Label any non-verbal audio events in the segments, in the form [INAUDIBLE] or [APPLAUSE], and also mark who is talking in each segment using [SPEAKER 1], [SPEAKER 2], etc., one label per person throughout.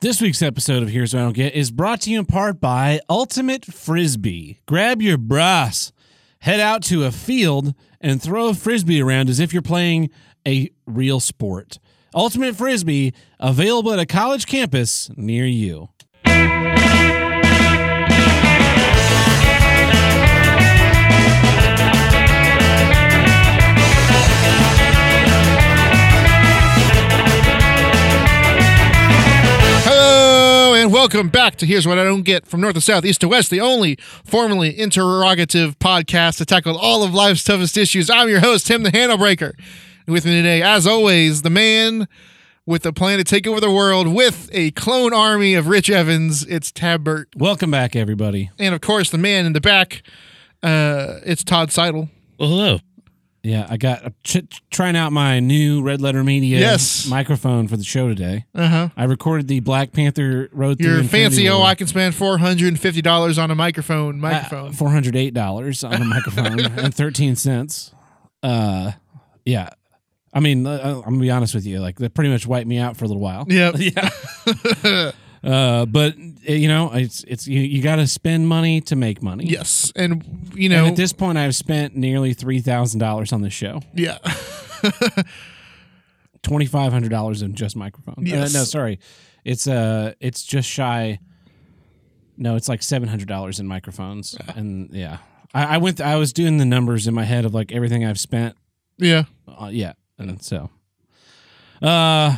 [SPEAKER 1] This week's episode of Here's What I Don't Get is brought to you in part by Ultimate Frisbee. Grab your brass, head out to a field, and throw a frisbee around as if you're playing a real sport. Ultimate Frisbee, available at a college campus near you.
[SPEAKER 2] Hello, and welcome back to Here's What I Don't Get from North to South, East to West, the only formerly interrogative podcast that tackled all of life's toughest issues. I'm your host, Tim the Handlebreaker. And with me today, as always, the man with the plan to take over the world with a clone army of Rich Evans. It's Tabbert.
[SPEAKER 1] Welcome back, everybody.
[SPEAKER 2] And of course, the man in the back, uh, it's Todd Seidel.
[SPEAKER 3] Well, hello.
[SPEAKER 1] Yeah, I got I'm ch- trying out my new Red Letter Media
[SPEAKER 2] Yes.
[SPEAKER 1] microphone for the show today.
[SPEAKER 2] Uh huh.
[SPEAKER 1] I recorded the Black Panther Road Through
[SPEAKER 2] Your
[SPEAKER 1] Infinity
[SPEAKER 2] fancy, oh,
[SPEAKER 1] War.
[SPEAKER 2] I can spend $450 on a microphone. Microphone.
[SPEAKER 1] Uh, Four hundred eight dollars on a microphone and thirteen cents. Uh, yeah. I mean, uh, I'm gonna be honest with you. Like that pretty much wiped me out for a little while.
[SPEAKER 2] Yep.
[SPEAKER 1] yeah. Uh, but uh, you know, it's it's you, you got to spend money to make money.
[SPEAKER 2] yes. And, you
[SPEAKER 1] And
[SPEAKER 2] know,
[SPEAKER 1] at this point, I've spent nearly three thousand dollars on this show.
[SPEAKER 2] yeah. [LAUGHS]
[SPEAKER 1] Twenty five hundred dollars in just microphones. Uh,
[SPEAKER 2] Yes.
[SPEAKER 1] no, sorry, it's uh, it's just shy. No, it's like seven hundred dollars in microphones, and yeah, I, I went. I was doing the numbers in my head of like everything I've spent
[SPEAKER 2] yeah.
[SPEAKER 1] uh, yeah and so uh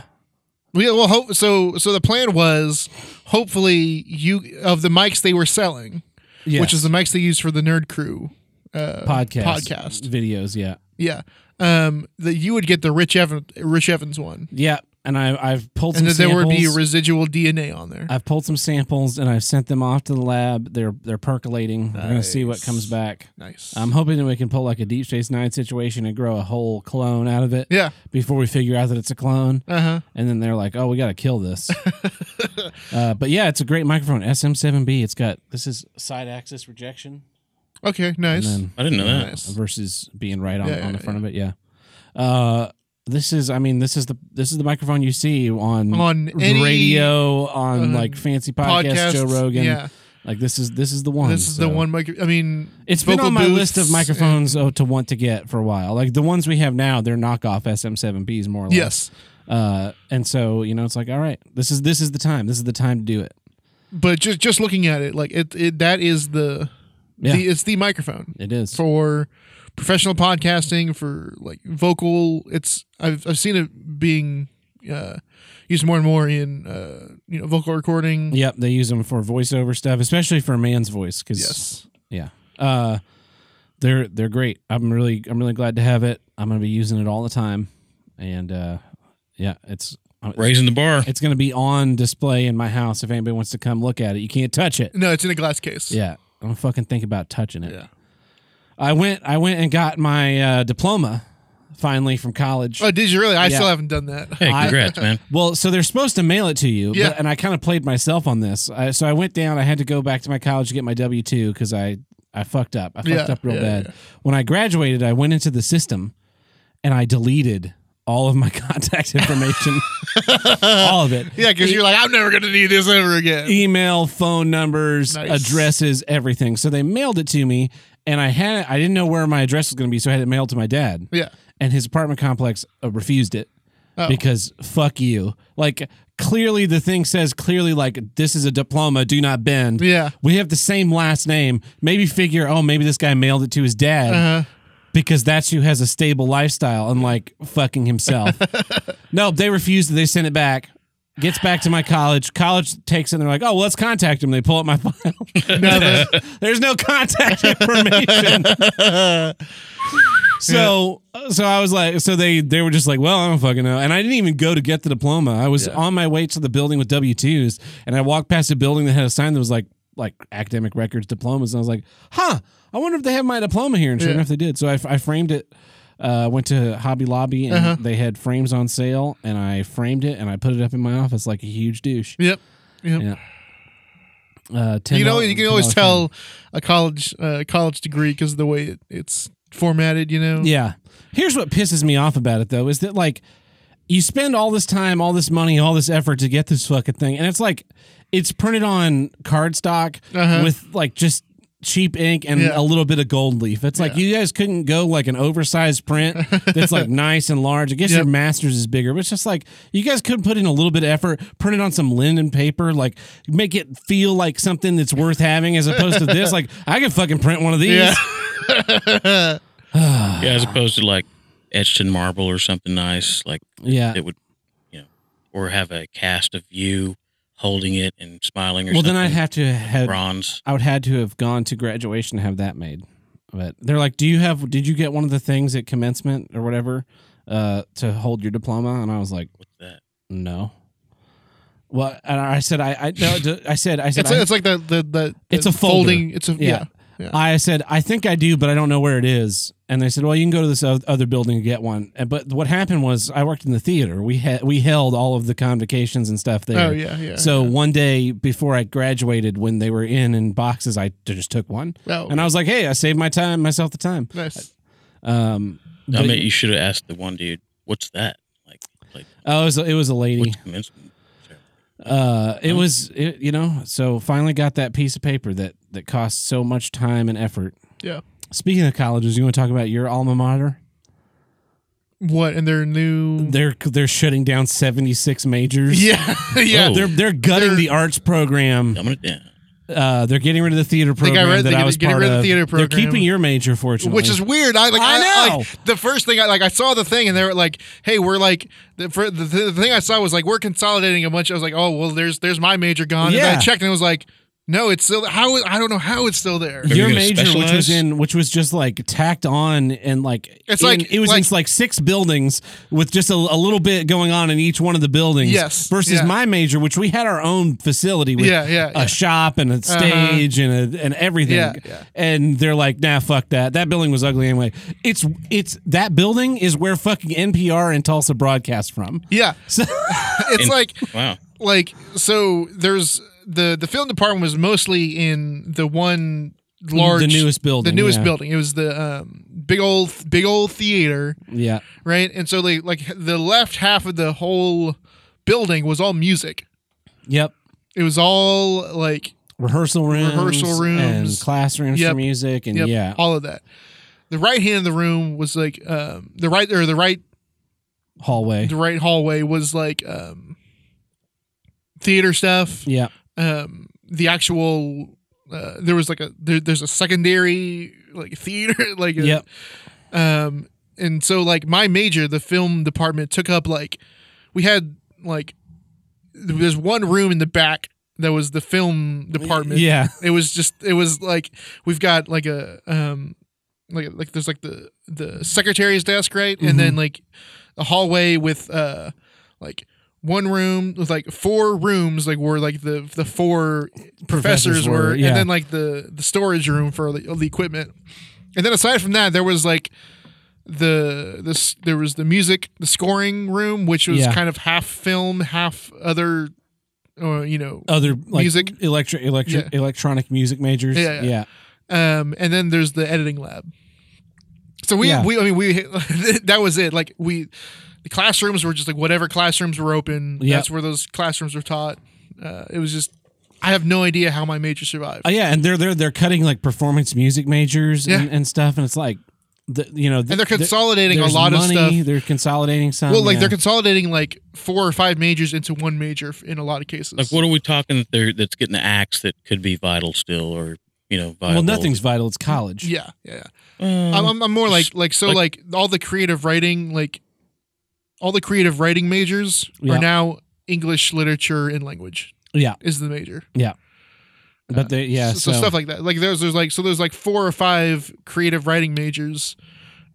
[SPEAKER 2] We well hope so. So the plan was, hopefully, you of the mics they were selling,
[SPEAKER 1] yeah
[SPEAKER 2] which is the mics they use for the Nerd Crew uh,
[SPEAKER 1] podcast
[SPEAKER 2] podcast.
[SPEAKER 1] videos yeah
[SPEAKER 2] Yeah, um, that you would get the Rich Evans Rich Evans one,
[SPEAKER 1] yeah and i i've pulled some
[SPEAKER 2] and that there
[SPEAKER 1] samples
[SPEAKER 2] would be residual DNA on there.
[SPEAKER 1] i've pulled some samples and i've sent them off to the lab they're they're percolating we're gonna see what
[SPEAKER 2] Nice.
[SPEAKER 1] comes back
[SPEAKER 2] nice.
[SPEAKER 1] i'm hoping that we can pull like a deep space nine situation and grow a whole clone out of it
[SPEAKER 2] yeah.
[SPEAKER 1] before we figure out that it's a clone
[SPEAKER 2] Uh huh.
[SPEAKER 1] and then they're like oh we gotta kill
[SPEAKER 2] [LAUGHS]
[SPEAKER 1] this uh, but yeah it's a great microphone sm7b it's got this is side axis rejection
[SPEAKER 2] Okay. Nice.
[SPEAKER 1] and then
[SPEAKER 3] I didn't know that.
[SPEAKER 2] nice.
[SPEAKER 1] versus being right on,
[SPEAKER 2] Yeah, yeah,
[SPEAKER 1] on the front of it. Yeah. Uh, this is, I mean, this is the this is the microphone you see on
[SPEAKER 2] On any
[SPEAKER 1] radio, on
[SPEAKER 2] uh,
[SPEAKER 1] like fancy podcasts,
[SPEAKER 2] Podcasts,
[SPEAKER 1] Joe Rogan.
[SPEAKER 2] Yeah.
[SPEAKER 1] Like this is this is the one.
[SPEAKER 2] This is the
[SPEAKER 1] so.
[SPEAKER 2] one micro. I mean,
[SPEAKER 1] It's been
[SPEAKER 2] vocal
[SPEAKER 1] on my
[SPEAKER 2] booths
[SPEAKER 1] list of microphones oh, to want to get for a while. Like the ones we have now, they're knockoff SM7Bs more or less.
[SPEAKER 2] Yes,
[SPEAKER 1] Uh, and so you know, it's like, all right, this is this is the time. This is the time to do it.
[SPEAKER 2] but just just looking at it, like it, it that is the,
[SPEAKER 1] Yeah.
[SPEAKER 2] the it's the microphone.
[SPEAKER 1] It is.
[SPEAKER 2] for professional podcasting for like vocal it's i've, I've seen it being uh, used more and more in uh, you know vocal recording
[SPEAKER 1] Yep, they use them for voiceover stuff, especially for a man's voice. Because
[SPEAKER 2] yes
[SPEAKER 1] Yeah. Uh they're they're great. I'm really I'm really glad to have it. I'm going to be using it all the time and uh yeah, it's uh,
[SPEAKER 3] Raising the bar.
[SPEAKER 1] it's going to be on display in my house if anybody wants to come look at it. You can't touch
[SPEAKER 2] [LAUGHS]
[SPEAKER 1] it.
[SPEAKER 2] no it's in a glass case
[SPEAKER 1] Yeah. I don't fucking think about touching it.
[SPEAKER 2] Yeah.
[SPEAKER 1] I went I went and got my uh diploma finally from college.
[SPEAKER 2] oh did you really i
[SPEAKER 1] Yeah.
[SPEAKER 2] still haven't done that
[SPEAKER 3] Hey, congrats,
[SPEAKER 1] [LAUGHS]
[SPEAKER 3] man.
[SPEAKER 1] Well, so they're supposed to mail it to you.
[SPEAKER 2] Yeah.
[SPEAKER 1] But, and I kind of played myself on this. I, so I went down. I had to go back to my college to get my W two because I I fucked up. I fucked
[SPEAKER 2] Yeah,
[SPEAKER 1] up real
[SPEAKER 2] yeah,
[SPEAKER 1] bad.
[SPEAKER 2] yeah.
[SPEAKER 1] When I graduated, I went into the system, and I deleted all of my [LAUGHS] contact
[SPEAKER 2] [LAUGHS]
[SPEAKER 1] information, all of it.
[SPEAKER 2] [LAUGHS] yeah because you're like i'm never gonna need this ever again
[SPEAKER 1] E Email, phone numbers,
[SPEAKER 2] Nice.
[SPEAKER 1] addresses, everything. So they mailed it to me, and I had I didn't know where my address was going to be, so I had it mailed to my dad
[SPEAKER 2] yeah
[SPEAKER 1] and his apartment complex uh, refused it
[SPEAKER 2] Oh.
[SPEAKER 1] because fuck you. Like clearly the thing says clearly like this is a diploma, do not bend.
[SPEAKER 2] Yeah.
[SPEAKER 1] We have the same last name. Maybe figure, oh, maybe this guy mailed it to his dad
[SPEAKER 2] uh-huh.
[SPEAKER 1] because that's who has a stable lifestyle unlike fucking
[SPEAKER 2] [LAUGHS]
[SPEAKER 1] himself. no, they refused it. They sent it back. Gets back to my college. College takes it. And they're like, oh, well, let's contact him. They pull up my [LAUGHS] file.
[SPEAKER 2] [LAUGHS] No, but-
[SPEAKER 1] There's no contact [LAUGHS] information. so so I was like, so they they were just like, well, I don't fucking know. And I didn't even go to get the diploma. I was on my way to the building with W twos, and I walked past a building that had a sign that was like like academic records, diplomas, and I was like, huh, I wonder if they have my diploma here. And sure
[SPEAKER 2] Yeah.
[SPEAKER 1] enough, they did. So I, I framed it. Uh, went to Hobby Lobby and
[SPEAKER 2] Uh-huh.
[SPEAKER 1] they had frames on sale, and I framed it and I put it up in my office like a huge douche.
[SPEAKER 2] yep yep
[SPEAKER 1] Yeah. Uh, $10
[SPEAKER 2] you know you can
[SPEAKER 1] $10
[SPEAKER 2] always
[SPEAKER 1] frame.
[SPEAKER 2] tell a college uh, college degree because of the way it, it's formatted you know
[SPEAKER 1] Yeah. Here's what pisses me off about it though is that like you spend all this time, all this money, all this effort to get this fucking thing, and it's like it's printed on cardstock
[SPEAKER 2] Uh-huh.
[SPEAKER 1] with like just cheap ink and
[SPEAKER 2] Yeah.
[SPEAKER 1] a little bit of gold leaf. It's like you guys couldn't go like an oversized print that's
[SPEAKER 2] [LAUGHS]
[SPEAKER 1] like nice and large. I guess your
[SPEAKER 2] Yep.
[SPEAKER 1] master's is bigger, but it's just like you guys could put in a little bit of effort, print it on some linen paper, like make it feel like something that's worth having as opposed to
[SPEAKER 2] [LAUGHS]
[SPEAKER 1] this. Like I could fucking print one of these.
[SPEAKER 2] Yeah.
[SPEAKER 3] Yeah, as opposed to like etched in marble or something nice, like
[SPEAKER 1] Yeah.
[SPEAKER 3] it would, you know, or have a cast of you holding it and smiling or
[SPEAKER 1] Well,
[SPEAKER 3] something.
[SPEAKER 1] then I'd have to have
[SPEAKER 3] bronze.
[SPEAKER 1] I would had to have gone to graduation to have that made. But they're like, "Do you have? Did you get one of the things at commencement or whatever uh, to hold your diploma?" And I was like,
[SPEAKER 3] What's that?
[SPEAKER 1] "No." Well, and I said, "I, I, no, d- I said, I said,
[SPEAKER 2] It's,
[SPEAKER 1] I,
[SPEAKER 2] it's like the the, the
[SPEAKER 1] It's
[SPEAKER 2] the
[SPEAKER 1] a folder.
[SPEAKER 2] folding. It's a yeah. Oh,
[SPEAKER 1] Yeah. I said, I think I do, but I don't know where it is. And they said, well, you can go to this o- other building and get one. And, but what happened was I worked in the theater. We had we held all of the convocations and stuff there.
[SPEAKER 2] Oh yeah, yeah.
[SPEAKER 1] So one day before I graduated, when they were in in boxes, I just took one.
[SPEAKER 2] Oh,
[SPEAKER 1] And I was like, hey, I saved my time, myself the time.
[SPEAKER 2] nice.
[SPEAKER 1] Um,
[SPEAKER 3] I
[SPEAKER 1] but-
[SPEAKER 3] mean, you should have asked the one dude, "What's that?" Like, like
[SPEAKER 1] oh, it was a, it was a lady.
[SPEAKER 3] what's commencement?
[SPEAKER 1] Uh, it was it, you know. So finally got that piece of paper that that cost so much time and effort.
[SPEAKER 2] Yeah.
[SPEAKER 1] Speaking of colleges, you want to talk about your alma mater?
[SPEAKER 2] What and their new
[SPEAKER 1] They're they're shutting down seventy six majors.
[SPEAKER 2] [LAUGHS] yeah [LAUGHS] yeah.
[SPEAKER 3] Oh.
[SPEAKER 1] They're they're gutting
[SPEAKER 2] They're-
[SPEAKER 1] the arts program.
[SPEAKER 3] Dumbing it down.
[SPEAKER 1] Uh, they're getting rid of the theater
[SPEAKER 2] got
[SPEAKER 1] program
[SPEAKER 2] rid-
[SPEAKER 1] that
[SPEAKER 2] they
[SPEAKER 1] I
[SPEAKER 2] get-
[SPEAKER 1] was
[SPEAKER 2] getting
[SPEAKER 1] part
[SPEAKER 2] rid of the
[SPEAKER 1] of.
[SPEAKER 2] theater
[SPEAKER 1] They're
[SPEAKER 2] program.
[SPEAKER 1] keeping your major, fortunately,
[SPEAKER 2] Which is weird. I like.
[SPEAKER 1] I
[SPEAKER 2] I,
[SPEAKER 1] know.
[SPEAKER 2] like, the first thing I like. I saw the thing, and they were like, "Hey, we're like." The, for, the, the thing I saw was like, "We're consolidating a bunch." I was like, "Oh, well, there's there's my major gone." And then
[SPEAKER 1] Yeah.
[SPEAKER 2] I checked, and it was like, "No, it's still how I don't know how it's
[SPEAKER 1] [LAUGHS]
[SPEAKER 2] still there."
[SPEAKER 3] Are you
[SPEAKER 1] your
[SPEAKER 3] gonna
[SPEAKER 1] major, which was
[SPEAKER 3] specialize?
[SPEAKER 1] in, which was just like tacked on and like
[SPEAKER 2] It's
[SPEAKER 1] in-
[SPEAKER 2] like-
[SPEAKER 1] it was
[SPEAKER 2] like-
[SPEAKER 1] in like six buildings with just a, a little bit going on in each one of the buildings.
[SPEAKER 2] Yes,
[SPEAKER 1] Versus
[SPEAKER 2] yeah.
[SPEAKER 1] my major, which we had our own facility with
[SPEAKER 2] Yeah, yeah,
[SPEAKER 1] a
[SPEAKER 2] yeah.
[SPEAKER 1] shop and a stage and a, and everything.
[SPEAKER 2] Yeah, yeah.
[SPEAKER 1] And they're like, nah, fuck that. That building was ugly anyway. It's it's that building is where fucking NPR and Tulsa broadcast from.
[SPEAKER 2] Yeah,
[SPEAKER 1] So
[SPEAKER 2] [LAUGHS] it's
[SPEAKER 3] And-
[SPEAKER 2] like
[SPEAKER 3] Wow.
[SPEAKER 2] like so. There's the the film department was mostly in the one large
[SPEAKER 1] the newest building,
[SPEAKER 2] the newest
[SPEAKER 1] yeah.
[SPEAKER 2] building. It was the um, big old big old theater.
[SPEAKER 1] yeah,
[SPEAKER 2] right? And so they like the left half of the whole building was all music.
[SPEAKER 1] yep.
[SPEAKER 2] It was all like
[SPEAKER 1] Rehearsal rooms,
[SPEAKER 2] Rehearsal rooms.
[SPEAKER 1] and classrooms
[SPEAKER 2] Yep.
[SPEAKER 1] for music, and
[SPEAKER 2] yep,
[SPEAKER 1] yeah,
[SPEAKER 2] all of that. The right hand of the room was like um, the right or the right
[SPEAKER 1] hallway.
[SPEAKER 2] the right hallway was like um, theater stuff.
[SPEAKER 1] Yeah.
[SPEAKER 2] Um, the actual uh, there was like a there, there's a secondary like [LAUGHS] theater like a,
[SPEAKER 1] Yep.
[SPEAKER 2] um and so like my major the film department took up like we had like th- there's one room in the back that was the film department
[SPEAKER 1] Yeah.
[SPEAKER 2] it was just it was like we've got like a um like like there's like the the secretary's desk right and
[SPEAKER 1] Mm-hmm.
[SPEAKER 2] then like a hallway with uh like one room with like four rooms like where like the the four professors,
[SPEAKER 1] Professors
[SPEAKER 2] were,
[SPEAKER 1] were,
[SPEAKER 2] and
[SPEAKER 1] yeah.
[SPEAKER 2] then like the the storage room for the, all the equipment and then aside from that there was like the this there was the music the scoring room which was
[SPEAKER 1] Yeah.
[SPEAKER 2] kind of half film half other uh, you know
[SPEAKER 1] other like
[SPEAKER 2] Music.
[SPEAKER 1] electric electric electronic music majors.
[SPEAKER 2] Yeah, yeah. um, and then there's the editing lab. So we,
[SPEAKER 1] Yeah.
[SPEAKER 2] we, I mean, we, [LAUGHS] that was it. Like we, the classrooms were just like whatever classrooms were open.
[SPEAKER 1] Yeah.
[SPEAKER 2] That's where those classrooms were taught. Uh, it was just, I have no idea how my major survived.
[SPEAKER 1] Oh, yeah, and they're they're they're cutting like performance music majors and,
[SPEAKER 2] Yeah.
[SPEAKER 1] and stuff, and it's like, the, you know,
[SPEAKER 2] and they're consolidating a
[SPEAKER 1] there's
[SPEAKER 2] lot
[SPEAKER 1] money,
[SPEAKER 2] of stuff.
[SPEAKER 1] They're consolidating some.
[SPEAKER 2] Well, like
[SPEAKER 1] yeah.
[SPEAKER 2] they're consolidating like four or five majors into one major f- in a lot of cases.
[SPEAKER 3] Like, what are we talking that there that's getting the axe that could be vital still, or you know,
[SPEAKER 1] well,
[SPEAKER 3] vital?
[SPEAKER 1] nothing's vital. It's college.
[SPEAKER 2] Yeah, yeah. yeah.
[SPEAKER 3] Um,
[SPEAKER 2] I'm, I'm, I'm more like, like so, like,
[SPEAKER 3] like-
[SPEAKER 2] all the creative writing, like all the creative writing majors
[SPEAKER 1] Yeah.
[SPEAKER 2] are now English literature and language
[SPEAKER 1] Yeah,
[SPEAKER 2] is the major.
[SPEAKER 1] but they yeah.
[SPEAKER 2] S- so,
[SPEAKER 1] So,
[SPEAKER 2] stuff like that. Like there's there's like so there's like four or five creative writing majors,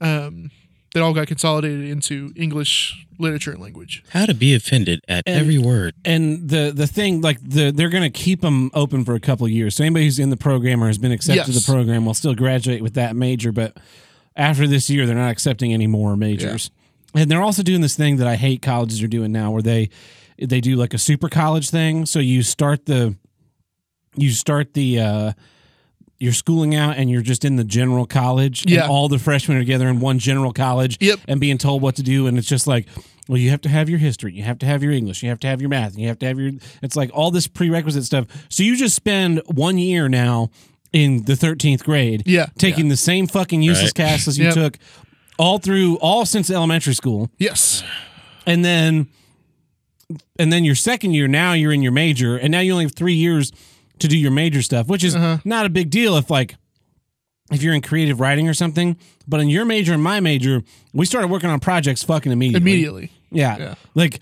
[SPEAKER 2] um, that all got consolidated into English literature and language.
[SPEAKER 3] how to be offended at
[SPEAKER 1] And-
[SPEAKER 3] every word.
[SPEAKER 1] and the the thing like the they're gonna keep them open for a couple of years. So anybody who's in the program or has been accepted
[SPEAKER 2] Yes.
[SPEAKER 1] to the program will still graduate with that major, but after this year, they're not accepting any more majors. And they're also doing this thing that I hate colleges are doing now, where they they do like a super college thing. So you start the you start the uh, your schooling out, and you're just in the general college.
[SPEAKER 2] Yeah.
[SPEAKER 1] and all the freshmen are together in one general college.
[SPEAKER 2] Yep.
[SPEAKER 1] and being told what to do, and it's just like. Well, you have to have your history, you have to have your English, you have to have your math, and you have to have your. It's like all this prerequisite stuff. So you just spend one year now in the thirteenth grade,
[SPEAKER 2] Yeah.
[SPEAKER 1] taking the same fucking useless
[SPEAKER 3] Right.
[SPEAKER 1] classes you
[SPEAKER 2] Yep.
[SPEAKER 1] took all through all since elementary school,
[SPEAKER 2] Yes.
[SPEAKER 1] and then and then your second year. Now you're in your major, and now you only have three years to do your major stuff, which is
[SPEAKER 2] Uh-huh.
[SPEAKER 1] not a big deal if like if you're in creative writing or something. But in your major and my major, we started working on projects fucking
[SPEAKER 2] Immediately.
[SPEAKER 1] yeah.
[SPEAKER 2] Yeah.
[SPEAKER 1] Like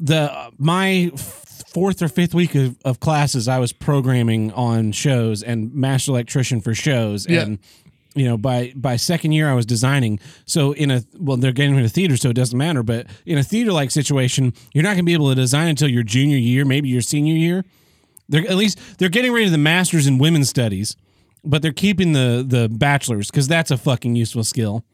[SPEAKER 1] the my f- fourth or fifth week of, of classes, I was programming on shows and master electrician for shows
[SPEAKER 2] Yeah.
[SPEAKER 1] and you know by by second year i was designing so in a well they're getting into theater so it doesn't matter but in a theater like situation you're not going to be able to design until your junior year maybe your senior year they're at least they're getting rid of the masters in women's studies but they're keeping the the bachelors because that's a fucking useful
[SPEAKER 2] [LAUGHS]
[SPEAKER 1] skill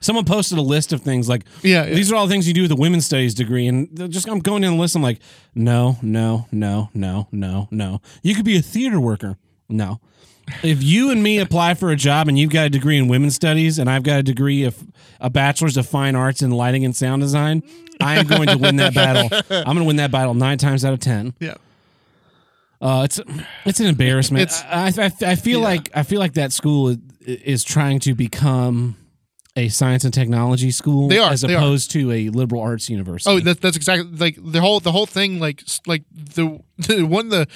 [SPEAKER 1] someone posted a list of things like
[SPEAKER 2] Yeah. yeah.
[SPEAKER 1] these are all the things you do with a women's studies degree, and they're just I'm going down the list. I'm like, no, no, no, no, no, no. You could be a theater worker. No, if you and me apply for a job, and you've got a degree in women's studies, and I've got a degree of a bachelor's of fine arts in lighting and sound design, I am going to win that
[SPEAKER 2] [LAUGHS]
[SPEAKER 1] battle. I'm going to win that battle nine times out of ten.
[SPEAKER 2] Yeah.
[SPEAKER 1] Uh, it's it's an embarrassment.
[SPEAKER 2] It's-
[SPEAKER 1] I, I, I feel
[SPEAKER 2] Yeah.
[SPEAKER 1] like I feel like that school i- is trying to become a science and technology school
[SPEAKER 2] They are,
[SPEAKER 1] as
[SPEAKER 2] they are.
[SPEAKER 1] opposed to a liberal arts university.
[SPEAKER 2] Oh, that's that's exactly like the whole the whole thing. Like s- like the, [LAUGHS] the one the,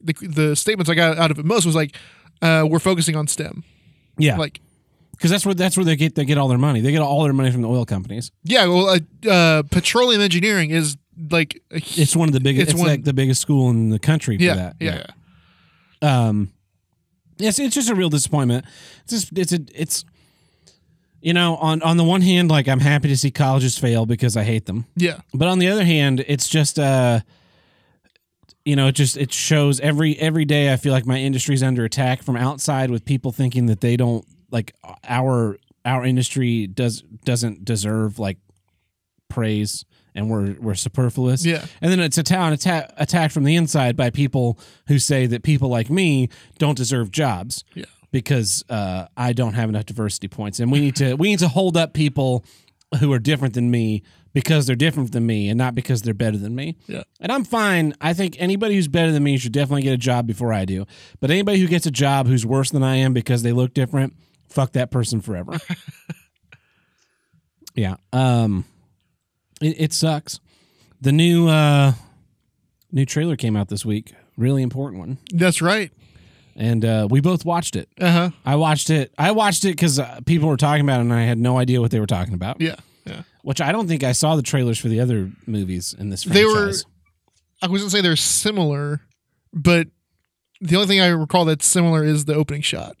[SPEAKER 2] the the statements I got out of it most was like, uh, we're focusing on STEM.
[SPEAKER 1] yeah,
[SPEAKER 2] Like
[SPEAKER 1] because that's where that's where they get they get all their money. They get all their money from the oil companies.
[SPEAKER 2] yeah, well, uh, uh, petroleum engineering is like a hu-
[SPEAKER 1] It's one of the biggest.
[SPEAKER 2] It's
[SPEAKER 1] It's,
[SPEAKER 2] one-
[SPEAKER 1] like the biggest school in the country for
[SPEAKER 2] yeah,
[SPEAKER 1] that.
[SPEAKER 2] yeah yeah
[SPEAKER 1] um yes it's just a real disappointment it's just it's a it's you know on on the one hand like i'm happy to see colleges fail because i hate them
[SPEAKER 2] yeah
[SPEAKER 1] but on the other hand it's just uh you know it just it shows every every day i feel like my industry's under attack from outside with people thinking that they don't like our our industry does doesn't deserve like praise and we're we're superfluous
[SPEAKER 2] yeah.
[SPEAKER 1] and then it's a town atta- attacked from the inside by people who say that people like me don't deserve jobs
[SPEAKER 2] Yeah.
[SPEAKER 1] because uh, I don't have enough diversity points, and we need to we need to hold up people who are different than me because they're different than me and not because they're better than me.
[SPEAKER 2] Yeah.
[SPEAKER 1] And I'm fine. I think anybody who's better than me should definitely get a job before I do. But anybody who gets a job who's worse than I am because they look different, fuck that person
[SPEAKER 2] [LAUGHS]
[SPEAKER 1] forever. yeah. Um it, it sucks. The new uh new trailer came out this week. Really important one.
[SPEAKER 2] That's right.
[SPEAKER 1] And uh we both watched it.
[SPEAKER 2] Uh huh.
[SPEAKER 1] I watched it. I watched it cuz uh, people were talking about it and I had no idea what they were talking about.
[SPEAKER 2] Yeah yeah.
[SPEAKER 1] Which I don't think I saw the trailers for the other movies in this
[SPEAKER 2] They
[SPEAKER 1] franchise.
[SPEAKER 2] were- I was gonna say they're similar, but the only thing I recall that's similar is the opening shot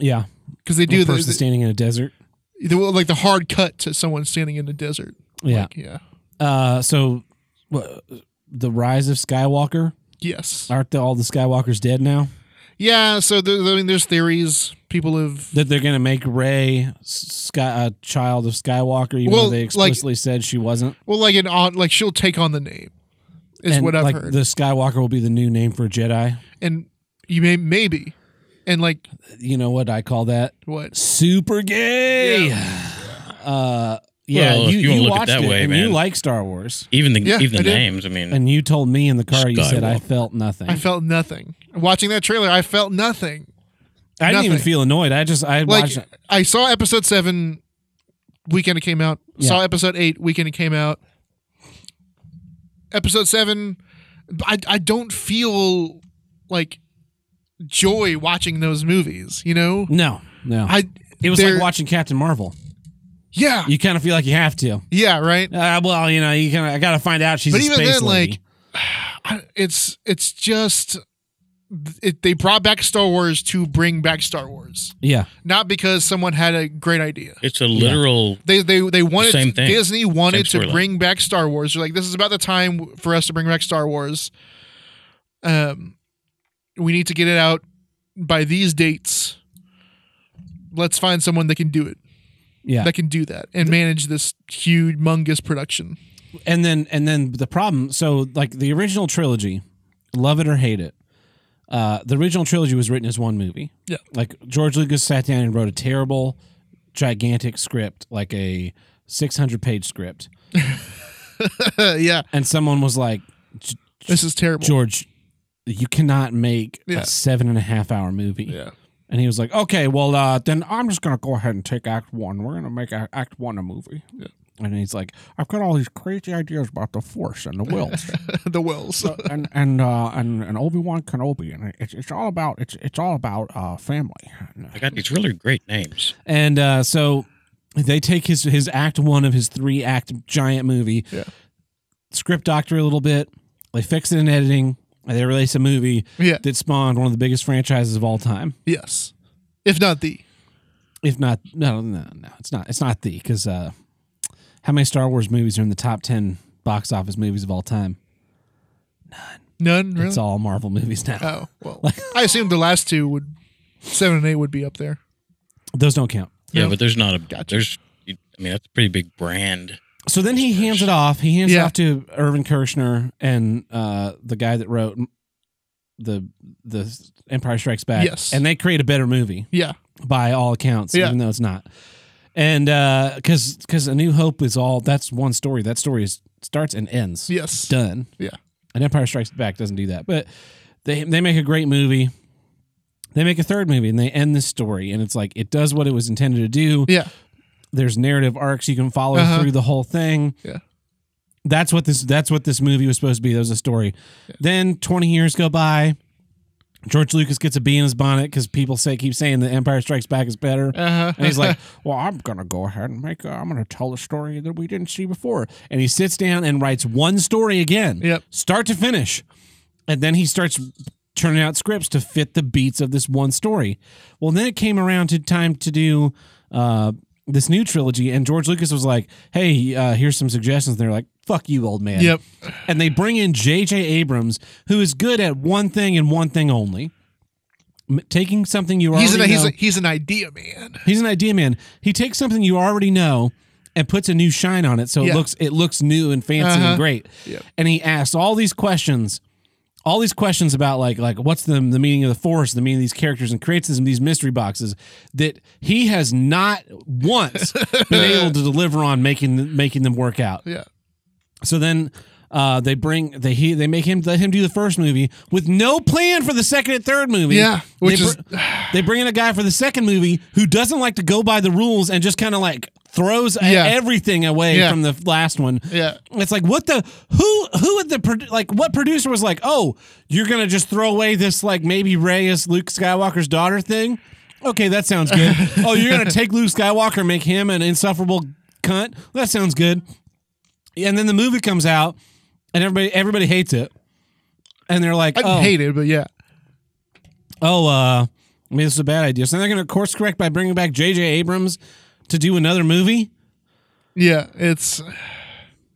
[SPEAKER 1] yeah,
[SPEAKER 2] because they do
[SPEAKER 1] One
[SPEAKER 2] the,
[SPEAKER 1] person standing in a desert.
[SPEAKER 2] the- like the hard cut to someone standing in the desert.
[SPEAKER 1] Yeah.
[SPEAKER 2] Like, yeah.
[SPEAKER 1] Uh, so wha- the rise of Skywalker.
[SPEAKER 2] Yes.
[SPEAKER 1] Aren't the, all the Skywalkers dead now?
[SPEAKER 2] Yeah. So there, I mean, there's theories. People have.
[SPEAKER 1] That they're gonna make Rey Sky, a child of Skywalker, even
[SPEAKER 2] Well,
[SPEAKER 1] though they
[SPEAKER 2] like-
[SPEAKER 1] explicitly said she wasn't.
[SPEAKER 2] Well, like an odd, like she'll take on the name, is
[SPEAKER 1] and
[SPEAKER 2] what I've
[SPEAKER 1] like
[SPEAKER 2] heard.
[SPEAKER 1] the Skywalker will be the new name for a Jedi.
[SPEAKER 2] and you may maybe, and like
[SPEAKER 1] You know what I call that?
[SPEAKER 2] what?
[SPEAKER 1] Super gay. [SIGHS] Uh, yeah,
[SPEAKER 3] Well, if
[SPEAKER 1] you,
[SPEAKER 3] you
[SPEAKER 1] you,
[SPEAKER 3] wanna look at
[SPEAKER 1] watched
[SPEAKER 3] that
[SPEAKER 1] it,
[SPEAKER 3] way,
[SPEAKER 1] and you
[SPEAKER 3] man.
[SPEAKER 1] like Star Wars,
[SPEAKER 3] Even the
[SPEAKER 2] Yeah,
[SPEAKER 3] even the
[SPEAKER 2] I did.
[SPEAKER 3] names. I mean,
[SPEAKER 1] and you told me in the car you said I
[SPEAKER 3] Skywalker.
[SPEAKER 1] felt nothing.
[SPEAKER 2] I felt nothing watching that trailer. I felt nothing.
[SPEAKER 1] I didn't even
[SPEAKER 2] nothing.
[SPEAKER 1] feel annoyed. I just I
[SPEAKER 2] Like
[SPEAKER 1] watched. it.
[SPEAKER 2] I saw episode seven weekend it came out.
[SPEAKER 1] Yeah.
[SPEAKER 2] Saw episode eight weekend it came out. Episode seven, I I don't feel like joy watching those movies. You know,
[SPEAKER 1] No, no.
[SPEAKER 2] I
[SPEAKER 1] it was
[SPEAKER 2] they're-
[SPEAKER 1] like watching Captain Marvel.
[SPEAKER 2] yeah
[SPEAKER 1] You kind of feel like you have to.
[SPEAKER 2] yeah right.
[SPEAKER 1] Uh, well, you know, you kind of I got to find out she's.
[SPEAKER 2] but
[SPEAKER 1] a
[SPEAKER 2] even
[SPEAKER 1] space
[SPEAKER 2] then,
[SPEAKER 1] lady.
[SPEAKER 2] like, I- it's it's just it, they brought back Star Wars to bring back Star Wars,
[SPEAKER 1] yeah,
[SPEAKER 2] not because someone had a great idea.
[SPEAKER 3] it's a literal.
[SPEAKER 2] They they they wanted
[SPEAKER 3] Same thing.
[SPEAKER 2] Disney wanted
[SPEAKER 3] Same
[SPEAKER 2] to
[SPEAKER 3] storyline.
[SPEAKER 2] bring back Star Wars. They're like, this is about the time for us to bring back Star Wars. Um, we need to get it out by these dates. Let's find someone that can do it,
[SPEAKER 1] yeah,
[SPEAKER 2] that can do that, and manage this huge, humongous production. [LAUGHS]
[SPEAKER 1] and then and then the problem. So like the original trilogy, love it or hate it, uh, the original trilogy was written as one movie.
[SPEAKER 2] Yeah.
[SPEAKER 1] like George Lucas sat down and wrote a terrible gigantic script, like a 600 page script.
[SPEAKER 2] yeah,
[SPEAKER 1] And someone was like,
[SPEAKER 2] this is terrible.
[SPEAKER 1] George, you cannot make
[SPEAKER 2] Yeah.
[SPEAKER 1] a seven and a half hour movie.
[SPEAKER 2] Yeah,
[SPEAKER 1] And he was like, okay, well, uh, then I'm just going to go ahead and take act one. We're going to make a, act one a movie.
[SPEAKER 2] Yeah.
[SPEAKER 1] And he's like, I've got all these crazy ideas about the Force
[SPEAKER 2] [LAUGHS]
[SPEAKER 1] and the wills.
[SPEAKER 2] [LAUGHS] the Wells.
[SPEAKER 1] So- and and uh, and and Obi Wan Kenobi, and it's it's all about it's it's all about uh, family.
[SPEAKER 3] I got these really great names.
[SPEAKER 1] And uh, so they take his his act one of his three act giant movie,
[SPEAKER 2] Yeah.
[SPEAKER 1] script doctor a little bit. They fix it in editing. And they release a movie
[SPEAKER 2] Yeah.
[SPEAKER 1] that spawned one of the biggest franchises of all time.
[SPEAKER 2] Yes, if not the.
[SPEAKER 1] If not, no, no, no, it's not. It's not the because uh, how many Star Wars movies are in the top ten box office movies of all time?
[SPEAKER 2] None really.
[SPEAKER 1] It's all Marvel movies now.
[SPEAKER 2] Oh well, I assumed the last two would seven and eight would be up there.
[SPEAKER 1] Those don't count.
[SPEAKER 3] Yeah,
[SPEAKER 2] Yeah.
[SPEAKER 3] but there's not a there's. I mean, that's a pretty big brand.
[SPEAKER 1] So then he hands it off. He hands it
[SPEAKER 2] Yeah.
[SPEAKER 1] off to Irvin Kershner and uh, the guy that wrote the the Empire Strikes Back.
[SPEAKER 2] Yes.
[SPEAKER 1] and they create a better movie
[SPEAKER 2] Yeah,
[SPEAKER 1] by all accounts,
[SPEAKER 2] Yeah.
[SPEAKER 1] even though it's not. And because because A New Hope is all that's one story. That story is starts and ends.
[SPEAKER 2] yes,
[SPEAKER 1] Done.
[SPEAKER 2] Yeah.
[SPEAKER 1] And Empire Strikes Back doesn't do that, but they they make a great movie. They make a third movie and they end this story, and it's like it does what it was intended to do
[SPEAKER 2] yeah,
[SPEAKER 1] there's narrative arcs you can follow
[SPEAKER 2] Uh-huh.
[SPEAKER 1] through the whole thing.
[SPEAKER 2] Yeah.
[SPEAKER 1] That's what this that's what this movie was supposed to be. That was a story. Then 20 years go by. George Lucas gets a bee in his bonnet cuz people say keep saying the Empire Strikes Back is better.
[SPEAKER 2] uh-huh.
[SPEAKER 1] And he's
[SPEAKER 2] [LAUGHS]
[SPEAKER 1] like, "Well, I'm going to go ahead and make a, I'm going to tell a story that we didn't see before." And he sits down and writes one story again.
[SPEAKER 2] Yep.
[SPEAKER 1] Start to finish. And then he starts turning out scripts to fit the beats of this one story. Well, then it came around to time to do uh, this new trilogy, and George Lucas was like, "Hey, uh, here's some suggestions." And they're like, "Fuck you, old man."
[SPEAKER 2] yep,
[SPEAKER 1] And they bring in J.J. Abrams, who is good at one thing and one thing only. M- Taking something you already
[SPEAKER 2] he's an
[SPEAKER 1] know,
[SPEAKER 2] he's a, he's an idea man.
[SPEAKER 1] He's an idea man. He takes something you already know and puts a new shine on it, so it
[SPEAKER 2] Yeah.
[SPEAKER 1] looks it looks new and fancy
[SPEAKER 2] Uh-huh.
[SPEAKER 1] and great.
[SPEAKER 2] Yep.
[SPEAKER 1] And he asks all these questions, all these questions about like like what's the the meaning of the force, the meaning of these characters, and creates this, these mystery boxes that he has not
[SPEAKER 2] [LAUGHS]
[SPEAKER 1] once been able to deliver on, making making them work out.
[SPEAKER 2] Yeah,
[SPEAKER 1] So then. Uh, they bring they he they make him let him do the first movie with no plan for the second and third movie.
[SPEAKER 2] yeah, which
[SPEAKER 1] They
[SPEAKER 2] is
[SPEAKER 1] br- they bring in a guy for the second movie who doesn't like to go by the rules and just kind of like throws a-
[SPEAKER 2] Yeah.
[SPEAKER 1] everything away
[SPEAKER 2] Yeah.
[SPEAKER 1] from the last one.
[SPEAKER 2] yeah,
[SPEAKER 1] It's like what the who who at the produ- like what producer was like, "Oh, you're going to just throw away this like maybe Rey is Luke Skywalker's daughter thing?" Okay, that sounds
[SPEAKER 2] [LAUGHS]
[SPEAKER 1] good. oh, you're going to take Luke Skywalker, make him an insufferable cunt? That sounds good. And then the movie comes out and everybody everybody hates it. And they're like,
[SPEAKER 2] I
[SPEAKER 1] "Oh,
[SPEAKER 2] hate it, but yeah,
[SPEAKER 1] oh, uh, maybe this is a bad idea. So they're going to course correct by bringing back J.J. Abrams to do another movie.
[SPEAKER 2] yeah, it's.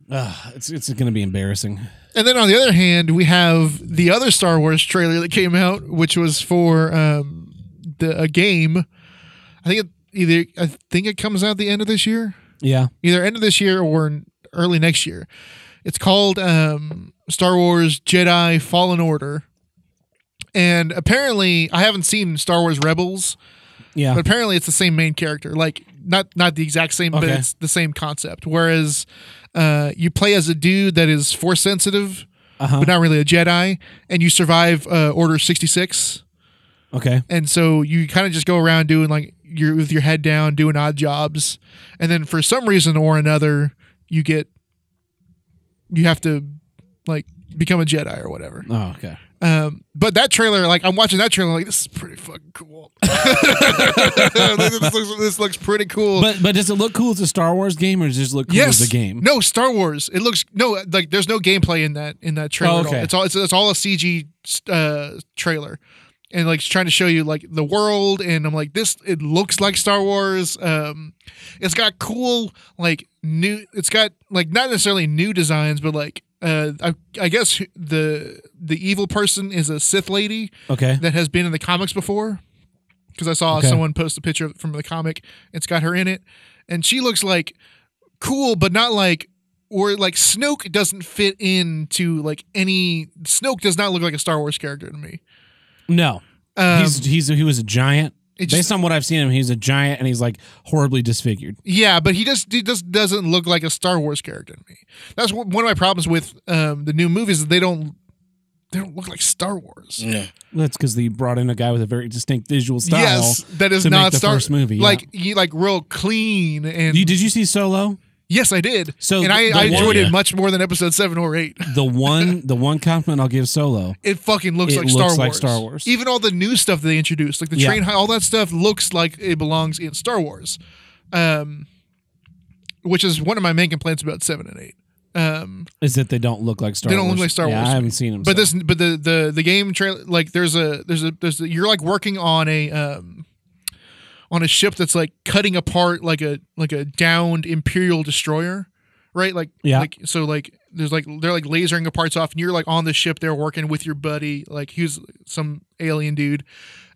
[SPEAKER 1] Ugh, it's it's going to be embarrassing.
[SPEAKER 2] And then on the other hand, we have the other Star Wars trailer that came out, which was for um, the a game. I think it either I think it comes out the end of this year.
[SPEAKER 1] Yeah,
[SPEAKER 2] either end of this year or in early next year. It's called um, Star Wars Jedi Fallen Order. And apparently, I haven't seen Star Wars Rebels,
[SPEAKER 1] yeah,
[SPEAKER 2] but apparently it's the same main character. Like not not the exact same, but
[SPEAKER 1] Okay.
[SPEAKER 2] it's the same concept. Whereas uh, you play as a dude that is force sensitive,
[SPEAKER 1] uh-huh.
[SPEAKER 2] but not really a Jedi, and you survive uh, Order sixty six
[SPEAKER 1] okay,
[SPEAKER 2] and so you kind of just go around doing like you're with your head down doing odd jobs and then for some reason or another you get you have to like become a jedi or whatever
[SPEAKER 1] oh, okay.
[SPEAKER 2] um but that trailer like i'm watching that trailer like this is pretty fucking cool [LAUGHS] this, looks, this looks pretty cool
[SPEAKER 1] But but does it look cool as a Star Wars game, or does it just look cool
[SPEAKER 2] yes
[SPEAKER 1] as a game?
[SPEAKER 2] no star wars it looks no like there's no gameplay in that in that trailer
[SPEAKER 1] Oh,
[SPEAKER 2] at all.
[SPEAKER 1] okay.
[SPEAKER 2] it's all it's, it's all a cg uh trailer and like it's trying to show you like the world and i'm like this it looks like star wars um it's got cool like new it's got like not necessarily new designs but like uh, I, I guess the the evil person is a Sith lady,
[SPEAKER 1] Okay,
[SPEAKER 2] that has been in the comics before because I saw
[SPEAKER 1] Okay.
[SPEAKER 2] someone post a picture from the comic. It's got her in it, and she looks like cool, but not like or like Snoke doesn't fit into like any Snoke does not look like a Star Wars character to me.
[SPEAKER 1] no,
[SPEAKER 2] Um,
[SPEAKER 1] he's he's he was a giant.
[SPEAKER 2] It just
[SPEAKER 1] Based on what I've seen him, he's a giant and he's like horribly disfigured.
[SPEAKER 2] Yeah, but he just he just doesn't look like a Star Wars character to me. That's one one of my problems with um, the new movies. Is they don't they don't look like Star Wars.
[SPEAKER 3] No.
[SPEAKER 1] That's because they brought in a guy with a very distinct visual style.
[SPEAKER 2] yes, that is
[SPEAKER 1] to make
[SPEAKER 2] not
[SPEAKER 1] the
[SPEAKER 2] Star
[SPEAKER 1] first movie, yeah.
[SPEAKER 2] Like you like real clean and
[SPEAKER 1] You- did you see Solo?
[SPEAKER 2] yes, I did.
[SPEAKER 1] So
[SPEAKER 2] and
[SPEAKER 1] the
[SPEAKER 2] I, I
[SPEAKER 1] one-
[SPEAKER 2] enjoyed
[SPEAKER 3] Yeah.
[SPEAKER 2] it much more than episode seven or eight. [LAUGHS]
[SPEAKER 1] The one, [LAUGHS] the one compliment I'll give Solo
[SPEAKER 2] It fucking looks
[SPEAKER 1] It
[SPEAKER 2] like
[SPEAKER 1] looks
[SPEAKER 2] Star Wars.
[SPEAKER 1] like Star Wars.
[SPEAKER 2] Even all the new stuff that they introduced, like the
[SPEAKER 1] Yeah.
[SPEAKER 2] train, hi- all that stuff looks like it belongs in Star Wars. Um, which is one of my main complaints about seven and eight. Um,
[SPEAKER 1] is that they don't look like Star.
[SPEAKER 2] They don't
[SPEAKER 1] Wars.
[SPEAKER 2] look like Star
[SPEAKER 1] Yeah,
[SPEAKER 2] Wars
[SPEAKER 1] I
[SPEAKER 2] to
[SPEAKER 1] haven't seen them.
[SPEAKER 2] But this, but the the the game trailer, like there's a there's a there's a, you're like working on a um on a ship that's like cutting apart like a like a downed Imperial destroyer, right? Like
[SPEAKER 1] Yeah.
[SPEAKER 2] like so like there's like they're like lasering the parts off, and you're like on the ship there working with your buddy, like he was some alien dude,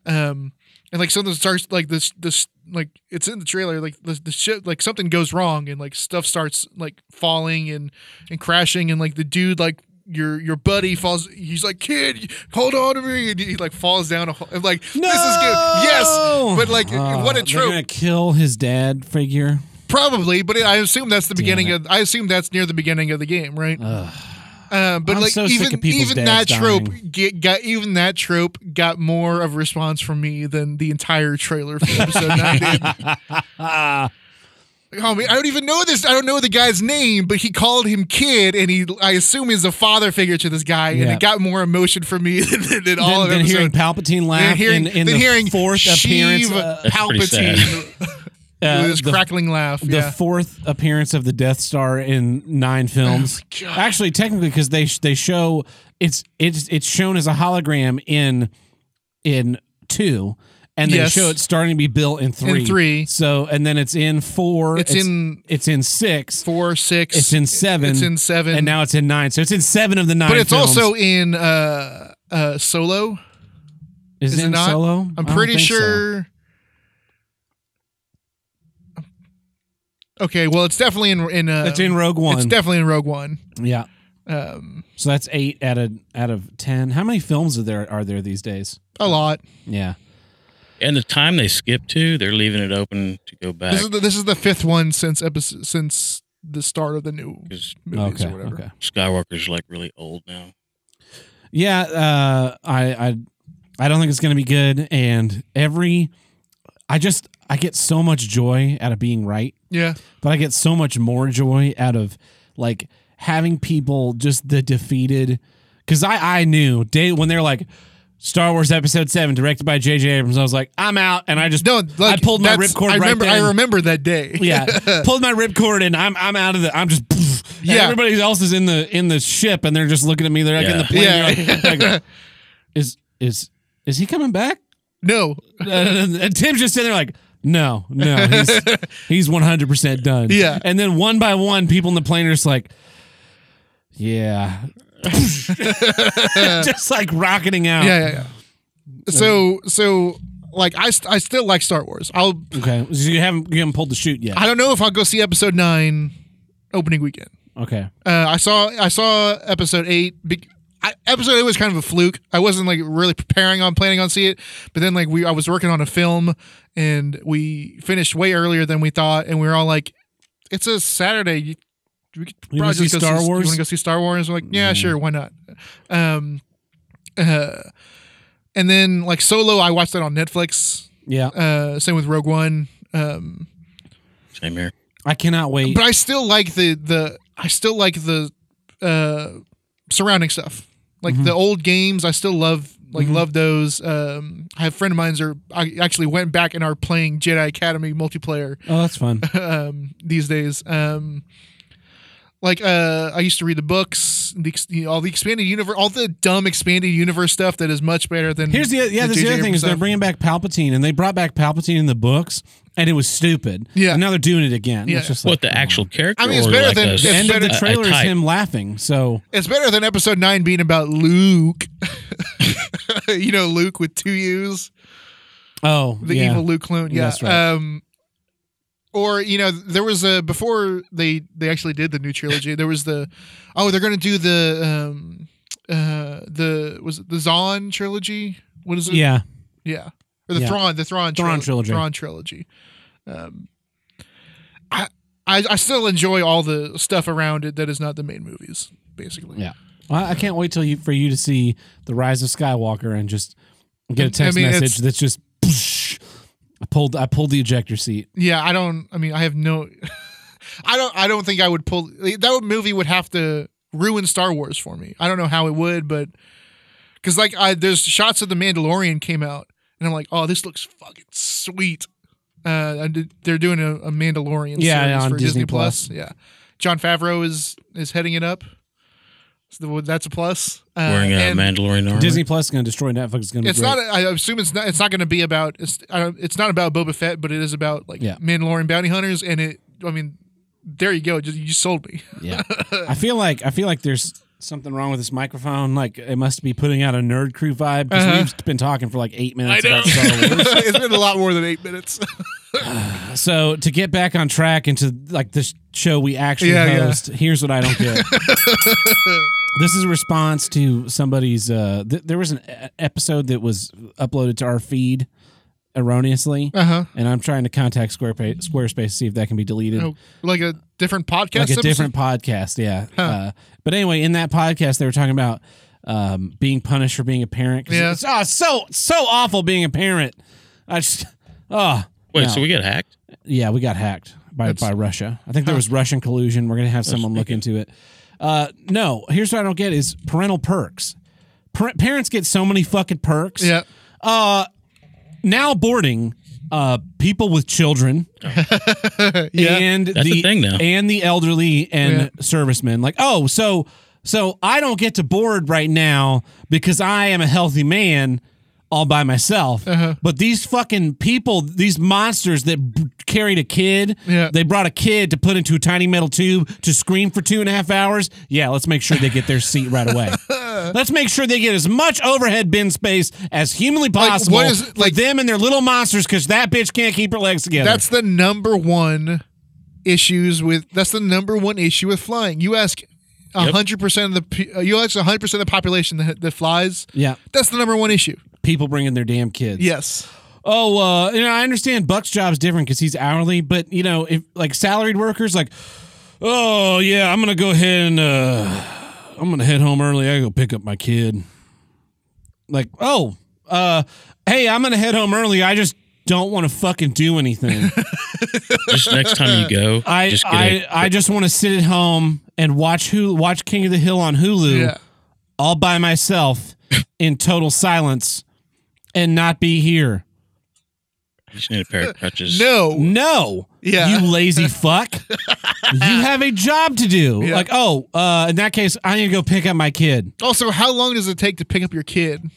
[SPEAKER 2] um, and like something starts like this this like it's in the trailer like the, the ship like something goes wrong and like stuff starts like falling and and crashing and like the dude like your your buddy falls he's like kid hold on to me and he like falls down a hole and like
[SPEAKER 1] no!
[SPEAKER 2] this is good yes but like
[SPEAKER 1] Ah,
[SPEAKER 2] what a
[SPEAKER 1] they're
[SPEAKER 2] trope
[SPEAKER 1] gonna kill his dad figure.
[SPEAKER 2] probably but i assume that's the
[SPEAKER 1] Damn
[SPEAKER 2] beginning
[SPEAKER 1] it.
[SPEAKER 2] of i assume that's near the beginning of the game right
[SPEAKER 1] Ugh.
[SPEAKER 2] um, but
[SPEAKER 1] I'm
[SPEAKER 2] like
[SPEAKER 1] so sick
[SPEAKER 2] even
[SPEAKER 1] of people's
[SPEAKER 2] even that
[SPEAKER 1] dads
[SPEAKER 2] trope
[SPEAKER 1] dying.
[SPEAKER 2] get, got even that trope got more of a response from me than the entire trailer for episode
[SPEAKER 1] [LAUGHS]
[SPEAKER 2] nine did. Like, Oh, man, I don't even know this. I don't know the guy's name, but he called him kid, and he I assume he's a father figure to this guy, and
[SPEAKER 1] Yeah.
[SPEAKER 2] it got more emotion from me [LAUGHS] than, than, all
[SPEAKER 1] then,
[SPEAKER 2] of
[SPEAKER 1] then hearing
[SPEAKER 2] episode.
[SPEAKER 1] Palpatine laugh
[SPEAKER 2] hearing-
[SPEAKER 1] in, in the
[SPEAKER 2] then hearing
[SPEAKER 1] fourth appearance,
[SPEAKER 2] Sheev
[SPEAKER 1] uh,
[SPEAKER 3] That's pretty sad.
[SPEAKER 2] Palpatine
[SPEAKER 1] [LAUGHS] uh,
[SPEAKER 2] with his
[SPEAKER 1] the-
[SPEAKER 2] crackling laugh.
[SPEAKER 1] the
[SPEAKER 2] yeah.
[SPEAKER 1] fourth appearance of the Death Star in nine films.
[SPEAKER 2] Oh God.
[SPEAKER 1] Actually, technically, because they they show it's it's it's shown as a hologram in in two, and they
[SPEAKER 2] Yes.
[SPEAKER 1] show it starting to be built in three.
[SPEAKER 2] three.
[SPEAKER 1] So and then it's in four.
[SPEAKER 2] it's, in
[SPEAKER 1] it's in six.
[SPEAKER 2] four, six.
[SPEAKER 1] It's in seven.
[SPEAKER 2] It's in seven.
[SPEAKER 1] and now it's in nine. So it's in seven of the nine.
[SPEAKER 2] but it's
[SPEAKER 1] films.
[SPEAKER 2] also in uh, uh, solo.
[SPEAKER 1] is,
[SPEAKER 2] is
[SPEAKER 1] it
[SPEAKER 2] it
[SPEAKER 1] in
[SPEAKER 2] not?
[SPEAKER 1] solo. I
[SPEAKER 2] I'm
[SPEAKER 1] don't
[SPEAKER 2] pretty
[SPEAKER 1] think so.
[SPEAKER 2] sure. Okay, well, it's definitely in in. Uh,
[SPEAKER 1] it's in Rogue One.
[SPEAKER 2] It's definitely in Rogue One.
[SPEAKER 1] yeah.
[SPEAKER 2] Um,
[SPEAKER 1] So that's eight out of out of ten. How many films are there are there these days?
[SPEAKER 2] a lot.
[SPEAKER 1] Yeah.
[SPEAKER 3] And the time they skip to, they're leaving it open to go back.
[SPEAKER 2] This is the, this is the fifth one since episode since the start of the new
[SPEAKER 3] 'cause
[SPEAKER 2] movies
[SPEAKER 1] Okay.
[SPEAKER 2] or whatever.
[SPEAKER 1] Okay.
[SPEAKER 3] Skywalker's like really old now.
[SPEAKER 1] Yeah, uh, I, I I don't think it's gonna be good. And every I just I get so much joy out of being right,
[SPEAKER 2] Yeah,
[SPEAKER 1] but I get so much more joy out of like having people just the defeated because I I knew day when they're like Star Wars Episode Seven directed by J.J. Abrams, I was like I'm out, and I just
[SPEAKER 2] no, like,
[SPEAKER 1] I pulled my
[SPEAKER 2] that's-
[SPEAKER 1] ripcord
[SPEAKER 2] I
[SPEAKER 1] right
[SPEAKER 2] remember.
[SPEAKER 1] then.
[SPEAKER 2] I remember that day.
[SPEAKER 1] yeah, pulled my ripcord and I'm I'm out of the I'm just [LAUGHS] yeah.
[SPEAKER 2] Yeah.
[SPEAKER 1] everybody else is in the in the ship and they're just looking at me. They're like in the plane.
[SPEAKER 2] Yeah.
[SPEAKER 1] They're like-
[SPEAKER 2] [LAUGHS]
[SPEAKER 1] like, is is is he coming back?
[SPEAKER 2] [LAUGHS]
[SPEAKER 1] [LAUGHS]
[SPEAKER 2] no,
[SPEAKER 1] Uh, and Tim's just sitting there like. No, no,
[SPEAKER 2] [LAUGHS]
[SPEAKER 1] he's he's one hundred percent done.
[SPEAKER 2] Yeah.
[SPEAKER 1] and then one by one, people in the plane are just like,
[SPEAKER 2] [LAUGHS]
[SPEAKER 1] yeah, [LAUGHS] just like rocketing out.
[SPEAKER 2] yeah, yeah, yeah. So so like I st- I still like Star Wars. I'll
[SPEAKER 1] Okay, so you haven't you haven't pulled the shoot yet.
[SPEAKER 2] I don't know if I'll go see episode nine opening weekend.
[SPEAKER 1] Okay,
[SPEAKER 2] Uh, I saw I saw episode eight. Be- I, episode eight was kind of a fluke. I wasn't like really preparing on planning on see it, but then like we I was working on a film and we finished way earlier than we thought, and we were all like, "It's a Saturday. You, we could
[SPEAKER 1] You wanna see
[SPEAKER 2] go
[SPEAKER 1] Star Wars?"
[SPEAKER 2] see,
[SPEAKER 1] Mm-hmm.
[SPEAKER 2] You want to go see Star Wars? We're like, yeah, sure, why not? Um, uh, and then like Solo, I watched that on Netflix.
[SPEAKER 1] yeah,
[SPEAKER 2] Uh, same with Rogue One. Um,
[SPEAKER 3] Same here.
[SPEAKER 1] I cannot wait.
[SPEAKER 2] but I still like the the I still like the uh surrounding stuff. Like
[SPEAKER 1] Mm-hmm.
[SPEAKER 2] the old games, I still love like love those. Um I have friend of mine's are I actually went back and are playing Jedi Academy multiplayer
[SPEAKER 1] oh, that's fun.
[SPEAKER 2] um these days. Um like uh I used to read the books, the ex- you know, all the expanded universe, all the dumb expanded universe stuff that is much better than
[SPEAKER 1] Here's the yeah. That's the
[SPEAKER 2] J.J.
[SPEAKER 1] other thing is
[SPEAKER 2] Abrams
[SPEAKER 1] they're
[SPEAKER 2] stuff.
[SPEAKER 1] bringing back Palpatine, and they brought back Palpatine in the books, and it was stupid.
[SPEAKER 2] Yeah.
[SPEAKER 1] and now they're doing it again.
[SPEAKER 2] Yeah.
[SPEAKER 1] It's just
[SPEAKER 3] What
[SPEAKER 1] like,
[SPEAKER 3] the
[SPEAKER 1] come
[SPEAKER 3] actual
[SPEAKER 1] on.
[SPEAKER 3] character?
[SPEAKER 2] I mean, it's
[SPEAKER 3] or
[SPEAKER 2] better
[SPEAKER 3] like
[SPEAKER 2] than-
[SPEAKER 3] a-
[SPEAKER 2] it's
[SPEAKER 1] The end of the
[SPEAKER 3] a- a
[SPEAKER 1] trailer is
[SPEAKER 3] type?
[SPEAKER 1] him laughing. So
[SPEAKER 2] It's better than episode nine being about Luke. [LAUGHS] you know, Luke with two U's,
[SPEAKER 1] oh
[SPEAKER 2] the
[SPEAKER 1] yeah.
[SPEAKER 2] evil Luke clone. Yeah.
[SPEAKER 1] That's right.
[SPEAKER 2] Um, or you know, there was a before they they actually did the new trilogy. There was the oh, they're gonna do the um uh the was it the Zon trilogy. What is it?
[SPEAKER 1] yeah.
[SPEAKER 2] yeah. or the
[SPEAKER 1] Yeah.
[SPEAKER 2] Thrawn, the Thrawn,
[SPEAKER 1] Thrawn trilogy.
[SPEAKER 2] Thrawn trilogy. Um, I, I I still enjoy all the stuff around it that is not the main movies, basically.
[SPEAKER 1] Yeah. Well, I can't wait till you for you to see the rise of Skywalker and just get a text
[SPEAKER 2] I mean,
[SPEAKER 1] message
[SPEAKER 2] it's-
[SPEAKER 1] that's just "Psh." I pulled I pulled the ejector seat.
[SPEAKER 2] Yeah, I don't. I mean, I have no. [LAUGHS] I don't. I don't think I would pull that movie. Would have to ruin Star Wars for me. I don't know how it would, but because like I there's shots of the Mandalorian came out, and I'm like, oh, this looks fucking sweet. Uh, I did- they're doing a, a Mandalorian
[SPEAKER 1] Yeah,
[SPEAKER 2] series
[SPEAKER 1] on
[SPEAKER 2] for
[SPEAKER 1] Disney
[SPEAKER 2] Disney Plus. Yeah, John Favreau is is heading it up. So that's a plus. Uh,
[SPEAKER 3] wearing a
[SPEAKER 2] and-
[SPEAKER 3] Mandalorian armor.
[SPEAKER 1] Disney Plus is going to destroy Netflix. It's going to
[SPEAKER 2] it's not. I assume it's not. It's not going to be about. It's. I don't, it's not about Boba Fett, but it is about like
[SPEAKER 1] Yeah.
[SPEAKER 2] Mandalorian bounty hunters, and it. I mean, there you go. Just you sold me.
[SPEAKER 1] yeah. [LAUGHS] I feel like I feel like there's something wrong with this microphone. Like it must be putting out a nerd crew vibe because
[SPEAKER 2] Uh-huh.
[SPEAKER 1] we've been talking for like eight minutes about Star
[SPEAKER 2] [LAUGHS]
[SPEAKER 1] Wars.
[SPEAKER 2] [LAUGHS] it's been a lot more than eight [LAUGHS] minutes.
[SPEAKER 1] So to get back on track into like this show we actually
[SPEAKER 2] Yeah, yeah.
[SPEAKER 1] host, here's what I don't
[SPEAKER 2] [LAUGHS]
[SPEAKER 1] get. this is a response to somebody's. Uh, th- there was an e- episode that was uploaded to our feed erroneously,
[SPEAKER 2] Uh huh.
[SPEAKER 1] and I'm trying to contact Squarespace, Squarespace to see if that can be deleted.
[SPEAKER 2] Oh, like a different podcast.
[SPEAKER 1] Like a
[SPEAKER 2] episode?
[SPEAKER 1] different podcast, yeah. Uh, but anyway, in that podcast, they were talking about um, being punished for being a parent. 'Cause
[SPEAKER 2] Yeah.
[SPEAKER 1] It's oh, so so awful being a parent. I just oh
[SPEAKER 3] Wait,
[SPEAKER 1] no.
[SPEAKER 3] so we got hacked?
[SPEAKER 1] Yeah, we got hacked by,
[SPEAKER 2] That's-
[SPEAKER 1] by Russia. I think there was Russian collusion. We're going to have someone look into it. Uh, no, here's what I don't get is parental perks. Par- parents get so many fucking perks.
[SPEAKER 2] Yeah.
[SPEAKER 1] Now boarding uh, people with children
[SPEAKER 2] Yeah.
[SPEAKER 1] and
[SPEAKER 3] That's
[SPEAKER 1] the
[SPEAKER 3] a thing now.
[SPEAKER 1] and the elderly and
[SPEAKER 2] Yeah.
[SPEAKER 1] servicemen. Like, oh, so so I don't get to board right now because I am a healthy man all by myself.
[SPEAKER 2] Uh-huh.
[SPEAKER 1] But these fucking people, these monsters that b- carried a kid,
[SPEAKER 2] Yeah.
[SPEAKER 1] they brought a kid to put into a tiny metal tube to scream for two and a half hours. Yeah, let's make sure they get their seat right
[SPEAKER 2] [LAUGHS]
[SPEAKER 1] away. let's make sure they get as much overhead bin space as humanly possible
[SPEAKER 2] what is-
[SPEAKER 1] for
[SPEAKER 2] like-
[SPEAKER 1] them and their little monsters because that bitch can't keep her legs together.
[SPEAKER 2] That's the number one issues with. That's the number one issue with flying. You ask.
[SPEAKER 3] Yep.
[SPEAKER 2] hundred percent of the pe- uh, you ask hundred percent of the population that, that flies.
[SPEAKER 1] yeah.
[SPEAKER 2] That's the number one issue.
[SPEAKER 1] people bringing their damn kids.
[SPEAKER 2] Yes.
[SPEAKER 1] Oh, uh, you know, I understand Buck's job's different because he's hourly, but you know, if like salaried workers, like, oh yeah, I'm gonna go ahead and uh, I'm gonna head home early. I go pick up my kid. Like, oh, uh, hey, I'm gonna head home early. I just don't want to fucking do anything. [LAUGHS]
[SPEAKER 3] Just next time you go,
[SPEAKER 1] I
[SPEAKER 3] just get
[SPEAKER 1] I
[SPEAKER 3] a-
[SPEAKER 1] I just want to sit at home and watch who watch King of the Hill on Hulu
[SPEAKER 2] Yeah.
[SPEAKER 1] all by myself in total silence and not be here.
[SPEAKER 3] you just need a pair of crutches.
[SPEAKER 2] No.
[SPEAKER 1] No.
[SPEAKER 2] Yeah.
[SPEAKER 1] You
[SPEAKER 2] [LAUGHS]
[SPEAKER 1] lazy fuck. you have a job to do.
[SPEAKER 2] Yeah.
[SPEAKER 1] Like, oh, uh, in that case, I need to go pick up my kid.
[SPEAKER 2] Also, how long does it take to pick up your kid?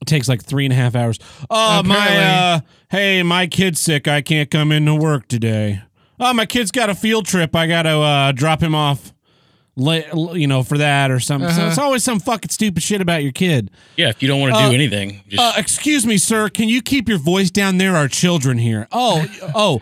[SPEAKER 1] It takes like three and a half hours. Oh,
[SPEAKER 2] Apparently.
[SPEAKER 1] my, uh, hey, my kid's sick. I can't come into work today. Oh, my kid's got a field trip. I got to uh, drop him off, la- you know, for that or something. So
[SPEAKER 2] Uh-huh.
[SPEAKER 1] it's always some fucking stupid shit about your kid.
[SPEAKER 3] Yeah, if you don't want to
[SPEAKER 1] Uh,
[SPEAKER 3] do anything, just
[SPEAKER 1] Uh, excuse me, sir. Can you keep your voice down? There are children here. Oh, oh.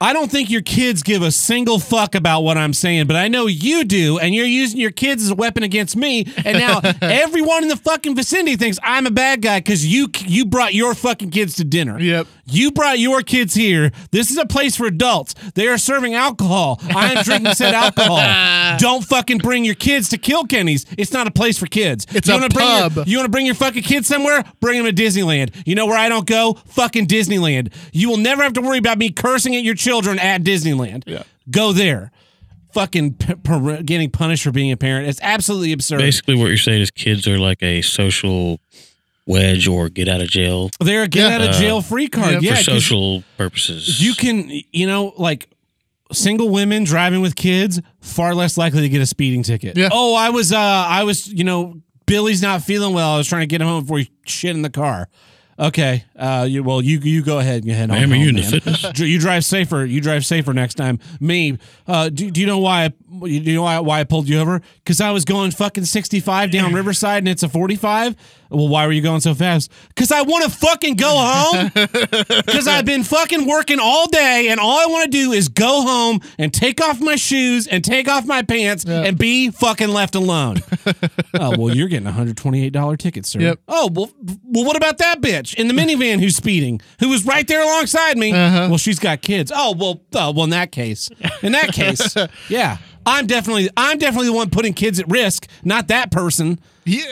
[SPEAKER 1] I don't think your kids give a single fuck about what I'm saying, but I know you do, and you're using your kids as a weapon against me. And now everyone in the fucking vicinity thinks I'm a bad guy because you you brought your fucking kids to dinner.
[SPEAKER 2] Yep.
[SPEAKER 1] You brought your kids here. This is a place for adults. They are serving alcohol. I am drinking said alcohol. Don't fucking bring your kids to Kill Kenny's. It's not a place for kids.
[SPEAKER 2] It's a
[SPEAKER 1] wanna bring your-
[SPEAKER 2] pub.
[SPEAKER 1] you want to bring your fucking kids somewhere? Bring them to Disneyland. You know where I don't go? Fucking Disneyland. You will never have to worry about me cursing at your children at Disneyland.
[SPEAKER 2] Yeah.
[SPEAKER 1] Go there. Fucking p- par- getting punished for being a parent. It's absolutely absurd.
[SPEAKER 3] basically what you're saying is kids are like a social wedge or get out of jail
[SPEAKER 1] They're a get
[SPEAKER 2] Yeah.
[SPEAKER 1] out of jail free card.
[SPEAKER 2] Yeah,
[SPEAKER 1] Yeah,
[SPEAKER 3] for
[SPEAKER 1] 'cause
[SPEAKER 3] social purposes.
[SPEAKER 1] you can, you know, like single women driving with kids far less likely to get a speeding ticket.
[SPEAKER 2] Yeah.
[SPEAKER 1] Oh, I was, uh, I was, you know, Billy's not feeling well. I was trying to get him home before he shit in the car. Okay. Uh, you, well, you you go ahead and head on.
[SPEAKER 3] Ma'am, are
[SPEAKER 1] home,
[SPEAKER 3] you into
[SPEAKER 1] man. [LAUGHS]
[SPEAKER 3] fitness?
[SPEAKER 1] Dr- You drive safer. You drive safer next time. Me. Uh, do, do you know why? I, do you know why, why I pulled you over? Because I was going fucking sixty five down Riverside and it's a forty five. Well, why were you going so fast? Because I want to fucking go home. Because I've been fucking working all day and all I want to do is go home and take off my shoes and take off my pants and be fucking left
[SPEAKER 2] [LAUGHS]
[SPEAKER 1] alone. oh well, you're getting a hundred twenty eight dollar ticket, sir.
[SPEAKER 2] Yep.
[SPEAKER 1] Oh well, well, what about that bitch? bitch in the minivan who's speeding, who was right there alongside me.
[SPEAKER 2] Uh-huh.
[SPEAKER 1] Well, she's got kids. Oh well, uh, well in that case, in that
[SPEAKER 2] [LAUGHS]
[SPEAKER 1] case, yeah, I'm definitely, I'm definitely the one putting kids at risk, not that person.
[SPEAKER 2] Yeah.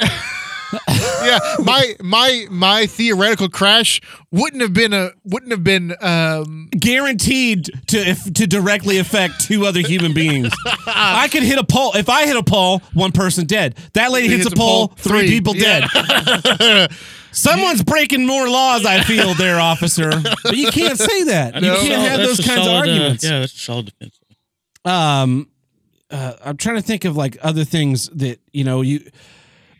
[SPEAKER 2] [LAUGHS] yeah, my my my theoretical crash wouldn't have been a wouldn't have been um
[SPEAKER 1] Guaranteed to if, to directly affect two other human beings. I could hit a pole. If I hit a pole, one person dead. That lady hits, a pole, three,
[SPEAKER 2] three.
[SPEAKER 1] people dead. Someone's breaking more laws. I feel there, officer. But you can't say that. You
[SPEAKER 2] No.
[SPEAKER 1] can't
[SPEAKER 3] Solid-
[SPEAKER 1] have
[SPEAKER 3] that's
[SPEAKER 1] those
[SPEAKER 3] a
[SPEAKER 1] kinds of
[SPEAKER 3] solid, uh,
[SPEAKER 1] arguments.
[SPEAKER 3] yeah, that's a solid defense.
[SPEAKER 1] um uh, i'm trying to think of like other things that you know you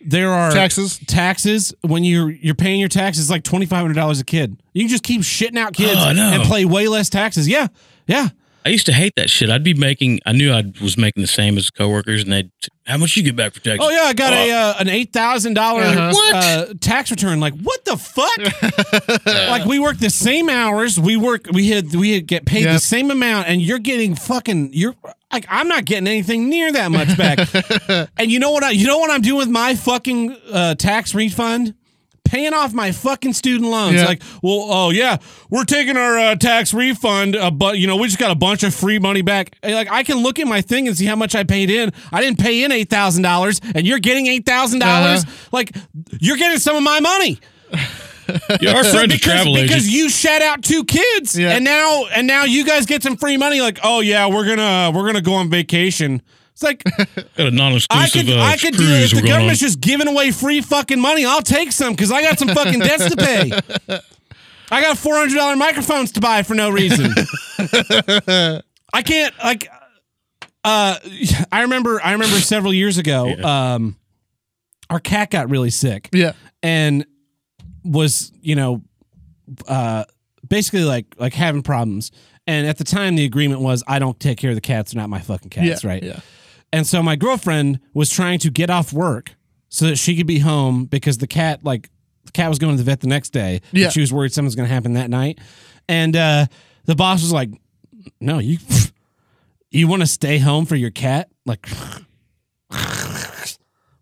[SPEAKER 1] there are
[SPEAKER 2] taxes.
[SPEAKER 1] taxes when you're you're paying your taxes like $2500 a kid you can just keep shitting out kids
[SPEAKER 3] Oh, no.
[SPEAKER 1] and play way less taxes yeah yeah
[SPEAKER 3] I used to hate that shit. I'd be making. I knew I was making the same as coworkers, and they'd how much you get back for taxes?
[SPEAKER 1] oh yeah i got a uh, an $8000 dollars
[SPEAKER 2] Uh-huh.
[SPEAKER 1] uh, tax return like what the fuck
[SPEAKER 2] [LAUGHS]
[SPEAKER 1] like we work the same hours we work we had we had get paid the
[SPEAKER 2] Yep.
[SPEAKER 1] same amount and you're getting fucking you're like i'm not getting anything near that much
[SPEAKER 2] [LAUGHS]
[SPEAKER 1] back And you know what I you know what I'm doing with my fucking uh, tax refund? Paying off my fucking student loans.
[SPEAKER 2] Yeah.
[SPEAKER 1] Like, well, oh yeah, we're taking our uh, tax refund, uh, but you know we just got a bunch of free money back. And, Like I can look at my thing and see how much I paid in. I didn't pay in eight thousand dollars, and you're getting eight dollars.
[SPEAKER 3] Uh-huh.
[SPEAKER 1] Like you're getting some of my money
[SPEAKER 3] yeah.
[SPEAKER 1] [LAUGHS]
[SPEAKER 3] Our friend's a
[SPEAKER 1] because,
[SPEAKER 3] travel
[SPEAKER 1] because
[SPEAKER 3] agent.
[SPEAKER 1] you shat out two kids,
[SPEAKER 2] Yeah.
[SPEAKER 1] and now and now you guys get some free money. Like, oh yeah, we're gonna we're gonna go on vacation. It's like.
[SPEAKER 3] Got a
[SPEAKER 1] I
[SPEAKER 3] non-exclusive
[SPEAKER 1] could,
[SPEAKER 3] uh,
[SPEAKER 1] I could do it
[SPEAKER 3] cruise
[SPEAKER 1] if the
[SPEAKER 3] we're going on.
[SPEAKER 1] government's just giving away free fucking money. I'll take some because I got some fucking debts to pay.
[SPEAKER 3] [LAUGHS]
[SPEAKER 1] I got four hundred dollar microphones to buy for no
[SPEAKER 3] [LAUGHS]
[SPEAKER 1] reason. I can't like. Uh, I remember, I remember several years ago. Um, our cat got really sick
[SPEAKER 2] Yeah.
[SPEAKER 1] and was you know uh basically like like having problems and at the time the agreement was i don't take care of the cats they're not my fucking cats
[SPEAKER 2] yeah.
[SPEAKER 1] right
[SPEAKER 2] Yeah.
[SPEAKER 1] and so my girlfriend was trying to get off work so that she could be home because the cat, like, the cat was going to the vet the next day. and
[SPEAKER 2] Yeah.
[SPEAKER 1] she was worried something's going to happen that night. And uh, the boss was like, no, you, you want to stay home for your cat? Like, [LAUGHS]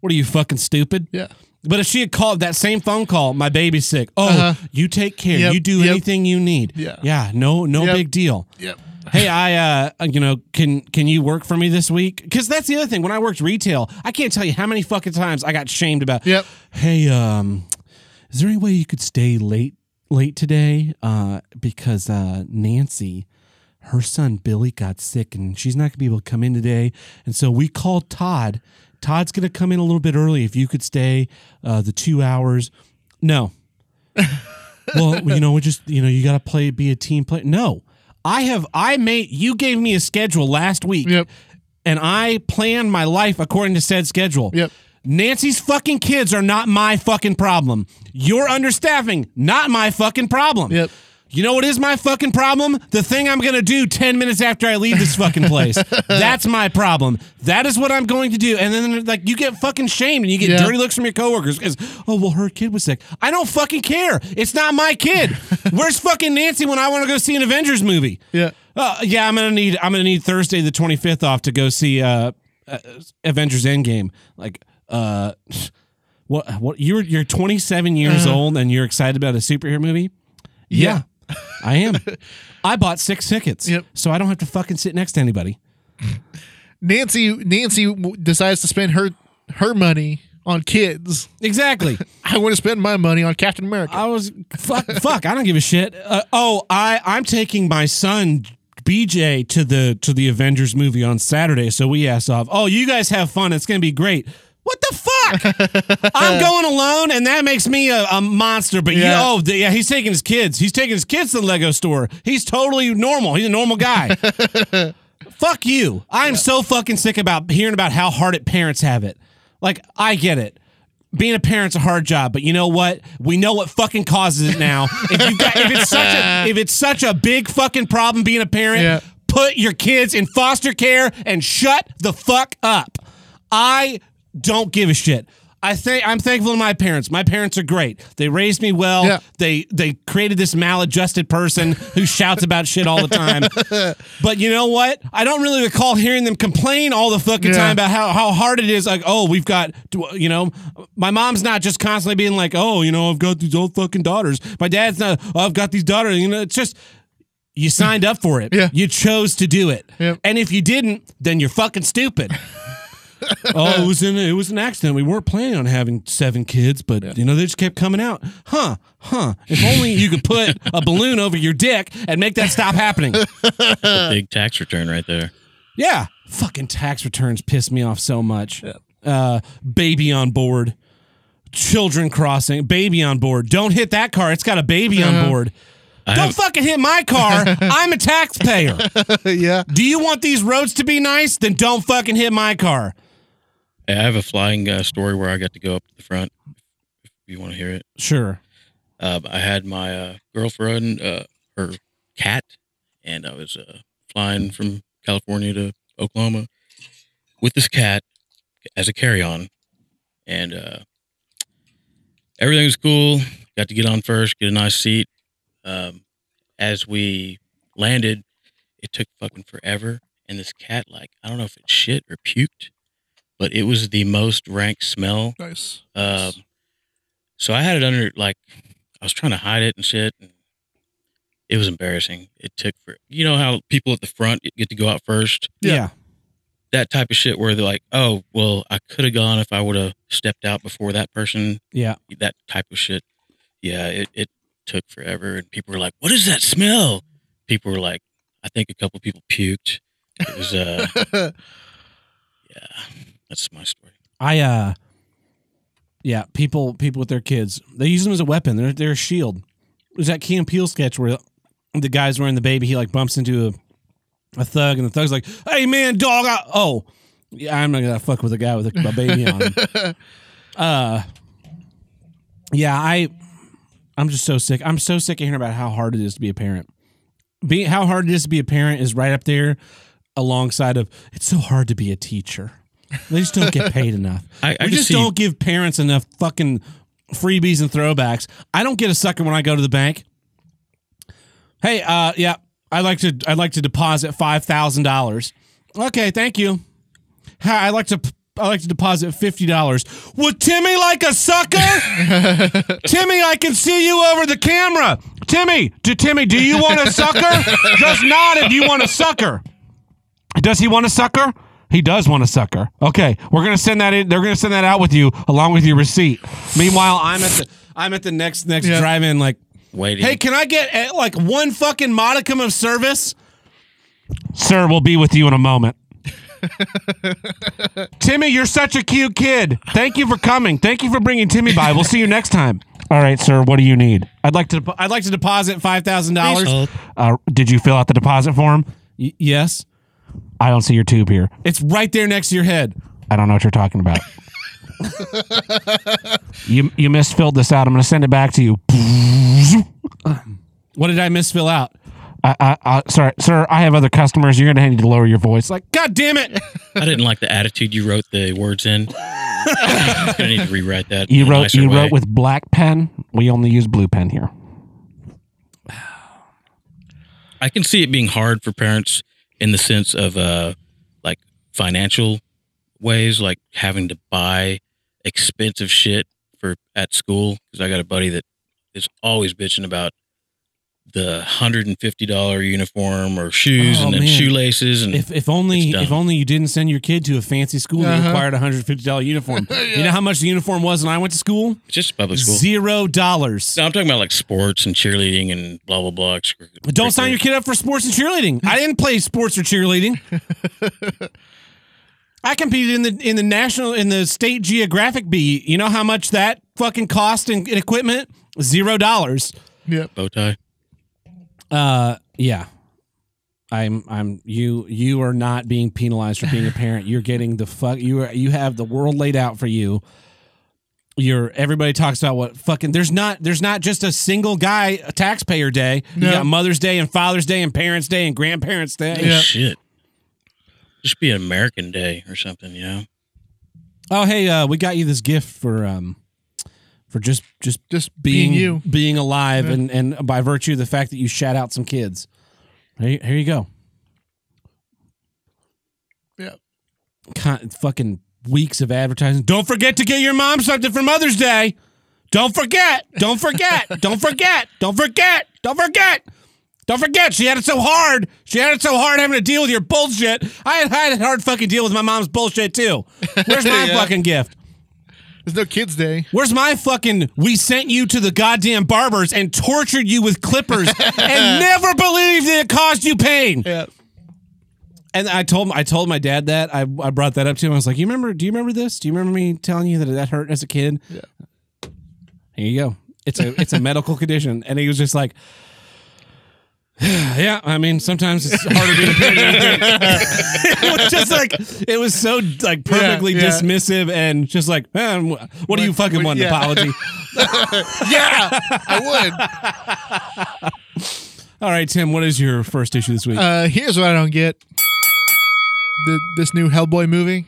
[SPEAKER 1] what are you fucking stupid?
[SPEAKER 2] Yeah.
[SPEAKER 1] But if she had called that same phone call, my baby's sick. Oh,
[SPEAKER 2] Uh-huh.
[SPEAKER 1] you take care.
[SPEAKER 2] Yep,
[SPEAKER 1] you do
[SPEAKER 2] yep.
[SPEAKER 1] anything you need.
[SPEAKER 2] Yeah.
[SPEAKER 1] Yeah. No. No
[SPEAKER 2] Yep.
[SPEAKER 1] big deal
[SPEAKER 2] Yep.
[SPEAKER 1] hey i uh you know can can you work for me this week because that's the other thing when i worked retail i can't tell you how many fucking times i got shamed about
[SPEAKER 2] Yep.
[SPEAKER 1] hey um is there any way you could stay late late today uh because uh nancy her son billy got sick and she's not gonna be able to come in today and so we called todd todd's gonna come in a little bit early if you could stay uh the two hours
[SPEAKER 2] [LAUGHS]
[SPEAKER 1] no well, you know, we just you know, you got to play, be a team player. No, I have, I made, you gave me a schedule last week,
[SPEAKER 2] Yep.
[SPEAKER 1] and I planned my life according to said schedule.
[SPEAKER 2] Yep.
[SPEAKER 1] Nancy's fucking kids are not my fucking problem. Your understaffing, not my fucking problem.
[SPEAKER 2] Yep.
[SPEAKER 1] You know what is my fucking problem? The thing I'm going to do 10 minutes after I leave this fucking
[SPEAKER 2] [LAUGHS]
[SPEAKER 1] place. That's my problem. That is what I'm going to do. And then, like, you get fucking shamed and you get
[SPEAKER 2] Yeah.
[SPEAKER 1] dirty looks from your coworkers because, oh, well, her kid was sick. I don't fucking care. It's not my
[SPEAKER 2] [LAUGHS]
[SPEAKER 1] kid. Where's fucking Nancy when I want to go see an Avengers movie?
[SPEAKER 2] Yeah.
[SPEAKER 1] Uh, yeah, I'm gonna need I'm gonna need Thursday the 25th off to go see uh, uh Avengers Endgame. Like, uh, what what you're you're 27 years old and you're excited about a superhero movie? Yeah, I [LAUGHS] am. I bought six tickets,
[SPEAKER 2] Yep.
[SPEAKER 1] so I don't have to fucking sit next to anybody.
[SPEAKER 2] Nancy Nancy w- decides to spend her her money on kids.
[SPEAKER 1] Exactly.
[SPEAKER 2] I want to spend my money on Captain America.
[SPEAKER 1] I was fuck fuck. I don't give a shit. Uh, oh, I I'm taking my son. BJ to the to the Avengers movie on Saturday, so we asked off. Oh, you guys have fun. It's gonna be great. What the fuck? I'm going alone, and that makes me a, a monster. But
[SPEAKER 2] Yeah.
[SPEAKER 1] yeah. oh the, yeah, he's taking his kids. He's taking his kids to the Lego store. He's totally normal. He's a normal guy. fuck you. I'm so fucking sick about hearing about how hard it parents have it. Like, I get it. Being a parent's a hard job, but you know what? We know what fucking causes it
[SPEAKER 2] [LAUGHS]
[SPEAKER 1] now. if, you got, if it's such a if it's such a big fucking problem being a parent,
[SPEAKER 2] Yeah.
[SPEAKER 1] put your kids in foster care and shut the fuck up. I don't give a shit. I think I'm thankful to my parents. My parents are great. They raised me well.
[SPEAKER 2] Yeah.
[SPEAKER 1] They they created this maladjusted person who shouts about shit all the
[SPEAKER 2] [LAUGHS]
[SPEAKER 1] time. But you know what? I don't really recall hearing them complain all the fucking
[SPEAKER 2] Yeah.
[SPEAKER 1] time about how, how hard it is. Like, oh, we've got, you know, my mom's not just constantly being like, oh, you know, I've got these old fucking daughters. My dad's not, oh, I've got these daughters. You know, it's just, you signed up for it.
[SPEAKER 2] Yeah.
[SPEAKER 1] You chose to do it.
[SPEAKER 2] Yep.
[SPEAKER 1] And if you didn't, then you're fucking stupid.
[SPEAKER 2] [LAUGHS]
[SPEAKER 1] oh, it was in it was an accident. We weren't planning on having seven kids, but you know they just kept coming out. Huh? Huh? If only you could put a balloon over your dick and make that stop happening.
[SPEAKER 3] A big tax return right there.
[SPEAKER 1] Yeah. Fucking tax returns piss me off so much. Uh, baby on board, children crossing, baby on board. Don't hit that car. It's got a baby on board. Don't
[SPEAKER 3] have-
[SPEAKER 1] fucking hit my car. I'm a taxpayer.
[SPEAKER 2] [LAUGHS] yeah.
[SPEAKER 1] Do you want these roads to be nice? Then don't fucking hit my car.
[SPEAKER 3] I have a flying uh, story where I got to go up to the front. If you want to hear it,
[SPEAKER 1] Sure.
[SPEAKER 3] uh, I had my uh, girlfriend, uh, her cat, and I was uh, flying from California to Oklahoma with this cat as a carry-on, and uh, everything was cool. Got to get on first, get a nice seat. Um, as we landed, it took fucking forever, and this cat, like, I don't know if it shit or puked, but it was the most rank smell
[SPEAKER 2] Nice.
[SPEAKER 3] um, so I had it under like I was trying to hide it and shit. And it was embarrassing. It took for you know how people at the front get to go out first.
[SPEAKER 2] Yeah.
[SPEAKER 1] Yeah.
[SPEAKER 3] That type of shit where they're like, oh well, I could have gone if I would have stepped out before that person.
[SPEAKER 1] Yeah.
[SPEAKER 3] That type of shit. Yeah, it, it took forever, and people were like, "What is that smell?" People were like, "I think a couple people puked." It was uh, yeah, that's my story.
[SPEAKER 1] I uh yeah, people people with their kids. They use them as a weapon. They're they're a shield. There's that Key and Peele sketch where the guy's wearing the baby, he like bumps into a a thug and the thug's like, Hey man, dog I, oh yeah, I'm not gonna fuck with a guy with a, a baby on him.
[SPEAKER 3] [LAUGHS]
[SPEAKER 1] Uh yeah, I I'm just so sick. I'm so sick of hearing about how hard it is to be a parent. Being how hard it is to be a parent is right up there alongside of it's so hard to be a teacher. They just don't get paid enough.
[SPEAKER 3] [LAUGHS] I- I
[SPEAKER 1] we
[SPEAKER 3] can
[SPEAKER 1] just
[SPEAKER 3] see-
[SPEAKER 1] don't give parents enough fucking freebies and throwbacks. I don't get a sucker when I go to the bank. Hey, uh, yeah, I'd like to I'd like to deposit five thousand dollars. Okay, thank you. Hi, I'd like to I like to deposit fifty dollars. Would Timmy like a sucker? Timmy, I can see you over the camera. Timmy, do Timmy, do you want a sucker? Just nodded. You want a sucker? Does he want a sucker? He does want a sucker. Okay, we're gonna send that in. They're gonna send that out with you along with your receipt. Meanwhile, I'm at the I'm at the next next
[SPEAKER 2] Yeah.
[SPEAKER 1] drive-in. Like,
[SPEAKER 3] Waiting.
[SPEAKER 1] hey, can I get eh, like one fucking modicum of service? Sir, we'll be with you in a moment. Timmy, you're such a cute kid. Thank you for coming. Thank you for bringing Timmy by. We'll see you next time. All right, sir. What do you need? I'd like to. dep- I'd like to deposit five thousand dollars.
[SPEAKER 3] hold.
[SPEAKER 1] Uh, did you fill out the deposit form? Y- yes. I don't see your tube here. It's right there next to your head. I don't know what you're talking [LAUGHS] about. you you misfilled this out. I'm going to send it back to you. What did I misfill out? I, I, I, sorry, sir. I have other customers. You're going to need to lower your voice. Like, God damn it!
[SPEAKER 3] I didn't like the attitude you wrote the words in. I need to rewrite that.
[SPEAKER 4] You
[SPEAKER 3] in a
[SPEAKER 4] wrote
[SPEAKER 3] nicer
[SPEAKER 4] you
[SPEAKER 3] way.
[SPEAKER 4] wrote with black pen. We only use blue pen here.
[SPEAKER 3] I can see it being hard for parents in the sense of uh, like financial ways, like having to buy expensive shit for at school. Because I got a buddy that is always bitching about the hundred and fifty dollar uniform or shoes
[SPEAKER 1] Oh,
[SPEAKER 3] and then
[SPEAKER 1] man.
[SPEAKER 3] shoelaces and
[SPEAKER 1] If, if only
[SPEAKER 3] It's dumb.
[SPEAKER 1] if only you didn't send your kid to a fancy school and
[SPEAKER 2] Uh-huh.
[SPEAKER 1] you acquired a hundred fifty dollar
[SPEAKER 3] [LAUGHS]
[SPEAKER 1] uniform. You know how much the uniform was when I went to school?
[SPEAKER 3] it's just public school.
[SPEAKER 1] Zero dollars.
[SPEAKER 3] no, I'm talking about like sports and cheerleading and blah blah blah.
[SPEAKER 1] Don't sign your kid up for sports and cheerleading. I didn't play sports or
[SPEAKER 3] [LAUGHS]
[SPEAKER 1] cheerleading. I competed in the in the national in the state geographic B. You know how much that fucking cost in, in equipment? Zero dollars.
[SPEAKER 2] Yep.
[SPEAKER 3] bow tie.
[SPEAKER 1] Uh, yeah. I'm I'm you you are not being penalized for being a parent. You're getting the fuck you are you have the world laid out for you. You're everybody talks about what fucking there's not there's not just a single guy a taxpayer day.
[SPEAKER 2] No.
[SPEAKER 1] You got Mother's Day and Father's Day and Parents Day and Grandparents Day.
[SPEAKER 3] Shit. Just be an American Day or something, you know?
[SPEAKER 1] Oh, hey, uh, we got you this gift for um, for just just
[SPEAKER 2] Just
[SPEAKER 1] being
[SPEAKER 2] being, you.
[SPEAKER 1] being alive,
[SPEAKER 2] Yeah.
[SPEAKER 1] and and by virtue of the fact that you shat out some kids. Here, you- here you go.
[SPEAKER 2] Yeah.
[SPEAKER 1] Con- fucking weeks of advertising. Don't forget to get your mom something for Mother's Day. Don't forget. Don't forget. [LAUGHS] Don't forget. Don't forget. Don't forget. Don't forget, she had it so hard. She had it so hard having to deal with your bullshit. I had had a hard fucking deal with my mom's bullshit too. Where's my
[SPEAKER 2] Yeah.
[SPEAKER 1] fucking gift?
[SPEAKER 2] There's no kids' day.
[SPEAKER 1] Where's my fucking we sent you to the goddamn barbers and tortured you with clippers and never believed that it caused you pain?
[SPEAKER 2] Yeah.
[SPEAKER 1] And I told I told my dad that. I, I brought that up to him. I was like, "You remember, do you remember this? Do you remember me telling you that that hurt as a kid?" Yeah. Here you go. It's a it's a medical condition. And he was just like Yeah, I mean, sometimes it's harder being a parent than you think.
[SPEAKER 2] [LAUGHS]
[SPEAKER 1] [LAUGHS] it was just like it was so like perfectly
[SPEAKER 2] Yeah, yeah.
[SPEAKER 1] dismissive and just like, eh, what, do you
[SPEAKER 2] What-
[SPEAKER 1] fucking
[SPEAKER 2] what-
[SPEAKER 1] want? An
[SPEAKER 2] yeah.
[SPEAKER 1] apology?
[SPEAKER 2] [LAUGHS] Yeah, [LAUGHS] I would.
[SPEAKER 1] [LAUGHS] All right, Tim, what is your first issue this week?
[SPEAKER 2] Uh, here's what I don't get. The, this new Hellboy movie.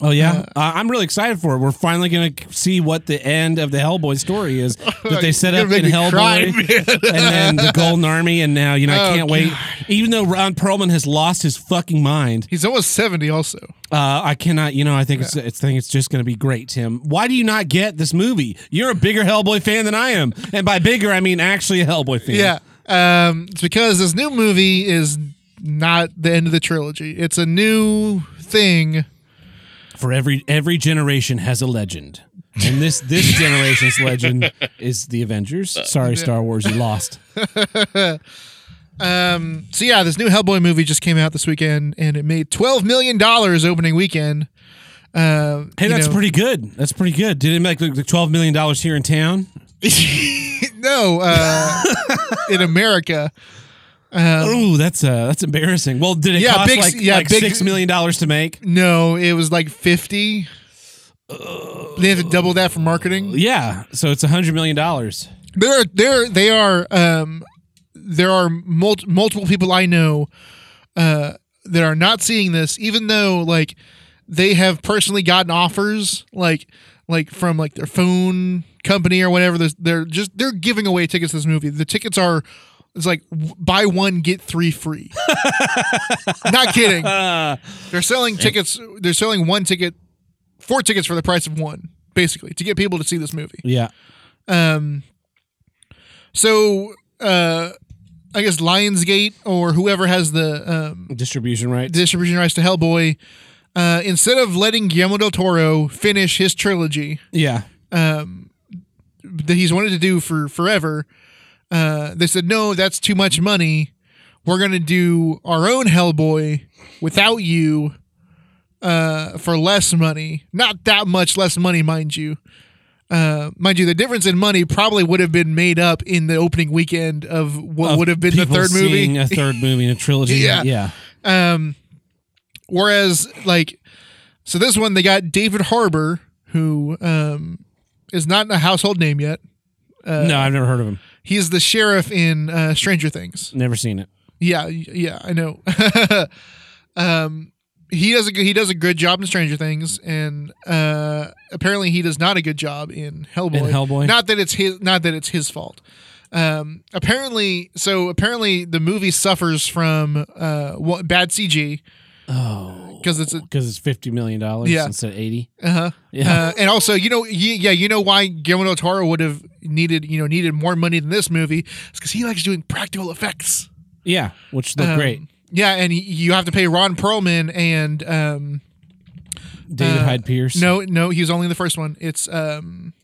[SPEAKER 1] Oh yeah, uh, I'm really excited for it. We're finally going to see what the end of the Hellboy story
[SPEAKER 2] [LAUGHS]
[SPEAKER 1] is that they set
[SPEAKER 2] You're
[SPEAKER 1] up in
[SPEAKER 2] making me
[SPEAKER 1] Hellboy,
[SPEAKER 2] cry,
[SPEAKER 1] and then the Golden Army, and now you know I
[SPEAKER 2] Oh,
[SPEAKER 1] can't wait. Even though Ron Perlman has lost his fucking mind,
[SPEAKER 2] He's almost 70 also.
[SPEAKER 1] uh, I cannot. You know, I think it's, it's think it's just going to be great. Tim, why do you not get this movie? You're a bigger Hellboy fan than I am, and by bigger I mean actually a Hellboy fan.
[SPEAKER 2] Yeah. Um, it's because this new movie is not the end of the trilogy. It's a new thing.
[SPEAKER 1] For every every generation has a legend, and this
[SPEAKER 2] [LAUGHS]
[SPEAKER 1] this generation's legend is the Avengers. Sorry, Star Wars, you lost.
[SPEAKER 2] Um, so yeah, this new Hellboy movie just came out this weekend and it made 12 million dollars opening weekend. Uh,
[SPEAKER 1] Hey,
[SPEAKER 2] you
[SPEAKER 1] that's
[SPEAKER 2] know-
[SPEAKER 1] pretty good. That's pretty good. Did it make like the twelve million dollars here in town?
[SPEAKER 2] [LAUGHS] no, uh, [LAUGHS] in America.
[SPEAKER 1] oh, that's uh, that's embarrassing. Well, did it
[SPEAKER 2] Um, Yeah,
[SPEAKER 1] cost
[SPEAKER 2] big-
[SPEAKER 1] like,
[SPEAKER 2] yeah,
[SPEAKER 1] like
[SPEAKER 2] big-
[SPEAKER 1] six million dollars to make?
[SPEAKER 2] No, it was like 50. they had to double that for marketing.
[SPEAKER 1] Yeah, so it's a hundred million dollars.
[SPEAKER 2] there are there they are um there are mul- multiple people I know uh that are not seeing this even though like they have personally gotten offers like like from like their phone company or whatever There's- they're just they're giving away tickets to this movie the tickets are it's like w- buy one get three free not kidding
[SPEAKER 1] Uh,
[SPEAKER 2] they're selling tickets they're selling one ticket four tickets for the price of one basically to get people to see this movie
[SPEAKER 1] yeah,
[SPEAKER 2] um, so uh, I guess Lionsgate or whoever has the um,
[SPEAKER 1] distribution right.
[SPEAKER 2] distribution rights to Hellboy, uh, instead of letting Guillermo del Toro finish his trilogy
[SPEAKER 1] Yeah,
[SPEAKER 2] that he's wanted to do for forever, uh, they said no, that's too much money. We're gonna do our own Hellboy without you. Uh, for less money, not that much less money, mind you. Uh, mind you, the difference in money probably would have been made up in the opening weekend of what
[SPEAKER 1] Of
[SPEAKER 2] would have been the
[SPEAKER 1] people
[SPEAKER 2] third
[SPEAKER 1] seeing
[SPEAKER 2] movie.
[SPEAKER 1] a third movie in a trilogy.
[SPEAKER 2] [LAUGHS] Yeah.
[SPEAKER 1] yeah.
[SPEAKER 2] Um, whereas, like, so this one they got David Harbour, who um, is not a household name yet. Uh,
[SPEAKER 1] no, I've never heard of him.
[SPEAKER 2] He's the sheriff in uh, Stranger Things.
[SPEAKER 1] Never seen it.
[SPEAKER 2] Yeah, y- yeah, I know. [LAUGHS] um, he does a good, he does a good job in Stranger Things, and uh, apparently he does not a good job in Hellboy.
[SPEAKER 1] In Hellboy?
[SPEAKER 2] not that it's his, not that it's his fault. Um, apparently, so apparently the movie suffers from uh wha- bad CG
[SPEAKER 1] Oh,
[SPEAKER 2] because it's a
[SPEAKER 1] because it's fifty million dollars
[SPEAKER 2] Yeah.
[SPEAKER 1] instead of eighty.
[SPEAKER 2] uh-huh.
[SPEAKER 1] Yeah.
[SPEAKER 2] Uh, and also, you know, y- yeah, you know why Guillermo del Toro would have needed, you know, needed more money than this movie? It's because he likes doing practical effects.
[SPEAKER 1] Yeah, which look
[SPEAKER 2] Um,
[SPEAKER 1] great.
[SPEAKER 2] Yeah, and y- you have to pay Ron Perlman and um,
[SPEAKER 1] David
[SPEAKER 2] uh,
[SPEAKER 1] Hyde Pierce.
[SPEAKER 2] no, no, he was only in the first one. It's um,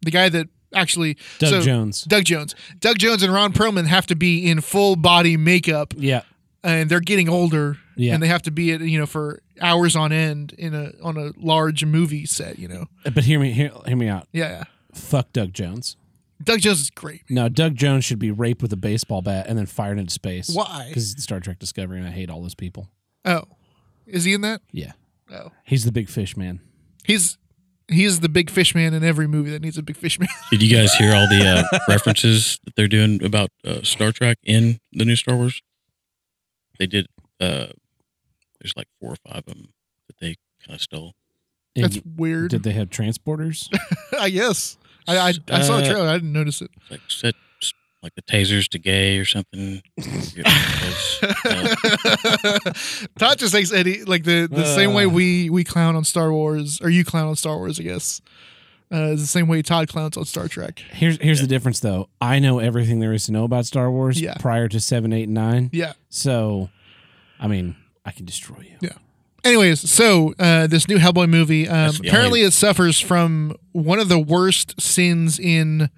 [SPEAKER 2] the guy that actually
[SPEAKER 1] Doug
[SPEAKER 2] so-
[SPEAKER 1] Jones.
[SPEAKER 2] Doug Jones. Doug Jones and Ron Perlman have to be in full body makeup,
[SPEAKER 1] Yeah.
[SPEAKER 2] and they're getting older,
[SPEAKER 1] Yeah.
[SPEAKER 2] and they have to be at you know for hours on end in a on a large movie set. You know,
[SPEAKER 1] But hear me, hear, hear me out.
[SPEAKER 2] yeah, yeah.
[SPEAKER 1] Fuck Doug Jones.
[SPEAKER 2] Doug Jones is great.
[SPEAKER 1] No, Doug Jones should be raped with a baseball bat and then fired into space.
[SPEAKER 2] Why?
[SPEAKER 1] Because Star Trek Discovery, and I hate all those people.
[SPEAKER 2] Oh, is he in that?
[SPEAKER 1] Yeah,
[SPEAKER 2] Oh,
[SPEAKER 1] he's the big fish man.
[SPEAKER 2] he's he's the big fish man in every movie that needs a big fish man. [LAUGHS]
[SPEAKER 3] Did you guys hear all the uh, [LAUGHS] references that they're doing about uh, Star Trek in the new Star Wars? They did. Uh, there's like four or five of them that they kind of stole.
[SPEAKER 1] And
[SPEAKER 2] That's
[SPEAKER 1] y-
[SPEAKER 2] weird.
[SPEAKER 1] Did they have transporters?
[SPEAKER 2] [LAUGHS] I guess. I, I, I saw the
[SPEAKER 3] Uh,
[SPEAKER 2] trailer. I didn't notice it.
[SPEAKER 3] Like set s- like the tasers to gay or something. You know,
[SPEAKER 2] [LAUGHS]
[SPEAKER 3] because, uh,
[SPEAKER 2] Todd just thinks Eddie like the, the same way
[SPEAKER 1] Uh.
[SPEAKER 2] we we clown on Star Wars or you clown on Star Wars. I guess uh, is the same way Todd clowns on Star Trek.
[SPEAKER 1] Here's here's the difference though. I know everything there is to know about Star Wars
[SPEAKER 2] Yeah.
[SPEAKER 1] prior to seven, eight, and nine.
[SPEAKER 2] Yeah.
[SPEAKER 1] So, I mean, I can destroy you.
[SPEAKER 2] Anyways, so uh, this new Hellboy movie um,
[SPEAKER 3] That's the
[SPEAKER 2] apparently it suffers from one of the worst sins in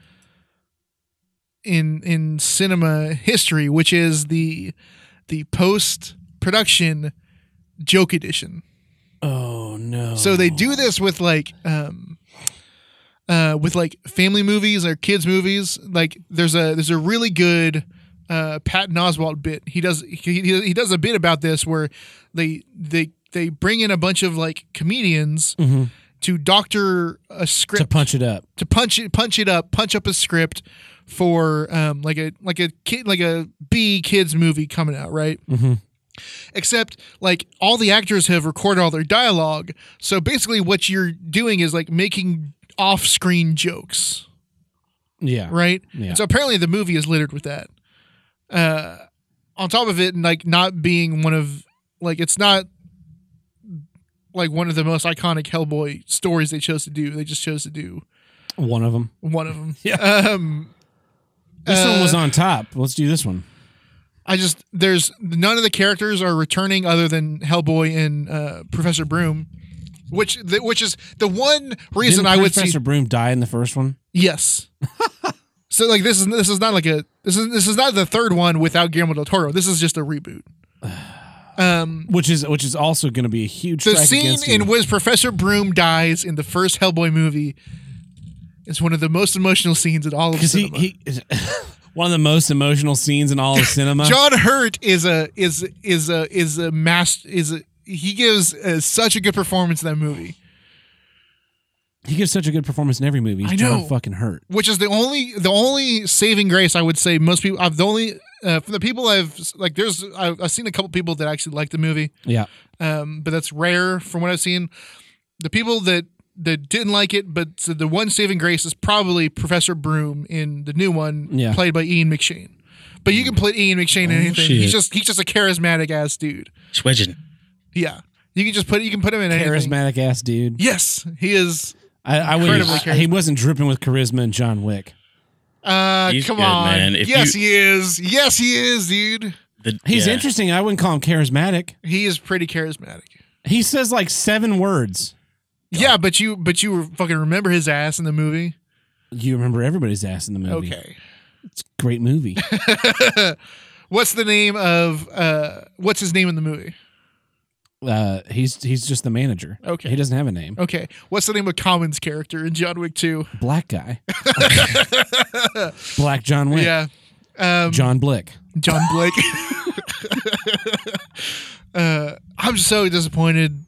[SPEAKER 2] in in cinema history, which is the the post production joke edition.
[SPEAKER 1] Oh no!
[SPEAKER 2] So they do this with like um uh with like family movies or kids movies. Like there's a there's a really good uh Patton Oswald bit. He does he he he does a bit about this where they they they bring in a bunch of like comedians
[SPEAKER 1] Mhm.
[SPEAKER 2] to doctor a
[SPEAKER 1] to
[SPEAKER 2] script
[SPEAKER 1] punch it up.
[SPEAKER 2] to punch it punch it up, punch up a script for um like a like a kid like a B kids movie coming out, right?
[SPEAKER 1] Mhm.
[SPEAKER 2] Except like all the actors have recorded all their dialogue, so basically what you're doing is like making off-screen jokes,
[SPEAKER 1] Yeah.
[SPEAKER 2] right?
[SPEAKER 1] Yeah.
[SPEAKER 2] So apparently the movie is littered with that. Uh, on top of it, like not being one of like it's not like one of the most iconic Hellboy stories they chose to do. They just chose to do
[SPEAKER 1] One of them.
[SPEAKER 2] one of them.
[SPEAKER 1] [LAUGHS] Yeah.
[SPEAKER 2] Um,
[SPEAKER 1] This
[SPEAKER 2] Uh,
[SPEAKER 1] one was on top. Let's do this one.
[SPEAKER 2] I just there's none of the characters are returning other than Hellboy and uh, Professor Broom, which th- which is the one reason
[SPEAKER 1] Didn't
[SPEAKER 2] I would
[SPEAKER 1] Professor
[SPEAKER 2] see
[SPEAKER 1] Broom die in the first one? [LAUGHS]
[SPEAKER 2] yes. so like this is this is not like a this is this is not the third one without Guillermo del Toro. This is just a
[SPEAKER 1] [SIGHS]
[SPEAKER 2] reboot. Um,
[SPEAKER 1] Which is which is also going to be a huge
[SPEAKER 2] the
[SPEAKER 1] strike
[SPEAKER 2] scene
[SPEAKER 1] against
[SPEAKER 2] in
[SPEAKER 1] you.
[SPEAKER 2] which Professor Broom dies in the first Hellboy movie is one of the most emotional scenes in all of
[SPEAKER 1] because he,
[SPEAKER 2] cinema.
[SPEAKER 1] he [LAUGHS] one of the most emotional scenes in all
[SPEAKER 2] [LAUGHS]
[SPEAKER 1] of cinema.
[SPEAKER 2] John Hurt is a is is a is a master is a he gives uh, such a good performance in that movie,
[SPEAKER 1] he gives such a good performance in every movie. He's
[SPEAKER 2] I
[SPEAKER 1] John
[SPEAKER 2] know.
[SPEAKER 1] fucking hurt.
[SPEAKER 2] which is the only the only saving grace I would say. Most people, I've the only uh, from the people I've like. There's I've, I've seen a couple people that actually like the movie,
[SPEAKER 1] Yeah.
[SPEAKER 2] um, but that's rare from what I've seen. The people that that didn't like it, but so the one saving grace is probably Professor Broom in the new one,
[SPEAKER 1] Yeah.
[SPEAKER 2] played by Ian McShane. But you can play Ian McShane in anything.
[SPEAKER 3] shit.
[SPEAKER 2] He's just he's just a charismatic ass dude.
[SPEAKER 3] Swedgen.
[SPEAKER 2] Yeah. You can just put you can put him in anything.
[SPEAKER 1] Charismatic ass dude.
[SPEAKER 2] Yes, he is.
[SPEAKER 1] I, I would.
[SPEAKER 2] Incredibly
[SPEAKER 1] I- He wasn't dripping with charisma in John Wick.
[SPEAKER 2] Uh,
[SPEAKER 3] He's
[SPEAKER 2] come
[SPEAKER 3] good,
[SPEAKER 2] on.
[SPEAKER 3] man. If
[SPEAKER 2] yes,
[SPEAKER 3] you-
[SPEAKER 2] he is. Yes, he is, dude.
[SPEAKER 3] The-
[SPEAKER 1] He's
[SPEAKER 3] yeah.
[SPEAKER 1] interesting. I wouldn't call him charismatic.
[SPEAKER 2] He is pretty charismatic.
[SPEAKER 1] He says like seven words.
[SPEAKER 2] Yeah, but you but you fucking remember his ass in the movie.
[SPEAKER 1] You remember everybody's ass in the movie.
[SPEAKER 2] Okay.
[SPEAKER 1] Great
[SPEAKER 2] [LAUGHS]
[SPEAKER 1] movie.
[SPEAKER 2] what's the name of uh what's his name in the movie?
[SPEAKER 1] Uh, he's he's just the manager.
[SPEAKER 2] Okay.
[SPEAKER 1] He doesn't have a name.
[SPEAKER 2] Okay. What's the name of Commons character in John Wick 2?
[SPEAKER 1] Black
[SPEAKER 2] [LAUGHS]
[SPEAKER 1] guy. Black John Wick.
[SPEAKER 2] yeah. Um
[SPEAKER 1] John Blick.
[SPEAKER 2] John Blake. [LAUGHS] uh, I'm so disappointed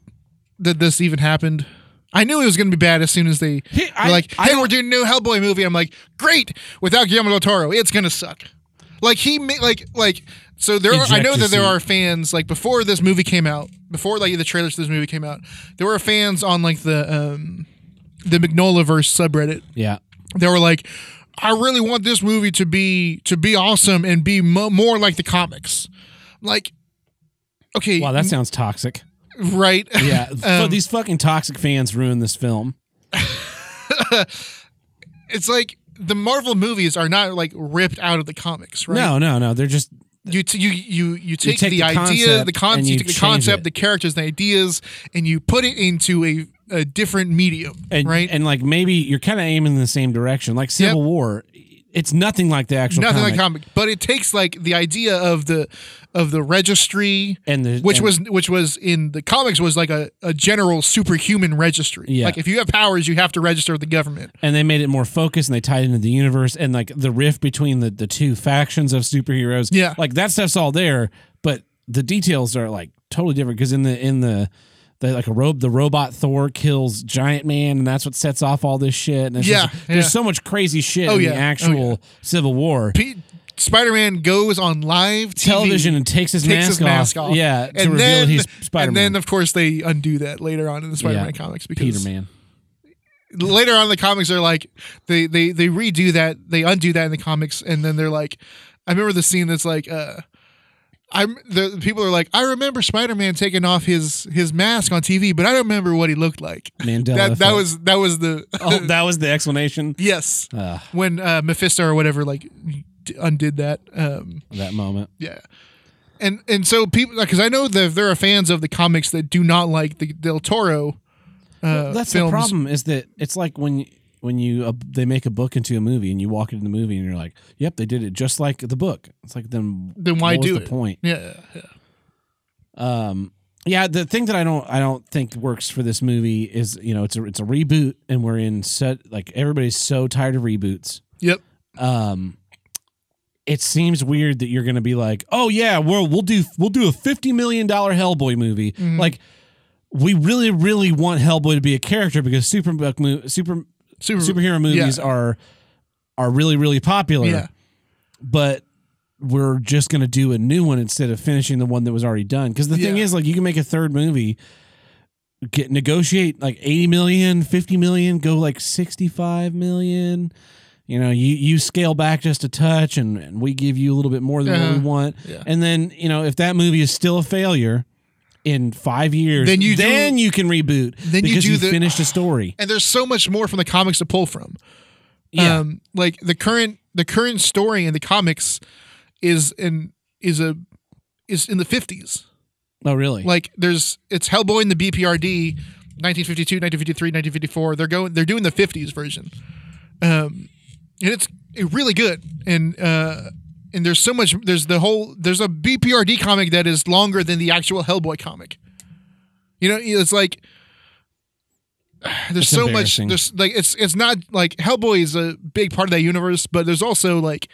[SPEAKER 2] that this even happened. I knew it was going to be bad as soon as they
[SPEAKER 1] He- I-
[SPEAKER 2] were like,
[SPEAKER 1] I
[SPEAKER 2] "Hey, we're doing a new Hellboy movie." I'm like, "Great!" Without Guillermo del Toro, it's going to suck. Like he ma- like like so there are, I
[SPEAKER 1] Eject
[SPEAKER 2] know
[SPEAKER 1] your
[SPEAKER 2] that there
[SPEAKER 1] seat.
[SPEAKER 2] are fans like before this movie came out, before like the trailers to this movie came out, there were fans on like the um the Magnolaverse subreddit
[SPEAKER 1] Yeah.
[SPEAKER 2] they were like i really want this movie to be to be awesome and be mo- more like the comics like okay
[SPEAKER 1] Wow, that sounds toxic.
[SPEAKER 2] right
[SPEAKER 1] Yeah. so these fucking toxic fans ruined this film.
[SPEAKER 2] [LAUGHS] it's like the marvel movies are not like ripped out of the comics right
[SPEAKER 1] No, no, no. They're just
[SPEAKER 2] you t- you you you take,
[SPEAKER 1] take
[SPEAKER 2] the,
[SPEAKER 1] the
[SPEAKER 2] idea
[SPEAKER 1] concept
[SPEAKER 2] the con-
[SPEAKER 1] and
[SPEAKER 2] you
[SPEAKER 1] you
[SPEAKER 2] take the
[SPEAKER 1] change
[SPEAKER 2] concept
[SPEAKER 1] it.
[SPEAKER 2] the characters the ideas and you put it into a, a different medium
[SPEAKER 1] and
[SPEAKER 2] right
[SPEAKER 1] and like maybe you're kind of aiming in the same direction. Like Civil War, it's nothing like the actual
[SPEAKER 2] nothing
[SPEAKER 1] comic.
[SPEAKER 2] like comic but it takes like the idea of the of the registry
[SPEAKER 1] and the
[SPEAKER 2] which
[SPEAKER 1] and-
[SPEAKER 2] was which was in the comics was like a, a general superhuman registry.
[SPEAKER 1] Yeah.
[SPEAKER 2] Like if you have powers, you have to register with the government.
[SPEAKER 1] and they made it more focused and they tied into the universe and like the rift between the the two factions of superheroes.
[SPEAKER 2] Yeah.
[SPEAKER 1] like that stuff's all there, but the details are like totally different because in the in the. They like a robe. The robot Thor kills Giant Man, and that's what sets off all this shit. And it's
[SPEAKER 2] Yeah,
[SPEAKER 1] just- there's
[SPEAKER 2] yeah.
[SPEAKER 1] so much crazy shit
[SPEAKER 2] Oh,
[SPEAKER 1] in
[SPEAKER 2] yeah,
[SPEAKER 1] the
[SPEAKER 2] oh,
[SPEAKER 1] actual Civil War.
[SPEAKER 2] P- Spider-Man goes on live TV,
[SPEAKER 1] television and takes his,
[SPEAKER 2] takes
[SPEAKER 1] mask,
[SPEAKER 2] his mask
[SPEAKER 1] off.
[SPEAKER 2] off.
[SPEAKER 1] Yeah, to
[SPEAKER 2] and
[SPEAKER 1] reveal
[SPEAKER 2] then
[SPEAKER 1] he's Spider
[SPEAKER 2] and then
[SPEAKER 1] Man.
[SPEAKER 2] of course they undo that later on in the Spider-Man
[SPEAKER 1] Yeah.
[SPEAKER 2] comics
[SPEAKER 1] Peter
[SPEAKER 2] because
[SPEAKER 1] Man.
[SPEAKER 2] later on in the comics they're like they they they redo that they undo that in the comics and then they're like i remember the scene that's like uh i'm the the people are like i remember spider-man taking off his his mask on tv but i don't remember what he looked like
[SPEAKER 1] Mandela.
[SPEAKER 2] that that
[SPEAKER 1] effect.
[SPEAKER 2] was that was the
[SPEAKER 1] oh, that was the explanation.
[SPEAKER 2] yes
[SPEAKER 1] Uh,
[SPEAKER 2] when uh mephisto or whatever like d- undid that um
[SPEAKER 1] that moment.
[SPEAKER 2] yeah and and so people because i know that there are fans of the comics that do not like the del toro uh,
[SPEAKER 1] That's
[SPEAKER 2] films.
[SPEAKER 1] the problem. Is that it's like when when you uh, they make a book into a movie and you walk into the movie and you're like, "Yep, they did it just like the book." It's like then
[SPEAKER 2] Then why
[SPEAKER 1] what was
[SPEAKER 2] do
[SPEAKER 1] the
[SPEAKER 2] it?
[SPEAKER 1] point?
[SPEAKER 2] yeah
[SPEAKER 1] Um, yeah, the thing that I don't I don't think works for this movie is you know it's a it's a reboot and we're in set like everybody's so tired of reboots.
[SPEAKER 2] Yep.
[SPEAKER 1] Um, it seems weird that you're going to be like, oh yeah, we'll we'll do we'll do a fifty million dollar Hellboy movie.
[SPEAKER 2] Mhm.
[SPEAKER 1] Like, we really really want Hellboy to be a character because super mo- super
[SPEAKER 2] super,
[SPEAKER 1] superhero movies are are really really popular.
[SPEAKER 2] Yeah.
[SPEAKER 1] But we're just going to do a new one instead of finishing the one that was already done because the thing
[SPEAKER 2] Yeah.
[SPEAKER 1] is like you can make a third movie get negotiate like 80 million 50 million go like 65 million you know you you scale back just a touch and, and we give you a little bit more than what
[SPEAKER 2] Uh-huh.
[SPEAKER 1] we want
[SPEAKER 2] Yeah.
[SPEAKER 1] and then you know if that movie is still a failure in five years
[SPEAKER 2] Then
[SPEAKER 1] then
[SPEAKER 2] you
[SPEAKER 1] you
[SPEAKER 2] do-
[SPEAKER 1] then you can reboot
[SPEAKER 2] Then you
[SPEAKER 1] because
[SPEAKER 2] do
[SPEAKER 1] you
[SPEAKER 2] the-
[SPEAKER 1] finished a story
[SPEAKER 2] and there's so much more from the comics to pull from.
[SPEAKER 1] yeah
[SPEAKER 2] Um, like the current the current story in the comics is in is a is in the 50s.
[SPEAKER 1] oh really
[SPEAKER 2] Like there's it's Hellboy in the BPRD 1952, 1953, 1954. They're going they're doing the 50s version. Um and it's really good and uh and there's so much there's the whole there's a BPRD comic that is longer than the actual Hellboy comic. You know, it's like there's
[SPEAKER 1] It's
[SPEAKER 2] so much
[SPEAKER 1] embarrassing.
[SPEAKER 2] there's like it's it's not like Hellboy is a big part of that universe, but there's also like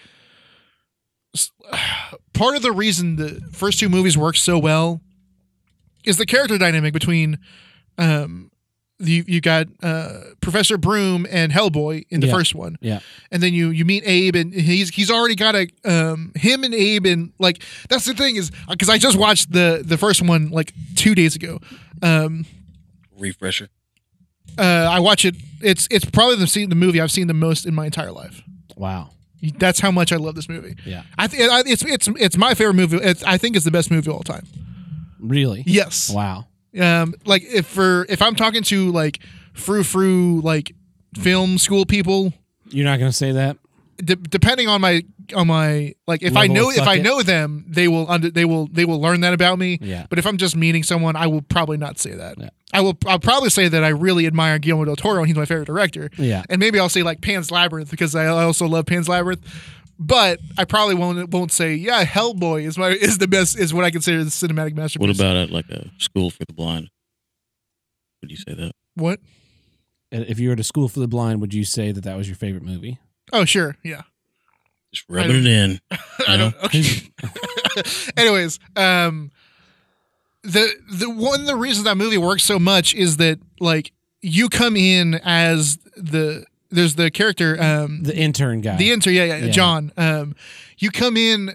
[SPEAKER 2] s- [SIGHS] part of the reason the first two movies work so well is the character dynamic between um you you got uh Professor Broom and Hellboy in the
[SPEAKER 1] Yeah.
[SPEAKER 2] first one
[SPEAKER 1] yeah
[SPEAKER 2] and then you you meet Abe and he's he's already got a um him and Abe and like that's the thing is because I just watched the the first one like two days ago. Um,
[SPEAKER 3] refresher.
[SPEAKER 2] uh, I watch it. It's it's probably the scene the movie I've seen the most in my entire life.
[SPEAKER 1] wow
[SPEAKER 2] That's how much I love this movie.
[SPEAKER 1] yeah
[SPEAKER 2] I, th- I it's it's it's my favorite movie. It's, I think it's the best movie of all time.
[SPEAKER 1] really
[SPEAKER 2] Yes.
[SPEAKER 1] Wow.
[SPEAKER 2] um like if for if i'm talking to like frou frou like film school people
[SPEAKER 1] You're not going to say that?
[SPEAKER 2] de- depending on my on my like if i
[SPEAKER 1] Level
[SPEAKER 2] know
[SPEAKER 1] of
[SPEAKER 2] if i
[SPEAKER 1] bucket.
[SPEAKER 2] know them they will under they will they will learn that about me
[SPEAKER 1] Yeah.
[SPEAKER 2] but if i'm just meeting someone i will probably not say that
[SPEAKER 1] Yeah.
[SPEAKER 2] i will i'll probably say that i really admire guillermo del toro and he's my favorite director
[SPEAKER 1] Yeah.
[SPEAKER 2] and maybe i'll say like pan's labyrinth because i also love pan's labyrinth but i probably won't won't say yeah hellboy is my is the best is what i consider the cinematic masterpiece
[SPEAKER 3] What about at like a school for the blind? Would you say that?
[SPEAKER 2] what
[SPEAKER 1] Uh, If you were to school for the blind, would you say that that was your favorite movie?
[SPEAKER 2] oh sure yeah [LAUGHS]
[SPEAKER 3] Just rubbing it in.
[SPEAKER 2] I
[SPEAKER 3] you know?
[SPEAKER 2] don't. Okay. Anyways, um, the the one the reason that movie works so much is that like you come in as the there's the character
[SPEAKER 1] [LAUGHS]
[SPEAKER 2] um
[SPEAKER 1] The intern guy.
[SPEAKER 2] the inter yeah, yeah,
[SPEAKER 1] Yeah.
[SPEAKER 2] John um you come in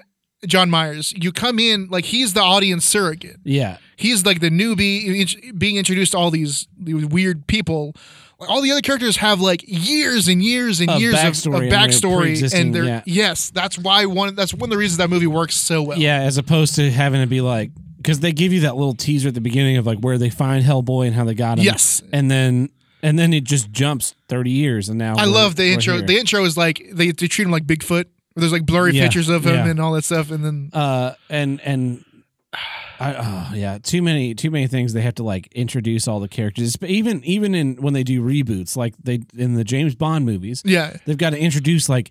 [SPEAKER 2] John Myers you come in like he's the audience surrogate
[SPEAKER 1] yeah.
[SPEAKER 2] he's like the newbie int- being introduced to all these weird people. Like, All the other characters have like years and years and
[SPEAKER 1] Of
[SPEAKER 2] years of,
[SPEAKER 1] backstory
[SPEAKER 2] of
[SPEAKER 1] and they're
[SPEAKER 2] backstory,
[SPEAKER 1] pre-existing,
[SPEAKER 2] and they're
[SPEAKER 1] yeah.
[SPEAKER 2] yes, that's why one. That's one of the reasons that movie works so well.
[SPEAKER 1] Yeah. As opposed to having to be like, because they give you that little teaser at the beginning of like where they find Hellboy and how they got him.
[SPEAKER 2] Yes.
[SPEAKER 1] And then. And then it just jumps thirty years, and now
[SPEAKER 2] I
[SPEAKER 1] we're-
[SPEAKER 2] love the
[SPEAKER 1] we're
[SPEAKER 2] intro.
[SPEAKER 1] here.
[SPEAKER 2] The intro is like they, they treat him like Bigfoot. There's like blurry
[SPEAKER 1] Yeah,
[SPEAKER 2] pictures of him
[SPEAKER 1] yeah.
[SPEAKER 2] and all that stuff, and then
[SPEAKER 1] uh, and and I, oh, yeah, too many too many things they have to like introduce all the characters. But even even in when they do reboots, like they in the James Bond movies,
[SPEAKER 2] yeah,
[SPEAKER 1] they've got to introduce like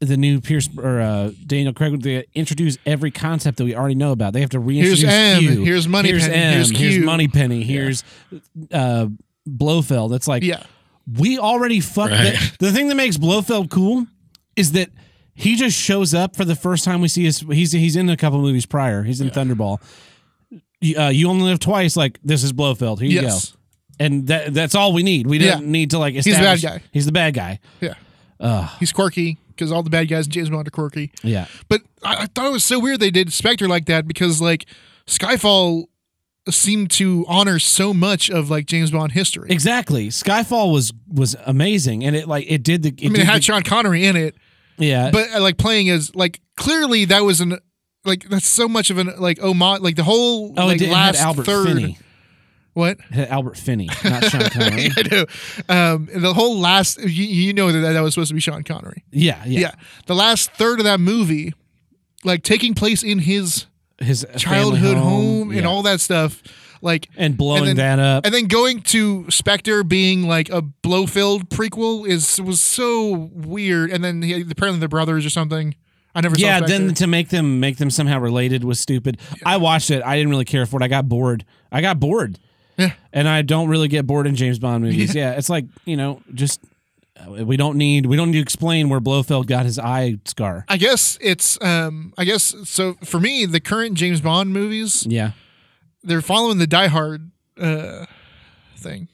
[SPEAKER 1] the new Pierce or uh, Daniel Craig. They introduce every concept that we already know about. They have to reintroduce
[SPEAKER 2] here's M,
[SPEAKER 1] Q.
[SPEAKER 2] here's Money,
[SPEAKER 1] here's
[SPEAKER 2] Penny,
[SPEAKER 1] M,
[SPEAKER 2] here's Q,
[SPEAKER 1] Money Penny, here's uh, Blofeld. It's like
[SPEAKER 2] Yeah,
[SPEAKER 1] we already fucked.
[SPEAKER 3] Right.
[SPEAKER 1] that- The, thing that makes Blofeld cool is that he just shows up for the first time we see his. He's he's in a couple movies prior. He's in Thunderball. You- Uh, you only live twice. Like this is Blofeld. Here
[SPEAKER 2] yes,
[SPEAKER 1] you go. And that that's all we need. We
[SPEAKER 2] Yeah.
[SPEAKER 1] didn't need to like.
[SPEAKER 2] the bad
[SPEAKER 1] establish-
[SPEAKER 2] guy.
[SPEAKER 1] He's the bad guy.
[SPEAKER 2] yeah.
[SPEAKER 1] Ugh,
[SPEAKER 2] He's quirky because all the bad guys in James Bond are quirky.
[SPEAKER 1] yeah.
[SPEAKER 2] But I, I thought it was so weird they did Spectre like that because like Skyfall seemed to honor so much of like James Bond history.
[SPEAKER 1] Exactly. Skyfall was was amazing, and it like it did the. It
[SPEAKER 2] I mean,
[SPEAKER 1] did
[SPEAKER 2] it had
[SPEAKER 1] the-
[SPEAKER 2] Sean Connery in it,
[SPEAKER 1] yeah,
[SPEAKER 2] but uh, like playing as like clearly that was an like that's so much of an like homage like the whole
[SPEAKER 1] Oh,
[SPEAKER 2] like
[SPEAKER 1] it did it had
[SPEAKER 2] last
[SPEAKER 1] Albert
[SPEAKER 2] third
[SPEAKER 1] Finney.
[SPEAKER 2] what
[SPEAKER 1] It had Albert Finney, not Sean Connery.
[SPEAKER 2] [LAUGHS] I know um the whole last you, you know that that was supposed to be Sean Connery
[SPEAKER 1] yeah,
[SPEAKER 2] yeah.
[SPEAKER 1] yeah,
[SPEAKER 2] the last third of that movie like taking place in his
[SPEAKER 1] His family
[SPEAKER 2] childhood home, and
[SPEAKER 1] yeah.
[SPEAKER 2] all that stuff like
[SPEAKER 1] and blowing
[SPEAKER 2] and
[SPEAKER 1] that
[SPEAKER 2] then-
[SPEAKER 1] up.
[SPEAKER 2] and then going to Spectre being like a Blowfield prequel is was so weird. And then he, apparently the brothers or something. I never
[SPEAKER 1] yeah,
[SPEAKER 2] saw. Spectre.
[SPEAKER 1] then to make them make them somehow related was stupid. I watched it. I didn't really care for it. I got bored. I got bored.
[SPEAKER 2] Yeah.
[SPEAKER 1] And I don't really get bored in James Bond movies. Yeah, it's like you know, just uh, we don't need we don't need to explain where Blofeld got his eye scar.
[SPEAKER 2] I guess it's um I guess so for me the current James Bond movies
[SPEAKER 1] Yeah.
[SPEAKER 2] they're following the Die Hard uh thing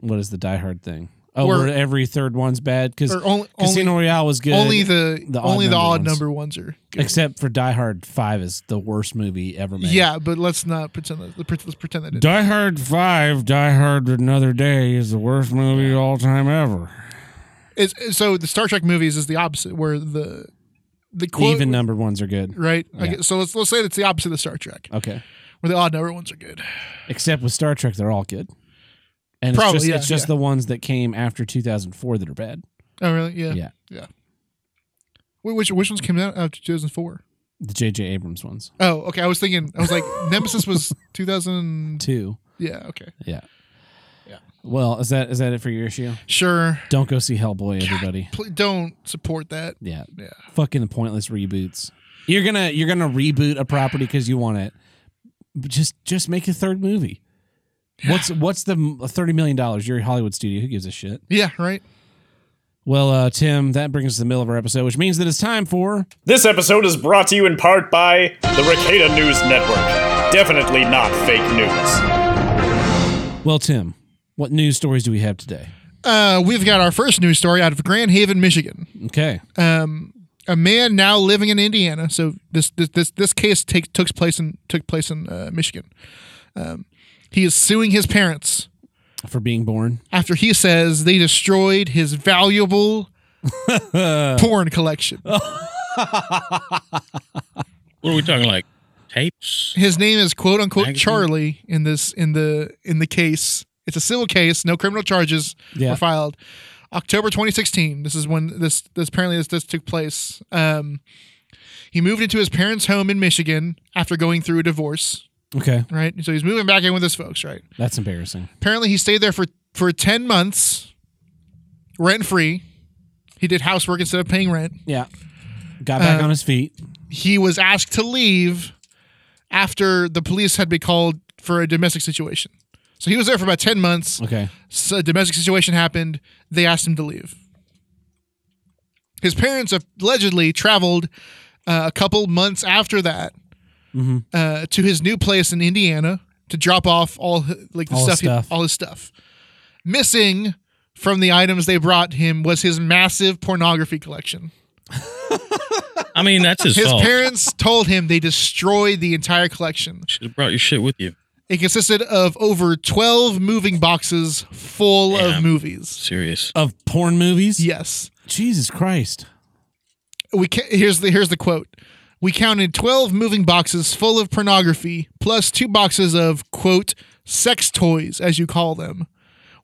[SPEAKER 1] What is the Die Hard thing? Oh,
[SPEAKER 2] Or-
[SPEAKER 1] where every third one's bad because
[SPEAKER 2] or only only,
[SPEAKER 1] Casino Royale was good.
[SPEAKER 2] only the,
[SPEAKER 1] The odd
[SPEAKER 2] only the
[SPEAKER 1] number
[SPEAKER 2] odd
[SPEAKER 1] ones.
[SPEAKER 2] number ones are good.
[SPEAKER 1] except for Die Hard Five is the worst movie ever made.
[SPEAKER 2] yeah but let's not pretend that let's pretend that it
[SPEAKER 1] Die Hard Five, Die Hard Another Day is the worst movie of all time ever.
[SPEAKER 2] is so the Star Trek movies is the opposite where the the quote
[SPEAKER 1] Even numbered ones are good.
[SPEAKER 2] right I
[SPEAKER 1] Yeah.
[SPEAKER 2] guess, so let's let's say it's the opposite of Star Trek
[SPEAKER 1] Okay.
[SPEAKER 2] where the odd number ones are good
[SPEAKER 1] Except with Star Trek, they're all good. And
[SPEAKER 2] Probably,
[SPEAKER 1] it's just,
[SPEAKER 2] yeah,
[SPEAKER 1] it's just
[SPEAKER 2] yeah.
[SPEAKER 1] the ones that came after 2004 that are bad.
[SPEAKER 2] oh really yeah
[SPEAKER 1] Yeah.
[SPEAKER 2] yeah Wait, which which ones came out after 2004
[SPEAKER 1] The J.J. Abrams ones.
[SPEAKER 2] oh okay I was thinking I was [LAUGHS] like Nemesis was 2000
[SPEAKER 1] Two.
[SPEAKER 2] yeah okay
[SPEAKER 1] Yeah.
[SPEAKER 2] Yeah.
[SPEAKER 1] Well, is that is that it for your issue?
[SPEAKER 2] sure
[SPEAKER 1] Don't go see Hellboy, everybody.
[SPEAKER 2] Please don't support that.
[SPEAKER 1] Yeah.
[SPEAKER 2] Yeah.
[SPEAKER 1] Fucking pointless reboots. You're gonna you're gonna reboot a property because you want it. But Just just make a third movie. What's what's the m- thirty million dollars? You're a Hollywood studio. Who gives a shit?
[SPEAKER 2] Yeah, right?
[SPEAKER 1] Well, uh, Tim, that brings us to the middle of our episode, which means that it's time for
[SPEAKER 5] This episode is brought to you in part by the Ricada News Network. Definitely not fake news.
[SPEAKER 1] Well, Tim, what news stories do we have today?
[SPEAKER 2] Uh, we've got our first news story out of Grand Haven, Michigan.
[SPEAKER 1] Okay.
[SPEAKER 2] A man now living in Indiana. So this this this, this case takes took place in took place in uh, Michigan. Um, he is suing his parents
[SPEAKER 1] For being born.
[SPEAKER 2] after he says they destroyed his valuable porn collection.
[SPEAKER 3] What are we talking like? Tapes?
[SPEAKER 2] His name is quote unquote
[SPEAKER 3] Magazine?
[SPEAKER 2] Charlie in this in the in the case. It's a civil case. No criminal charges
[SPEAKER 1] Yeah.
[SPEAKER 2] were filed. October 2016. This is when this this apparently this, this took place. Um, he moved into his parents' home in Michigan after going through a divorce.
[SPEAKER 1] Okay.
[SPEAKER 2] Right, so he's moving back in with his folks. Right.
[SPEAKER 1] That's embarrassing.
[SPEAKER 2] Apparently, he stayed there for for 10 months, rent free. He did housework instead of paying rent.
[SPEAKER 1] Yeah. Got back on his feet.
[SPEAKER 2] he was asked to leave after the police had been called for a domestic situation. So he was there for about 10 months.
[SPEAKER 1] Okay.
[SPEAKER 2] So a domestic situation happened. They asked him to leave. His parents allegedly traveled uh, a couple months after that
[SPEAKER 1] Mm-hmm.
[SPEAKER 2] uh, to his new place in Indiana to drop off all h- like the
[SPEAKER 1] All his
[SPEAKER 2] stuff, he-
[SPEAKER 1] stuff.
[SPEAKER 2] all his stuff. Missing from the items they brought him was his massive pornography collection.
[SPEAKER 3] I mean, that's his,
[SPEAKER 2] His
[SPEAKER 3] fault.
[SPEAKER 2] parents told him they destroyed the entire collection.
[SPEAKER 3] Should have brought your shit with you.
[SPEAKER 2] It consisted of over 12 moving boxes full of
[SPEAKER 3] Damn.
[SPEAKER 2] movies.
[SPEAKER 3] Serious.
[SPEAKER 1] Of porn movies?
[SPEAKER 2] Yes.
[SPEAKER 1] Jesus Christ.
[SPEAKER 2] We ca- here's the here's the quote. We counted 12 moving boxes full of pornography plus two boxes of quote sex toys as you call them.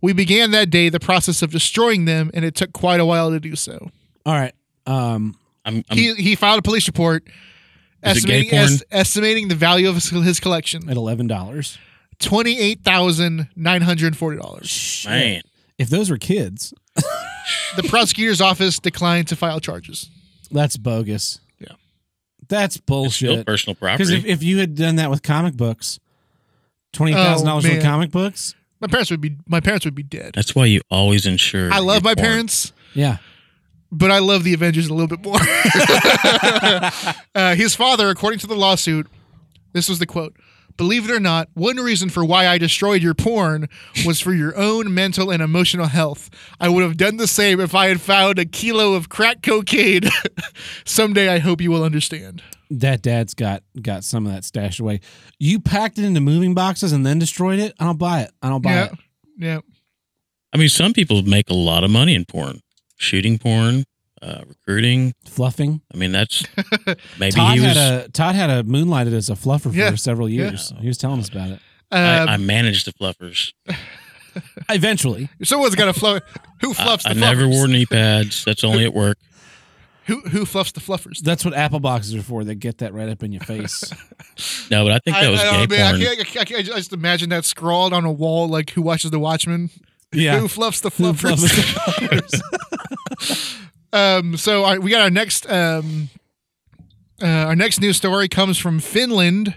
[SPEAKER 2] We began that day the process of destroying them and it took quite a while to do so.
[SPEAKER 1] All right. Um,
[SPEAKER 3] I'm, I'm
[SPEAKER 2] He he filed a police report
[SPEAKER 3] Is it gay
[SPEAKER 2] estimating es- estimating the value of his, his collection
[SPEAKER 1] at eleven dollars.
[SPEAKER 2] $28,940.
[SPEAKER 3] man.
[SPEAKER 1] If those were kids,
[SPEAKER 2] The prosecutor's office declined to file charges.
[SPEAKER 1] that's bogus.
[SPEAKER 2] Yeah.
[SPEAKER 1] That's
[SPEAKER 3] Still
[SPEAKER 1] bullshit.
[SPEAKER 3] personal
[SPEAKER 1] Because
[SPEAKER 3] property.
[SPEAKER 1] if, if you had done that with comic books, twenty thousand dollars
[SPEAKER 2] Oh,
[SPEAKER 1] with
[SPEAKER 2] man.
[SPEAKER 1] comic books.
[SPEAKER 2] My parents would be my parents would be dead.
[SPEAKER 3] that's why you always insure.
[SPEAKER 2] I love
[SPEAKER 3] your
[SPEAKER 2] my
[SPEAKER 3] porn.
[SPEAKER 2] parents,
[SPEAKER 1] Yeah.
[SPEAKER 2] but I love the Avengers a little bit more. [LAUGHS] uh, his father, according to the lawsuit, this was the quote Believe it or not, one reason for why I destroyed your porn was for your own mental and emotional health. I would have done the same if I had found a kilo of crack cocaine. [LAUGHS] Someday I hope you will understand.
[SPEAKER 1] That dad's got got some of that stashed away. You packed it into moving boxes and then destroyed it. I don't buy it. I don't buy
[SPEAKER 2] yeah.
[SPEAKER 1] it.
[SPEAKER 2] Yeah.
[SPEAKER 3] I mean, some people make a lot of money in porn, shooting porn, uh, recruiting.
[SPEAKER 1] Fluffing.
[SPEAKER 3] I
[SPEAKER 2] [LAUGHS]
[SPEAKER 3] mean, that's maybe
[SPEAKER 1] Todd
[SPEAKER 3] he was.
[SPEAKER 1] had a Todd had a moonlighted as a fluffer
[SPEAKER 2] Yeah.
[SPEAKER 1] for several
[SPEAKER 2] Yeah.
[SPEAKER 1] years. He was telling us about it.
[SPEAKER 2] Um,
[SPEAKER 3] I, I managed the fluffers.
[SPEAKER 1] [LAUGHS] Eventually,
[SPEAKER 2] someone's got to fluff. Who
[SPEAKER 3] I,
[SPEAKER 2] fluffs
[SPEAKER 3] I
[SPEAKER 2] the
[SPEAKER 3] never
[SPEAKER 2] fluffers?
[SPEAKER 3] wore knee pads. That's only at work.
[SPEAKER 2] who, who fluffs the fluffers?
[SPEAKER 1] that's what Apple boxes are for. They get that right up in your face.
[SPEAKER 3] No, but I think that was
[SPEAKER 2] I, I,
[SPEAKER 3] gay
[SPEAKER 2] man, I
[SPEAKER 3] porn.
[SPEAKER 2] can't- I, can't, I, can't, I just imagine that scrawled on a wall like who watches The Watchmen.
[SPEAKER 1] yeah.
[SPEAKER 2] [LAUGHS] Who fluffs the
[SPEAKER 1] Who
[SPEAKER 2] fluffers?
[SPEAKER 1] fluffers [LAUGHS] the-
[SPEAKER 2] [LAUGHS] Um, so I, we got our next um, uh, our next news story comes from Finland.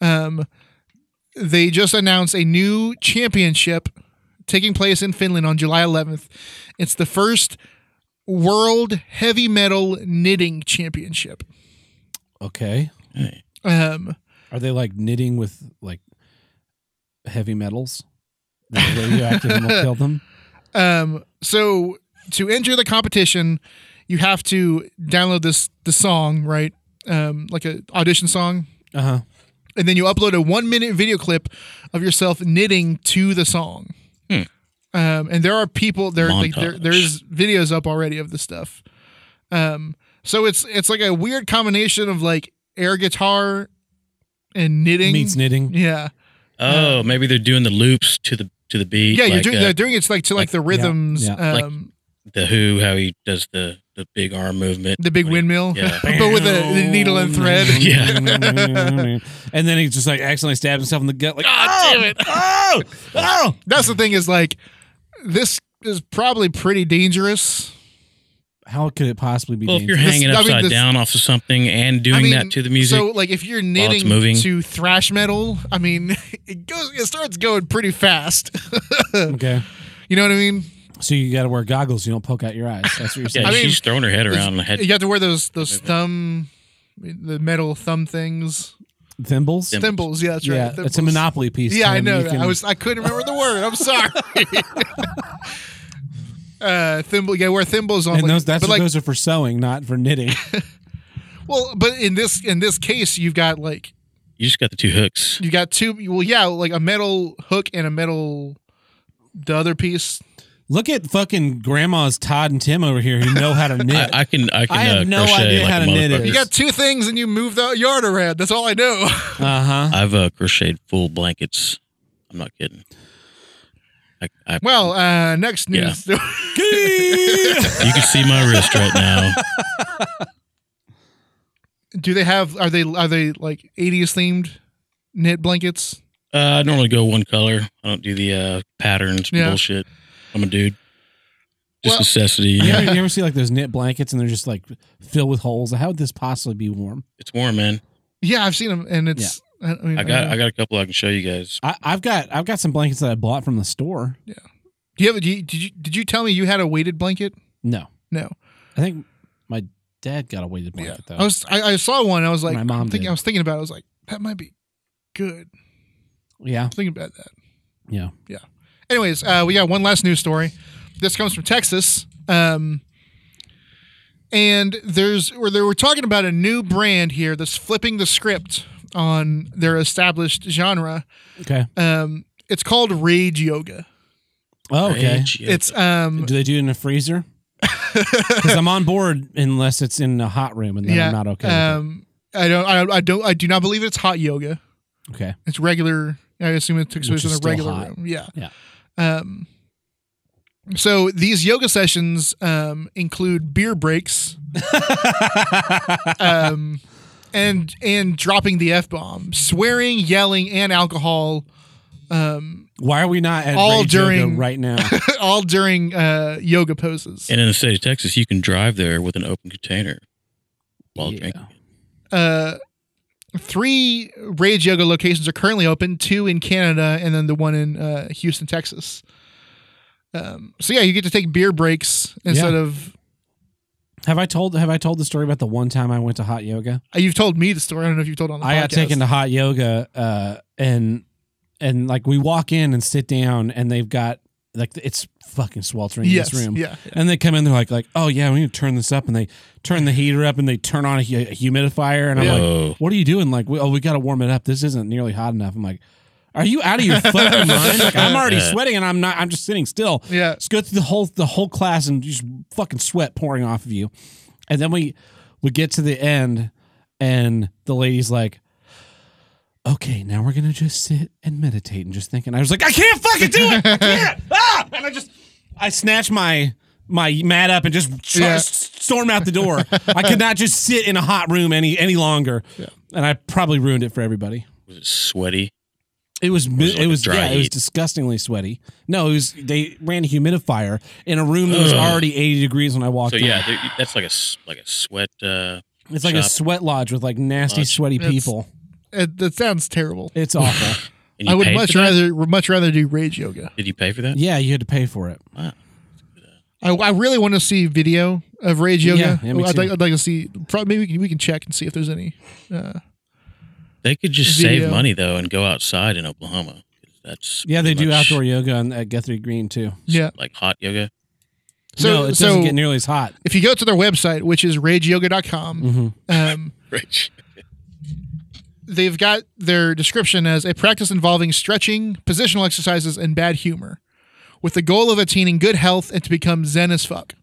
[SPEAKER 2] Um, they just announced a new championship taking place in Finland on July 11th. It's the first World Heavy Metal Knitting Championship.
[SPEAKER 1] okay.
[SPEAKER 3] Hey.
[SPEAKER 2] Um,
[SPEAKER 1] Are they like knitting with like heavy metals? That are radioactive and will kill them.
[SPEAKER 2] Um, so to enter the competition, you have to download this the song, right? Um, like a audition song,
[SPEAKER 1] Uh huh.
[SPEAKER 2] and then you upload a one minute video clip of yourself knitting to the song.
[SPEAKER 3] Hmm.
[SPEAKER 2] Um, and there are people there, like, there.
[SPEAKER 3] Montage.
[SPEAKER 2] There's videos up already of this stuff. Um, so it's it's like a weird combination of like air guitar and knitting.
[SPEAKER 1] Meets knitting.
[SPEAKER 2] yeah,
[SPEAKER 3] Oh, maybe they're doing the loops to the to the beat.
[SPEAKER 2] Uh, yeah. you're
[SPEAKER 3] like,
[SPEAKER 2] doing
[SPEAKER 3] uh,
[SPEAKER 2] they're doing it's like to like,
[SPEAKER 3] like-
[SPEAKER 2] the rhythms,
[SPEAKER 1] yeah,
[SPEAKER 3] like-
[SPEAKER 2] um,
[SPEAKER 3] the Who, how he does the the big arm movement,
[SPEAKER 2] the big
[SPEAKER 3] Like,
[SPEAKER 2] windmill,
[SPEAKER 3] Yeah.
[SPEAKER 2] [LAUGHS] but
[SPEAKER 1] [LAUGHS]
[SPEAKER 2] with a the needle and thread.
[SPEAKER 3] [LAUGHS]
[SPEAKER 2] [LAUGHS]
[SPEAKER 3] Yeah.
[SPEAKER 1] and then he just like accidentally stabs himself in the gut, like, oh, damn it.
[SPEAKER 2] [LAUGHS]
[SPEAKER 1] Oh, oh.
[SPEAKER 2] That's the thing is like this is probably pretty dangerous.
[SPEAKER 1] How could it possibly be
[SPEAKER 3] Well, if you're
[SPEAKER 1] dangerous?
[SPEAKER 3] hanging
[SPEAKER 2] I mean,
[SPEAKER 3] upside
[SPEAKER 2] this-
[SPEAKER 3] down off of something and doing
[SPEAKER 2] I mean,
[SPEAKER 3] that to the music,
[SPEAKER 2] So like if you're
[SPEAKER 3] it's
[SPEAKER 2] knitting
[SPEAKER 3] moving.
[SPEAKER 2] to thrash metal, I mean [LAUGHS] it goes it starts going pretty fast. [LAUGHS]
[SPEAKER 1] Okay.
[SPEAKER 2] you know what I mean?
[SPEAKER 1] So you got to wear goggles. You don't poke out your eyes. That's what you're saying.
[SPEAKER 3] [LAUGHS] yeah,
[SPEAKER 2] I mean,
[SPEAKER 3] she's throwing her head around. And had
[SPEAKER 2] You have to wear those those thumb the metal thumb things.
[SPEAKER 1] Thimbles?
[SPEAKER 3] Thimbles.
[SPEAKER 2] Thimbles, yeah, that's right.
[SPEAKER 1] yeah, it's a
[SPEAKER 2] thimbles.
[SPEAKER 1] monopoly piece.
[SPEAKER 2] Yeah, I
[SPEAKER 1] Tim.
[SPEAKER 2] know
[SPEAKER 1] You
[SPEAKER 2] that.
[SPEAKER 1] can-
[SPEAKER 2] I was I couldn't remember the
[SPEAKER 1] [LAUGHS]
[SPEAKER 2] word. I'm sorry. [LAUGHS] uh thimble yeah, wear thimbles on
[SPEAKER 1] and
[SPEAKER 2] like-
[SPEAKER 1] those, that's
[SPEAKER 2] but
[SPEAKER 1] what
[SPEAKER 2] like
[SPEAKER 1] those are for sewing, not for
[SPEAKER 2] [LAUGHS]
[SPEAKER 1] knitting.
[SPEAKER 2] well but in this in this case you've got like
[SPEAKER 3] you just got the two hooks.
[SPEAKER 2] You got two. Well, yeah, like a metal hook and a metal. The other piece.
[SPEAKER 1] Look at fucking grandma's Todd and Tim over here who know how to knit.
[SPEAKER 3] [LAUGHS] I, I can I can
[SPEAKER 1] I have
[SPEAKER 3] uh,
[SPEAKER 1] no
[SPEAKER 3] crochet
[SPEAKER 1] idea
[SPEAKER 3] like
[SPEAKER 1] how
[SPEAKER 3] a
[SPEAKER 1] to knit it.
[SPEAKER 3] motherfucker.
[SPEAKER 2] You got two things, and you move the yard around. That's all I know. [LAUGHS]
[SPEAKER 3] [LAUGHS]
[SPEAKER 1] Uh huh.
[SPEAKER 3] I've uh, crocheted full blankets. I'm not kidding. I, I,
[SPEAKER 2] Well, uh, next
[SPEAKER 3] Yeah.
[SPEAKER 2] news. [LAUGHS]
[SPEAKER 3] you can see my wrist right
[SPEAKER 2] [LAUGHS]
[SPEAKER 3] now.
[SPEAKER 2] Do they have? Are they? Are they like '80s themed knit blankets?
[SPEAKER 3] Uh, I normally go one color. I don't do the uh, patterns
[SPEAKER 2] Yeah.
[SPEAKER 3] bullshit. I'm a dude. Just
[SPEAKER 2] Well-
[SPEAKER 3] necessity.
[SPEAKER 1] You
[SPEAKER 3] Yeah,
[SPEAKER 1] ever, you ever see like those knit blankets and they're just like filled with holes? How would this possibly be warm?
[SPEAKER 3] it's warm, man.
[SPEAKER 2] Yeah, I've seen them, and it's. I, I mean, uh,
[SPEAKER 3] I got I got a couple I can show you guys.
[SPEAKER 1] I, I've got I've got some blankets that I bought from the store.
[SPEAKER 2] do you have? Do you, did you? Did you tell me you had a weighted blanket?
[SPEAKER 1] No,
[SPEAKER 2] No.
[SPEAKER 1] I think my dad got a weighted blanket
[SPEAKER 2] I
[SPEAKER 1] though.
[SPEAKER 2] was. I, I saw one. I was like,
[SPEAKER 1] My mom
[SPEAKER 2] I'm thinking.
[SPEAKER 1] did.
[SPEAKER 2] I was thinking about. it. I was like, that might be good. I
[SPEAKER 1] yeah,
[SPEAKER 2] was thinking about that.
[SPEAKER 1] yeah.
[SPEAKER 2] Anyways, uh, we got one last news story. This comes from Texas, um, and there's or they were talking about a new brand here that's flipping the script on their established genre.
[SPEAKER 1] Okay.
[SPEAKER 2] Um, it's called Rage Yoga.
[SPEAKER 1] Oh, okay.
[SPEAKER 3] Rage, yeah.
[SPEAKER 2] It's um,
[SPEAKER 1] Do they do it in a
[SPEAKER 2] [LAUGHS]
[SPEAKER 1] freezer? Because I'm on board unless it's in a hot room, and then
[SPEAKER 2] yeah,
[SPEAKER 1] I'm not okay. with it.
[SPEAKER 2] Um, I don't, I, I don't, I do not believe it's hot yoga.
[SPEAKER 1] Okay.
[SPEAKER 2] It's regular. I assume it took
[SPEAKER 1] Which
[SPEAKER 2] place in
[SPEAKER 1] is
[SPEAKER 2] a
[SPEAKER 1] still
[SPEAKER 2] regular
[SPEAKER 1] hot.
[SPEAKER 2] room. Yeah.
[SPEAKER 1] Yeah.
[SPEAKER 2] Um, so these yoga sessions um, include beer breaks, um, and and dropping the f bomb, swearing, yelling, and alcohol, [LAUGHS] um,
[SPEAKER 1] Why are we not at
[SPEAKER 2] All
[SPEAKER 1] all during
[SPEAKER 2] during-
[SPEAKER 1] right
[SPEAKER 2] [LAUGHS]
[SPEAKER 1] now?
[SPEAKER 2] all during uh, yoga poses.
[SPEAKER 3] and in the state of Texas, you can drive there with an open container while
[SPEAKER 1] Yeah.
[SPEAKER 3] drinking.
[SPEAKER 2] Uh, three rage yoga locations are currently open: two in Canada, and then the one in uh, Houston, Texas. Um, so yeah, you get to take beer breaks instead of
[SPEAKER 1] Have I told Have I told the story about the one time I went to hot yoga?
[SPEAKER 2] Uh, You've told me the story. I don't know if you've told it on the
[SPEAKER 1] I got
[SPEAKER 2] podcast.
[SPEAKER 1] taken to hot yoga, uh, and and like we walk in and sit down, and they've got like it's fucking sweltering
[SPEAKER 2] yes,
[SPEAKER 1] in this room.
[SPEAKER 2] Yeah.
[SPEAKER 1] And they come in, they're like, like, oh yeah, we need to turn this up, and they turn the heater up, and they turn on a, hu- a humidifier, and I'm like,
[SPEAKER 3] Whoa.
[SPEAKER 1] what are you doing? Like, we, oh, we got to warm it up. This isn't nearly hot enough. I'm like, are you out of your fucking mind? Like, I'm already
[SPEAKER 3] Yeah.
[SPEAKER 1] sweating, and I'm not. I'm just sitting still.
[SPEAKER 2] Yeah.
[SPEAKER 1] Just go through the whole the whole class and just fucking sweat pouring off of you, and then we we get to the end, and the lady's like. Okay, now we're gonna just sit and meditate and just think. And I was like, I can't fucking do it. I can't. Ah! And I just, I snatched my my mat up and just ch-
[SPEAKER 2] Yeah.
[SPEAKER 1] stormed out the door. I could not just sit in a hot room any any longer. And I probably ruined it for everybody.
[SPEAKER 3] Was it sweaty?
[SPEAKER 1] It was
[SPEAKER 3] Was it
[SPEAKER 1] it
[SPEAKER 3] like a
[SPEAKER 1] was
[SPEAKER 3] dry
[SPEAKER 1] yeah, it was
[SPEAKER 3] heat?
[SPEAKER 1] disgustingly sweaty. No, it was they ran a humidifier in a room that was
[SPEAKER 3] Ugh.
[SPEAKER 1] already 80 degrees when I walked
[SPEAKER 3] So
[SPEAKER 1] in.
[SPEAKER 3] yeah, there, that's like a s- like a sweat. Uh,
[SPEAKER 1] It's like a
[SPEAKER 3] shop.
[SPEAKER 1] sweat lodge with like nasty
[SPEAKER 3] Lodge.
[SPEAKER 1] sweaty
[SPEAKER 2] It's-
[SPEAKER 1] people.
[SPEAKER 2] It, that sounds terrible.
[SPEAKER 1] It's
[SPEAKER 3] [LAUGHS]
[SPEAKER 1] awful.
[SPEAKER 3] and you
[SPEAKER 2] I would
[SPEAKER 3] paid
[SPEAKER 2] much
[SPEAKER 3] for that?
[SPEAKER 2] rather would much rather do rage yoga.
[SPEAKER 3] Did you pay for that?
[SPEAKER 1] yeah, you had to pay for it.
[SPEAKER 2] I, I really want to see video of rage yoga.
[SPEAKER 1] Yeah, yeah, me
[SPEAKER 2] I'd,
[SPEAKER 1] too.
[SPEAKER 2] like, I'd like to see. Probably maybe we can, we can check and see if there's any. Uh,
[SPEAKER 3] They could just
[SPEAKER 2] Video.
[SPEAKER 3] save money though and go outside in Oklahoma. 'Cause That's
[SPEAKER 1] Yeah, they
[SPEAKER 3] pretty
[SPEAKER 1] do
[SPEAKER 3] much
[SPEAKER 1] outdoor yoga on, at Guthrie Green too.
[SPEAKER 2] yeah.
[SPEAKER 3] like hot yoga.
[SPEAKER 2] So
[SPEAKER 1] no, it
[SPEAKER 2] so
[SPEAKER 1] doesn't get nearly as hot. [LAUGHS]
[SPEAKER 2] if you go to their website, which is rageyoga.com,
[SPEAKER 1] hmm
[SPEAKER 2] um,
[SPEAKER 3] Rich.
[SPEAKER 2] they've got their description as a practice involving stretching, positional exercises, and bad humor, with the goal of attaining good health and to become zen as fuck.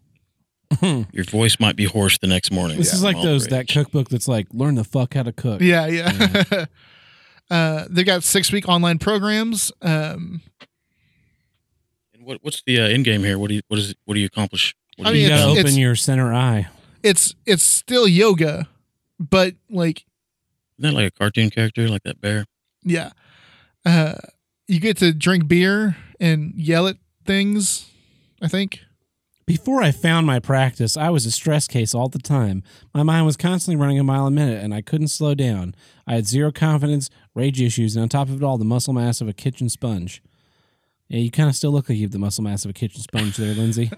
[SPEAKER 3] Your voice might be hoarse the next morning.
[SPEAKER 1] This
[SPEAKER 3] Yeah,
[SPEAKER 1] is like
[SPEAKER 3] I'm all
[SPEAKER 1] those
[SPEAKER 3] rage.
[SPEAKER 1] that cookbook that's like learn the fuck how to cook.
[SPEAKER 2] Yeah, yeah. [LAUGHS] uh, they've got six week online programs. Um,
[SPEAKER 3] And what, what's the uh, end game here? What do you what is it, what do you accomplish? What
[SPEAKER 2] I
[SPEAKER 3] do
[SPEAKER 1] You
[SPEAKER 2] mean,
[SPEAKER 1] gotta
[SPEAKER 2] it's-
[SPEAKER 1] open
[SPEAKER 2] it's-
[SPEAKER 1] your center eye.
[SPEAKER 2] it's it's still yoga, but like
[SPEAKER 3] Isn't that like a cartoon character, like that bear?
[SPEAKER 2] yeah, uh, you get to drink beer and yell at things. I think.
[SPEAKER 1] Before I found my practice, I was a stress case all the time. My mind was constantly running a mile a minute and I couldn't slow down. I had zero confidence, rage issues, and on top of it all, the muscle mass of a kitchen sponge. Yeah, you kind of still look like you have the muscle mass of a kitchen sponge there,
[SPEAKER 2] [LAUGHS]
[SPEAKER 1] Lindsay.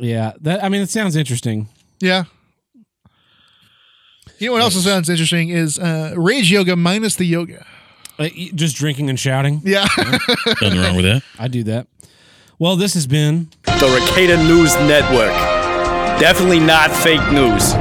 [SPEAKER 1] yeah, that I mean it sounds interesting.
[SPEAKER 2] Yeah. You know what else sounds interesting is uh, rage yoga minus the yoga.
[SPEAKER 1] Uh, y- Just drinking and shouting.
[SPEAKER 2] Yeah.
[SPEAKER 3] Nothing wrong with that.
[SPEAKER 1] I do that. Well, this has been
[SPEAKER 5] The Ricada News Network. Definitely not fake news.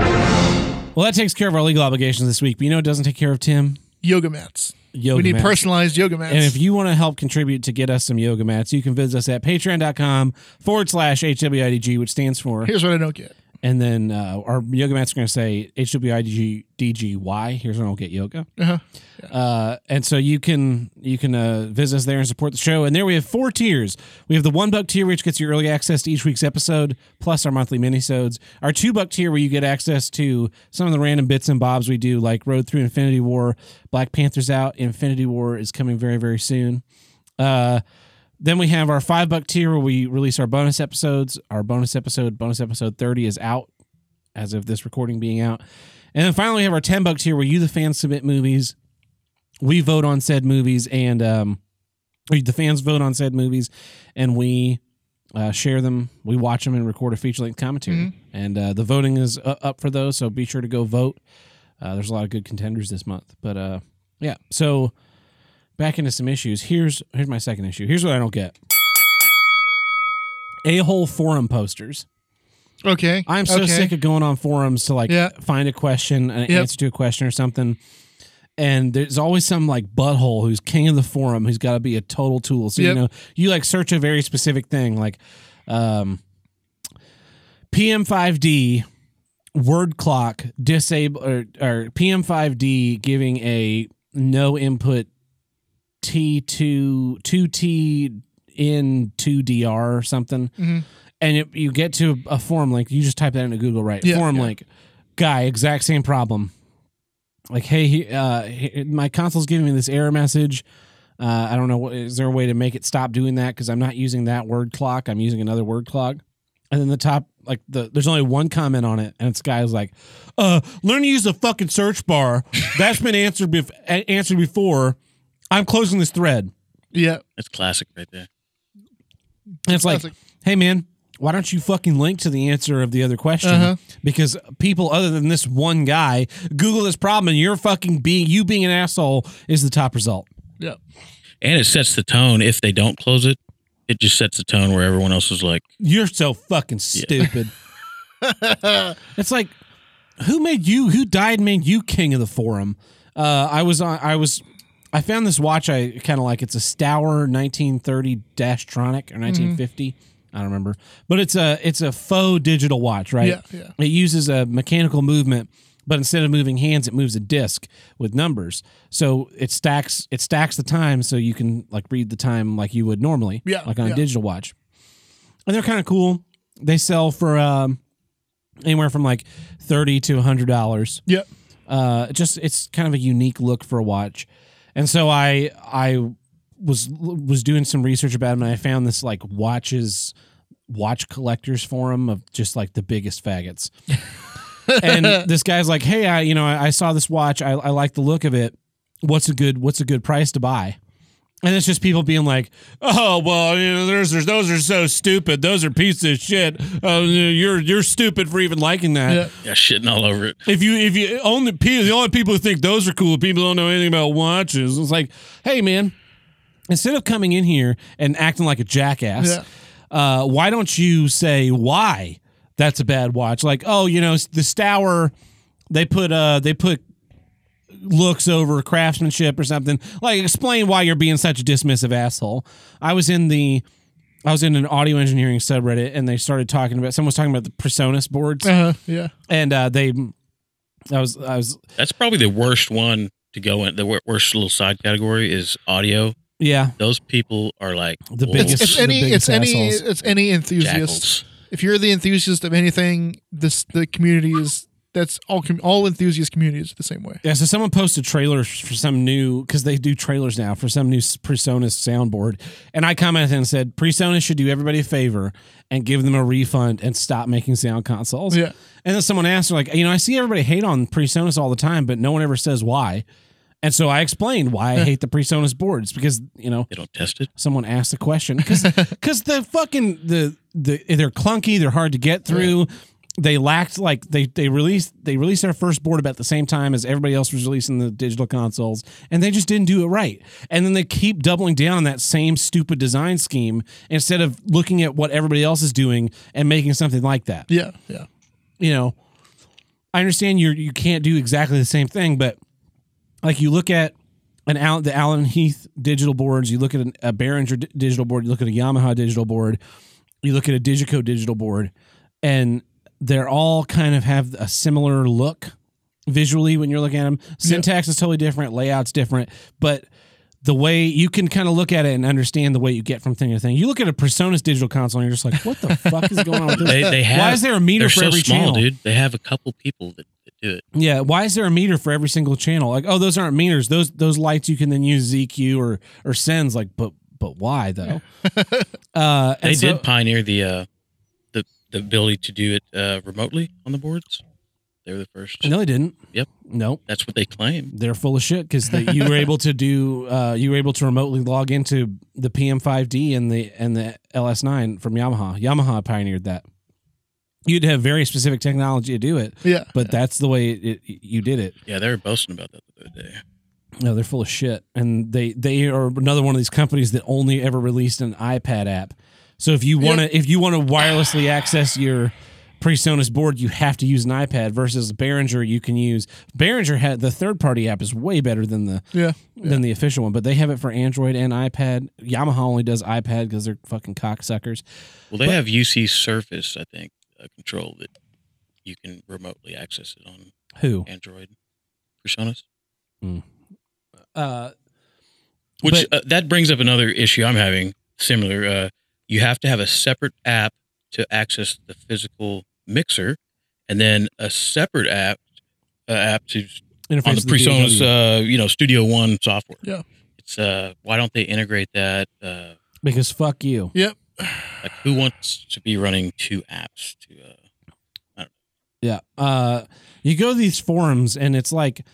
[SPEAKER 1] Well, that takes care of our legal obligations this week. But you know, it doesn't take care of Tim.
[SPEAKER 2] [LAUGHS] yoga mats.
[SPEAKER 1] Yoga
[SPEAKER 2] we need
[SPEAKER 1] mats.
[SPEAKER 2] personalized yoga mats.
[SPEAKER 1] And if you want to help contribute to get us some yoga mats, you can visit us at patreon.com forward slash HWIDG, which stands for.
[SPEAKER 2] Here's what I don't get.
[SPEAKER 1] And then uh, our yoga mats are going to say HWIDGDGY. Here's where I'll get yoga.
[SPEAKER 2] Uh-huh.
[SPEAKER 1] Uh, and so you can you can uh, visit us there and support the show. And there we have four tiers. We have the one buck tier, which gets you early access to each week's episode, plus our monthly minisodes. Our two buck tier, where you get access to some of the random bits and bobs we do, like Road Through Infinity War, Black Panther's out, Infinity War is coming very very soon. Uh, then we have our five buck tier, where we release our bonus episodes. Our bonus episode, bonus episode thirty, is out as of this recording being out. And then finally, we have our ten buck tier, where you the fans submit movies we vote on said movies and um or the fans vote on said movies and we uh, share them we watch them and record a feature length commentary and uh, the voting is uh, up for those so be sure to go vote uh, there's a lot of good contenders this month but uh yeah so back into some issues here's here's my second issue here's what i don't get a-hole forum posters
[SPEAKER 2] Okay.
[SPEAKER 1] I'm so
[SPEAKER 2] okay.
[SPEAKER 1] sick of going on forums to like
[SPEAKER 2] Yeah.
[SPEAKER 1] find a question, an
[SPEAKER 2] Yep.
[SPEAKER 1] answer to a question or something. And there's always some like butthole who's king of the forum who's got to be a total tool. So you
[SPEAKER 2] Yep.
[SPEAKER 1] know, you like search a very specific thing, like um, PM5D word clock disable or, or PM5D giving a no input T2 2T in 2DR or something
[SPEAKER 2] Mhm.
[SPEAKER 1] and it, you get to a forum link you just type that into Google right
[SPEAKER 2] Yeah,
[SPEAKER 1] forum
[SPEAKER 2] yeah.
[SPEAKER 1] link guy exact same problem like hey he- uh, he- my console's giving me this error message uh, I don't know what- is there a way to make it stop doing that because I'm not using that word clock I'm using another word clock and then the top like the there's only one comment on it and this guy was like uh learn to use the fucking search bar that's been answered bef- a- answered before i'm closing this thread
[SPEAKER 2] Yeah.
[SPEAKER 3] That's classic right there.
[SPEAKER 1] And it's like,
[SPEAKER 2] Classic.
[SPEAKER 1] hey man, why don't you fucking link to the answer of the other question?
[SPEAKER 2] Uh-huh.
[SPEAKER 1] Because people other than this one guy Google this problem, and you're fucking being you being an asshole is the top result.
[SPEAKER 2] Yeah.
[SPEAKER 3] And it sets the tone. If they don't close it, it just sets the tone where everyone else is like,
[SPEAKER 1] You're so fucking
[SPEAKER 2] [LAUGHS]
[SPEAKER 1] stupid. it's like, who made you? Who died? and Made you king of the forum? Uh, I was on. I was. I found this watch. I kind of like. It's a Stour 1930 Dashtronic or 1950.
[SPEAKER 2] Mm-hmm.
[SPEAKER 1] I don't remember, but it's a it's a faux digital watch, right?
[SPEAKER 2] Yeah, yeah.
[SPEAKER 1] It uses a mechanical movement, but instead of moving hands, it moves a disc with numbers. So it stacks it stacks the time, so you can like read the time like you would normally,
[SPEAKER 2] Yeah,
[SPEAKER 1] like on
[SPEAKER 2] yeah.
[SPEAKER 1] a digital watch. And they're kind of cool. They sell for um, anywhere from like thirty to hundred dollars.
[SPEAKER 2] Yeah.
[SPEAKER 1] Uh, just it's kind of a unique look for a watch, and so I I was was doing some research about them and I found this like watches watch collectors forum of just like the biggest faggots. and this guy's like, "Hey, I you know I, I saw this watch. I, I like the look of it. What's a good What's a good price to buy?" And it's just people being like, "Oh well, you know, there's, there's those are so stupid. Those are pieces of shit. Uh, you're you're stupid for even liking that."
[SPEAKER 2] Yeah.
[SPEAKER 3] yeah, shitting all over it.
[SPEAKER 1] If you if you only pe- the only people who think those are cool people who don't know anything about watches. It's like, hey man, instead of coming in here and acting like a jackass,
[SPEAKER 2] Yeah.
[SPEAKER 1] uh, why don't you say why that's a bad watch? Like, oh, you know, the Stour, they put uh they put looks over craftsmanship or something. Like, explain why you're being such a dismissive asshole. I was in the I was in an audio engineering subreddit and they started talking about someone was talking about the Presonus boards
[SPEAKER 2] [LAUGHS] Uh-huh. Yeah.
[SPEAKER 1] and uh, they, I was, I was,
[SPEAKER 3] That's probably the worst one to go in. The wor- worst little side category is audio.
[SPEAKER 1] yeah,
[SPEAKER 3] Those people are like
[SPEAKER 1] The
[SPEAKER 3] wolves,
[SPEAKER 1] biggest-
[SPEAKER 2] It's
[SPEAKER 1] The
[SPEAKER 2] any
[SPEAKER 1] biggest
[SPEAKER 2] it's any
[SPEAKER 1] assholes.
[SPEAKER 2] it's any enthusiast.
[SPEAKER 3] jackals.
[SPEAKER 2] If you're the enthusiast of anything, this the community is that's all com- all enthusiast communities are the same way.
[SPEAKER 1] yeah. So someone posted trailers for some new because they do trailers now for some new s- Presonus soundboard, and I commented and said Presonus should do everybody a favor and give them a refund and stop making sound consoles.
[SPEAKER 2] Yeah.
[SPEAKER 1] And then someone asked, like, you know, I see everybody hate on Presonus all the time, but no one ever says why. And so I explained why I hate the Presonus boards because you know
[SPEAKER 3] They don't test it.
[SPEAKER 1] someone asked the question because the fucking the the they're clunky they're hard to get through they lacked like they they released they released their first board about the same time as everybody else was releasing the digital consoles and they just didn't do it right and then they keep doubling down on that same stupid design scheme instead of looking at what everybody else is doing and making something like that
[SPEAKER 2] Yeah. Yeah.
[SPEAKER 1] you know, I understand you you can't do exactly the same thing, but like you look at an Al the Allen Heath digital boards, you look at an, a Behringer di- digital board, you look at a Yamaha digital board, you look at a Digico digital board, and they're all kind of have a similar look visually when you're looking at them. Syntax is totally different, layout's different, but the way you can kind of look at it and understand the way you get from thing to thing. You look at a Personas digital console and you're just like, what the fuck is going on with this?
[SPEAKER 3] [LAUGHS] They, they
[SPEAKER 1] [LAUGHS]
[SPEAKER 3] have.
[SPEAKER 1] Why is there a meter
[SPEAKER 3] They're
[SPEAKER 1] for
[SPEAKER 3] so
[SPEAKER 1] every
[SPEAKER 3] small,
[SPEAKER 1] channel?
[SPEAKER 3] dude. They have a couple people that, that do it.
[SPEAKER 1] Yeah, why is there a meter for every single channel? Like, oh, those aren't meters. Those those lights you can then use ZQ or or sends. Like, but but why
[SPEAKER 3] [LAUGHS]
[SPEAKER 1] though? uh, and
[SPEAKER 3] They
[SPEAKER 1] so-
[SPEAKER 3] did pioneer the uh, the the ability to do it uh, remotely on the boards. They were the first.
[SPEAKER 1] No, they didn't.
[SPEAKER 3] Yep.
[SPEAKER 1] No,
[SPEAKER 3] That's what they claim.
[SPEAKER 1] they're full of shit because you were able to do uh, you were able to remotely log into the PM5D and the and the LS9 from Yamaha. Yamaha pioneered that. You'd have very specific technology to do it,
[SPEAKER 2] Yeah.
[SPEAKER 1] but that's the way it, you did it.
[SPEAKER 3] Yeah, they were boasting about that the other day.
[SPEAKER 1] No, they're full of shit, and they they are another one of these companies that only ever released an iPad app. So if you want to if you want to wirelessly access your PreSonus board, you have to use an iPad. Versus Behringer, you can use Behringer had the third party app is way better than the
[SPEAKER 2] Yeah.
[SPEAKER 1] than the official one, but they have it for Android and iPad. Yamaha only does iPad because they're fucking cocksuckers.
[SPEAKER 3] Well, they have UC Surface, I think, uh, control that you can remotely access it on
[SPEAKER 1] Who?
[SPEAKER 3] Android personas.
[SPEAKER 1] Uh,
[SPEAKER 3] Which
[SPEAKER 1] But-
[SPEAKER 3] uh, that brings up another issue I'm having. Similar, uh, you have to have a separate app to access the physical mixer, and then a separate app uh, app to
[SPEAKER 1] interface
[SPEAKER 3] on the
[SPEAKER 1] with the
[SPEAKER 3] PreSonus,
[SPEAKER 1] DAW.
[SPEAKER 3] uh, you know, Studio One software.
[SPEAKER 2] Yeah.
[SPEAKER 3] It's uh, why don't they integrate that? Uh,
[SPEAKER 1] because fuck you.
[SPEAKER 3] like, who wants to be running two apps? To uh,
[SPEAKER 1] Yeah. Uh, you go to these forums and it's like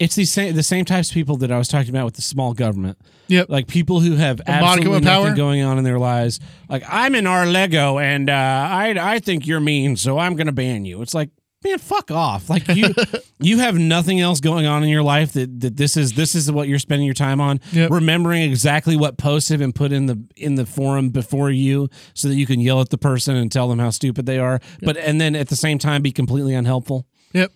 [SPEAKER 1] it's the same the same types of people that I was talking about with the small government.
[SPEAKER 2] Yep.
[SPEAKER 1] Like people who have
[SPEAKER 2] modicum
[SPEAKER 1] absolutely
[SPEAKER 2] of
[SPEAKER 1] nothing
[SPEAKER 2] power?
[SPEAKER 1] going on in their lives. Like I'm in our Lego and uh, I I think you're mean, so I'm gonna ban you. It's like man, fuck off. Like
[SPEAKER 2] [LAUGHS]
[SPEAKER 1] you you have nothing else going on in your life that, that this is this is what you're spending your time on.
[SPEAKER 2] Yep.
[SPEAKER 1] Remembering exactly what posts have been put in the in the forum before you so that you can yell at the person and tell them how stupid they are. But and then at the same time be completely unhelpful
[SPEAKER 2] Yep.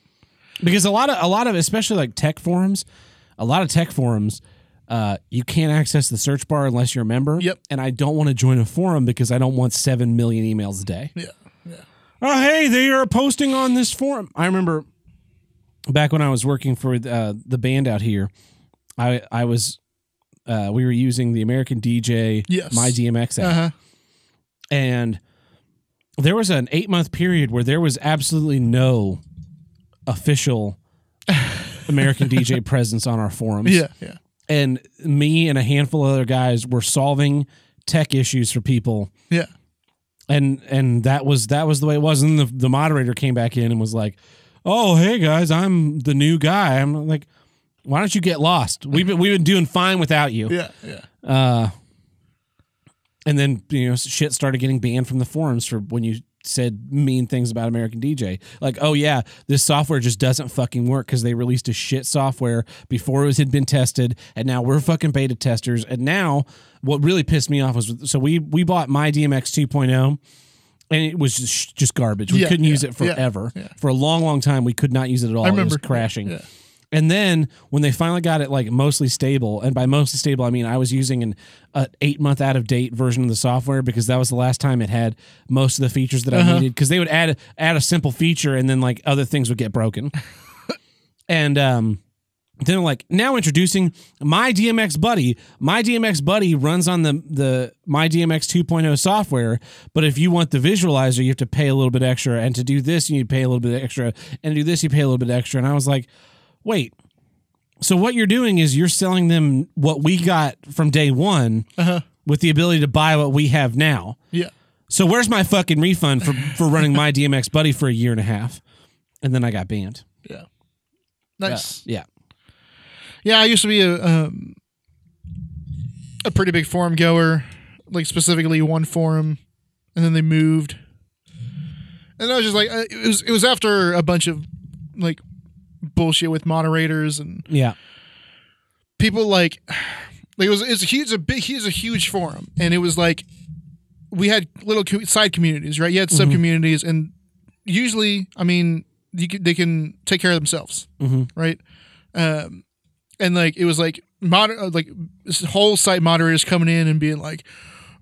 [SPEAKER 1] because a lot of a lot of especially like tech forums a lot of tech forums uh, you can't access the search bar unless you're a member
[SPEAKER 2] Yep.
[SPEAKER 1] and i don't want to join a forum because i don't want 7 million emails a day
[SPEAKER 2] Yeah,
[SPEAKER 1] oh hey they are posting on this forum i remember back when i was working for uh, the band out here i i was uh, we were using the american dj
[SPEAKER 2] Yes.
[SPEAKER 1] my dmx app
[SPEAKER 2] Uh huh.
[SPEAKER 1] and there was an eight month period where there was absolutely no
[SPEAKER 2] [LAUGHS]
[SPEAKER 1] official American DJ presence on our forums.
[SPEAKER 2] Yeah. Yeah.
[SPEAKER 1] And me and a handful of other guys were solving tech issues for people.
[SPEAKER 2] Yeah.
[SPEAKER 1] And and that was that was the way it was. And the, the moderator came back in and was like, Oh, hey guys, I'm the new guy. I'm like, why don't you get lost? We've been we've been doing fine without you.
[SPEAKER 2] Yeah. Yeah.
[SPEAKER 1] Uh, and then you know shit started getting banned from the forums for when you said mean things about American DJ. Like, oh yeah, this software just doesn't fucking work because they released a shit software before it was, had been tested, and now we're fucking beta testers. And now, what really pissed me off was so we we bought my DMX 2.0. oh, And it was just, just garbage. We
[SPEAKER 2] Yeah,
[SPEAKER 1] couldn't use
[SPEAKER 2] yeah,
[SPEAKER 1] it
[SPEAKER 2] yeah,
[SPEAKER 1] forever.
[SPEAKER 2] yeah.
[SPEAKER 1] For a long, long time, we could not use it at all.
[SPEAKER 2] I remember
[SPEAKER 1] it was crashing.
[SPEAKER 2] Yeah.
[SPEAKER 1] And then when they finally got it like mostly stable, and by mostly stable I mean I was using an uh, eight month out of date version of the software because that was the last time it had most of the features that
[SPEAKER 2] Uh-huh.
[SPEAKER 1] I needed. Because they would add add a simple feature and then like other things would get
[SPEAKER 2] [LAUGHS]
[SPEAKER 1] broken. and um, then like now introducing my DMX buddy. My DMX buddy runs on the the my DMX 2.0 software, but if you want the visualizer, you have to pay a little bit extra, and to do this, you need to pay a little bit extra, and to do this, you pay a little bit extra. And I was like, wait. So what you're doing is you're selling them what we got from day one
[SPEAKER 2] Uh-huh.
[SPEAKER 1] with the ability to buy what we have now.
[SPEAKER 2] Yeah.
[SPEAKER 1] So where's my fucking refund for for running my DMX buddy for a year and a half? And then I got banned.
[SPEAKER 2] Yeah. Nice.
[SPEAKER 1] Yeah.
[SPEAKER 2] Yeah, I used to be a um, a pretty big forum goer, like specifically one forum, and then they moved, and I was just like, uh, it was it was after a bunch of like bullshit with moderators and
[SPEAKER 1] Yeah.
[SPEAKER 2] people like [SIGHS] like it was it's a huge a big huge a huge forum and it was like we had little co- side communities right you had
[SPEAKER 1] Mm-hmm.
[SPEAKER 2] sub communities and usually i mean you can, they can take care of themselves
[SPEAKER 1] Mhm.
[SPEAKER 2] right um and like it was like moder- uh, like this whole site moderators coming in and being like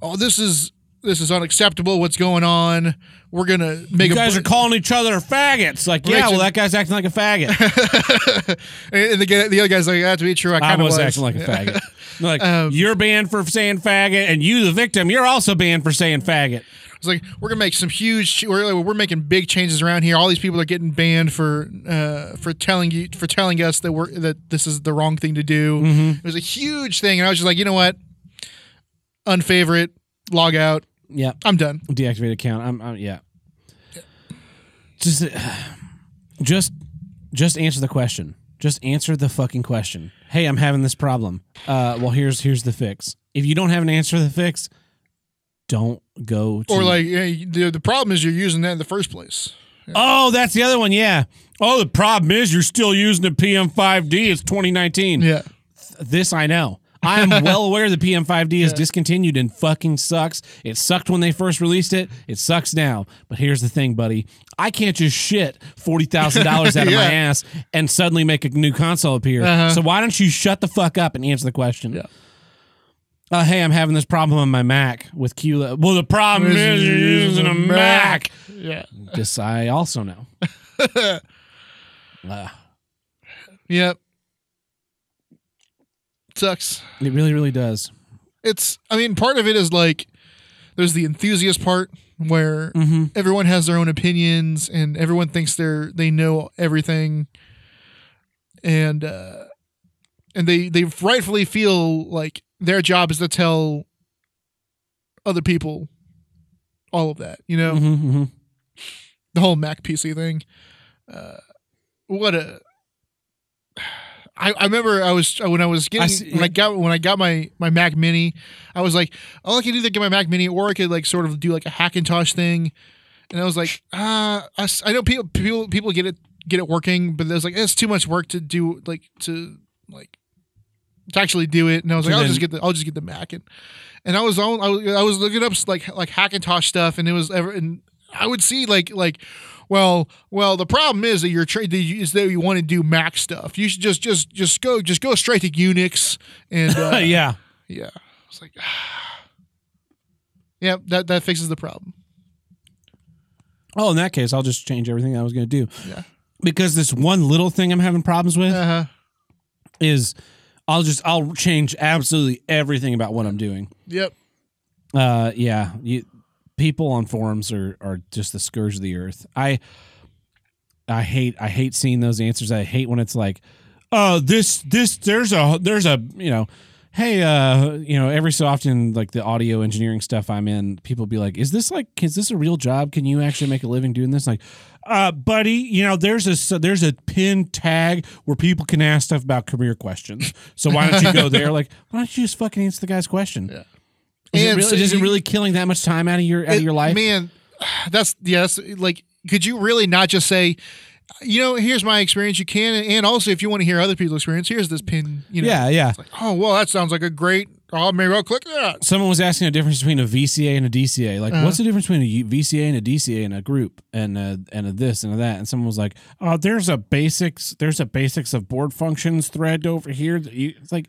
[SPEAKER 2] oh this is this is unacceptable what's going on we're gonna make
[SPEAKER 1] You
[SPEAKER 2] a
[SPEAKER 1] guys
[SPEAKER 2] bu-
[SPEAKER 1] are calling each other faggots. Like, yeah,
[SPEAKER 2] Rachel-
[SPEAKER 1] well, that guy's acting like a [LAUGHS] faggot.
[SPEAKER 2] and and the, guy- the other guy's like that's to be true i,
[SPEAKER 1] I
[SPEAKER 2] kind of
[SPEAKER 1] was, acting like a [LAUGHS] faggot. Like,
[SPEAKER 2] Um,
[SPEAKER 1] you're banned for saying faggot, and you, the victim, you're also banned for saying faggot.
[SPEAKER 2] It's like we're gonna make some huge. ch- We're, we're making big changes around here. All these people are getting banned for uh, for telling you for telling us that we're that this is the wrong thing to do. It was a huge thing, and I was just like, you know what? Unfavorite, log out.
[SPEAKER 1] Yeah.
[SPEAKER 2] I'm done.
[SPEAKER 1] deactivate account. I'm, I'm yeah. Just, uh, just, just answer the question. Just answer the fucking question. Hey, I'm having this problem. Uh, well, here's here's the fix. If you don't have an answer to the fix, don't go. To
[SPEAKER 2] Or like hey, the the problem is you're using that in the first place.
[SPEAKER 1] oh, that's the other one. Yeah. Oh, the problem is you're still using the PM5D. It's 2019.
[SPEAKER 2] Yeah,
[SPEAKER 1] This I know. I [LAUGHS] am well aware the PM5D is discontinued and fucking sucks. It sucked when they first released it. It sucks now. But here's the thing, buddy. I can't just shit $40,000 out [LAUGHS] of
[SPEAKER 2] Yeah.
[SPEAKER 1] my ass and suddenly make a new console appear. So why don't you shut the fuck up and answer the question?
[SPEAKER 2] Yeah.
[SPEAKER 1] Uh, hey, I'm having this problem on my Mac with QLED. Well, the problem is you're using a Mac.
[SPEAKER 2] Yeah,
[SPEAKER 1] This I also know. Uh,
[SPEAKER 2] yeah. Sucks.
[SPEAKER 1] it really, really does.
[SPEAKER 2] It's. I mean, part of it is like there's the enthusiast part where
[SPEAKER 1] Mm-hmm.
[SPEAKER 2] everyone has their own opinions and everyone thinks they're they know everything and uh and they they rightfully feel like their job is to tell other people all of that you know
[SPEAKER 1] Mm-hmm, mm-hmm.
[SPEAKER 2] the whole mac pc thing uh what a I, I remember I was when I was getting
[SPEAKER 1] I see-
[SPEAKER 2] when I got when I got my my Mac Mini, I was like, oh, I could either get my Mac Mini or I could like sort of do like a Hackintosh thing, and I was like, ah, I, s- I know people people people get it get it working, but there's like it's too much work to do like to like to actually do it, and I was
[SPEAKER 1] So
[SPEAKER 2] like, I'll
[SPEAKER 1] then-
[SPEAKER 2] just get the I'll just get the Mac and and I was on I was, I was looking up like like Hackintosh stuff, and it was ever and I would see like like well well the problem is that you're tra- that you- is that you want to do Mac stuff. You should just just just go just go straight to Unix and uh,
[SPEAKER 1] [LAUGHS] yeah.
[SPEAKER 2] yeah. It's like [SIGHS] yeah that that fixes the problem.
[SPEAKER 1] Oh, in that case, I'll just change everything I was going to do.
[SPEAKER 2] Yeah.
[SPEAKER 1] Because this one little thing I'm having problems with
[SPEAKER 2] Uh-huh.
[SPEAKER 1] is I'll just I'll change absolutely everything about what I'm doing.
[SPEAKER 2] Yep.
[SPEAKER 1] Uh, yeah, you, people on forums are are just the scourge of the earth. I I hate I hate seeing those answers. I hate when it's like, oh, this this there's a there's a you know, hey, uh, you know, every so often like the audio engineering stuff I'm in, people be like, is this like is this a real job? Can you actually make a living doing this? Like. Uh, buddy, you know there's a s- there's a pin tag where people can ask stuff about career questions. So why don't you go there? Like, why don't you just fucking answer the guy's question?
[SPEAKER 2] Yeah.
[SPEAKER 1] Is it
[SPEAKER 2] And
[SPEAKER 1] really,
[SPEAKER 2] so
[SPEAKER 1] is it
[SPEAKER 2] you-
[SPEAKER 1] really killing that much time out of your out of
[SPEAKER 2] It-
[SPEAKER 1] your life?
[SPEAKER 2] Man, that's yes. like, could you really not just say, you know, here's my experience. You can, and also if you want to hear other people's experience, here's this pin. You know,
[SPEAKER 1] yeah, yeah.
[SPEAKER 2] Oh well, that sounds like a great. Oh, maybe I'll click that.
[SPEAKER 1] Someone was asking the difference between a VCA and a DCA. Like,
[SPEAKER 2] Uh-huh.
[SPEAKER 1] what's the difference between a U- VCA and a DCA and a group and a, and a this and a that? And someone was like, "Oh, there's a basics. There's a basics of board functions thread over here." That you, it's like,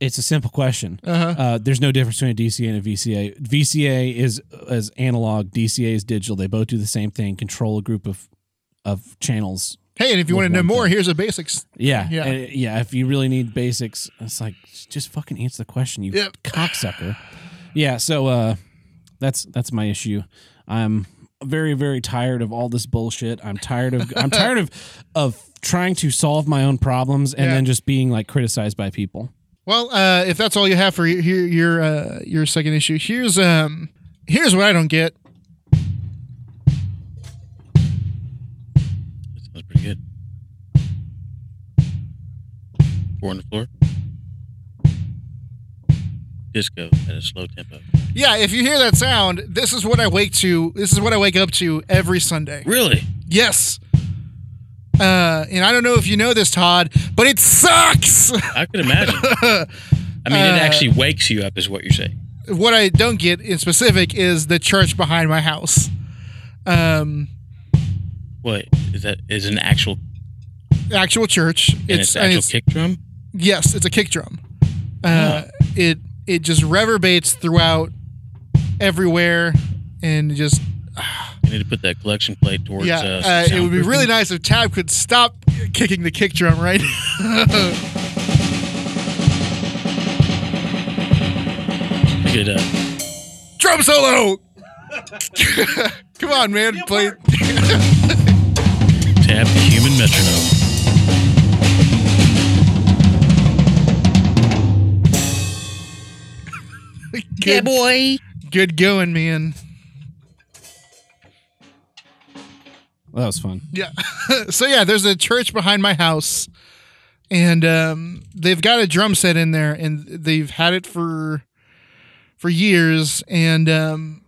[SPEAKER 1] it's a simple question.
[SPEAKER 2] Uh-huh.
[SPEAKER 1] Uh, there's no difference between a DCA and a VCA. VCA is is analog. DCA is digital. They both do the same thing. Control a group of of channels
[SPEAKER 2] Hey, and if you
[SPEAKER 1] With
[SPEAKER 2] want to know
[SPEAKER 1] one
[SPEAKER 2] more,
[SPEAKER 1] thing.
[SPEAKER 2] here's the basics.
[SPEAKER 1] Yeah,
[SPEAKER 2] Yeah.
[SPEAKER 1] yeah, yeah. If you really need basics, it's like just fucking answer the question, you
[SPEAKER 2] Yep.
[SPEAKER 1] cocksucker. Yeah. So uh, that's that's my issue. I'm very very tired of all this bullshit. I'm tired of
[SPEAKER 2] [LAUGHS]
[SPEAKER 1] I'm tired of of trying to solve my own problems and
[SPEAKER 2] Yeah.
[SPEAKER 1] then just being like criticized by people.
[SPEAKER 2] Well, uh, if that's all you have for your your your, uh, your second issue, here's um here's what I don't get.
[SPEAKER 3] That sounds pretty good. Four on the floor. Disco at a slow tempo.
[SPEAKER 2] Yeah, if you hear that sound, this is what I wake to. This is what I wake up to every Sunday.
[SPEAKER 3] Really?
[SPEAKER 2] Yes. Uh, and I don't know if you know this, Todd, but it sucks.
[SPEAKER 3] I could
[SPEAKER 2] [LAUGHS]
[SPEAKER 3] imagine. I mean,
[SPEAKER 2] Uh,
[SPEAKER 3] it actually wakes you up, is what you're saying.
[SPEAKER 2] what I don't get in specific is the church behind my house. Um,
[SPEAKER 3] What is that? Is an actual
[SPEAKER 2] actual church.
[SPEAKER 3] and it's,
[SPEAKER 2] It's,
[SPEAKER 3] an
[SPEAKER 2] and
[SPEAKER 3] actual
[SPEAKER 2] it's-
[SPEAKER 3] kick drum?
[SPEAKER 2] yes, it's a kick drum. Uh, It it just reverberates throughout everywhere, and it just
[SPEAKER 3] You need to put that collection plate towards.
[SPEAKER 2] yeah.
[SPEAKER 3] uh,
[SPEAKER 2] Uh, it would be
[SPEAKER 3] soundproofing.
[SPEAKER 2] really nice if Tab could stop kicking the kick drum right. [LAUGHS]
[SPEAKER 3] You could, uh,
[SPEAKER 2] drum solo. [LAUGHS] Come on, man, play. [LAUGHS]
[SPEAKER 3] tap the human metronome.
[SPEAKER 2] yeah, boy. Good going, man.
[SPEAKER 1] That was fun.
[SPEAKER 2] Yeah. [LAUGHS] so yeah, there's a church behind my house, and um, they've got a drum set in there, and they've had it for for years. And um,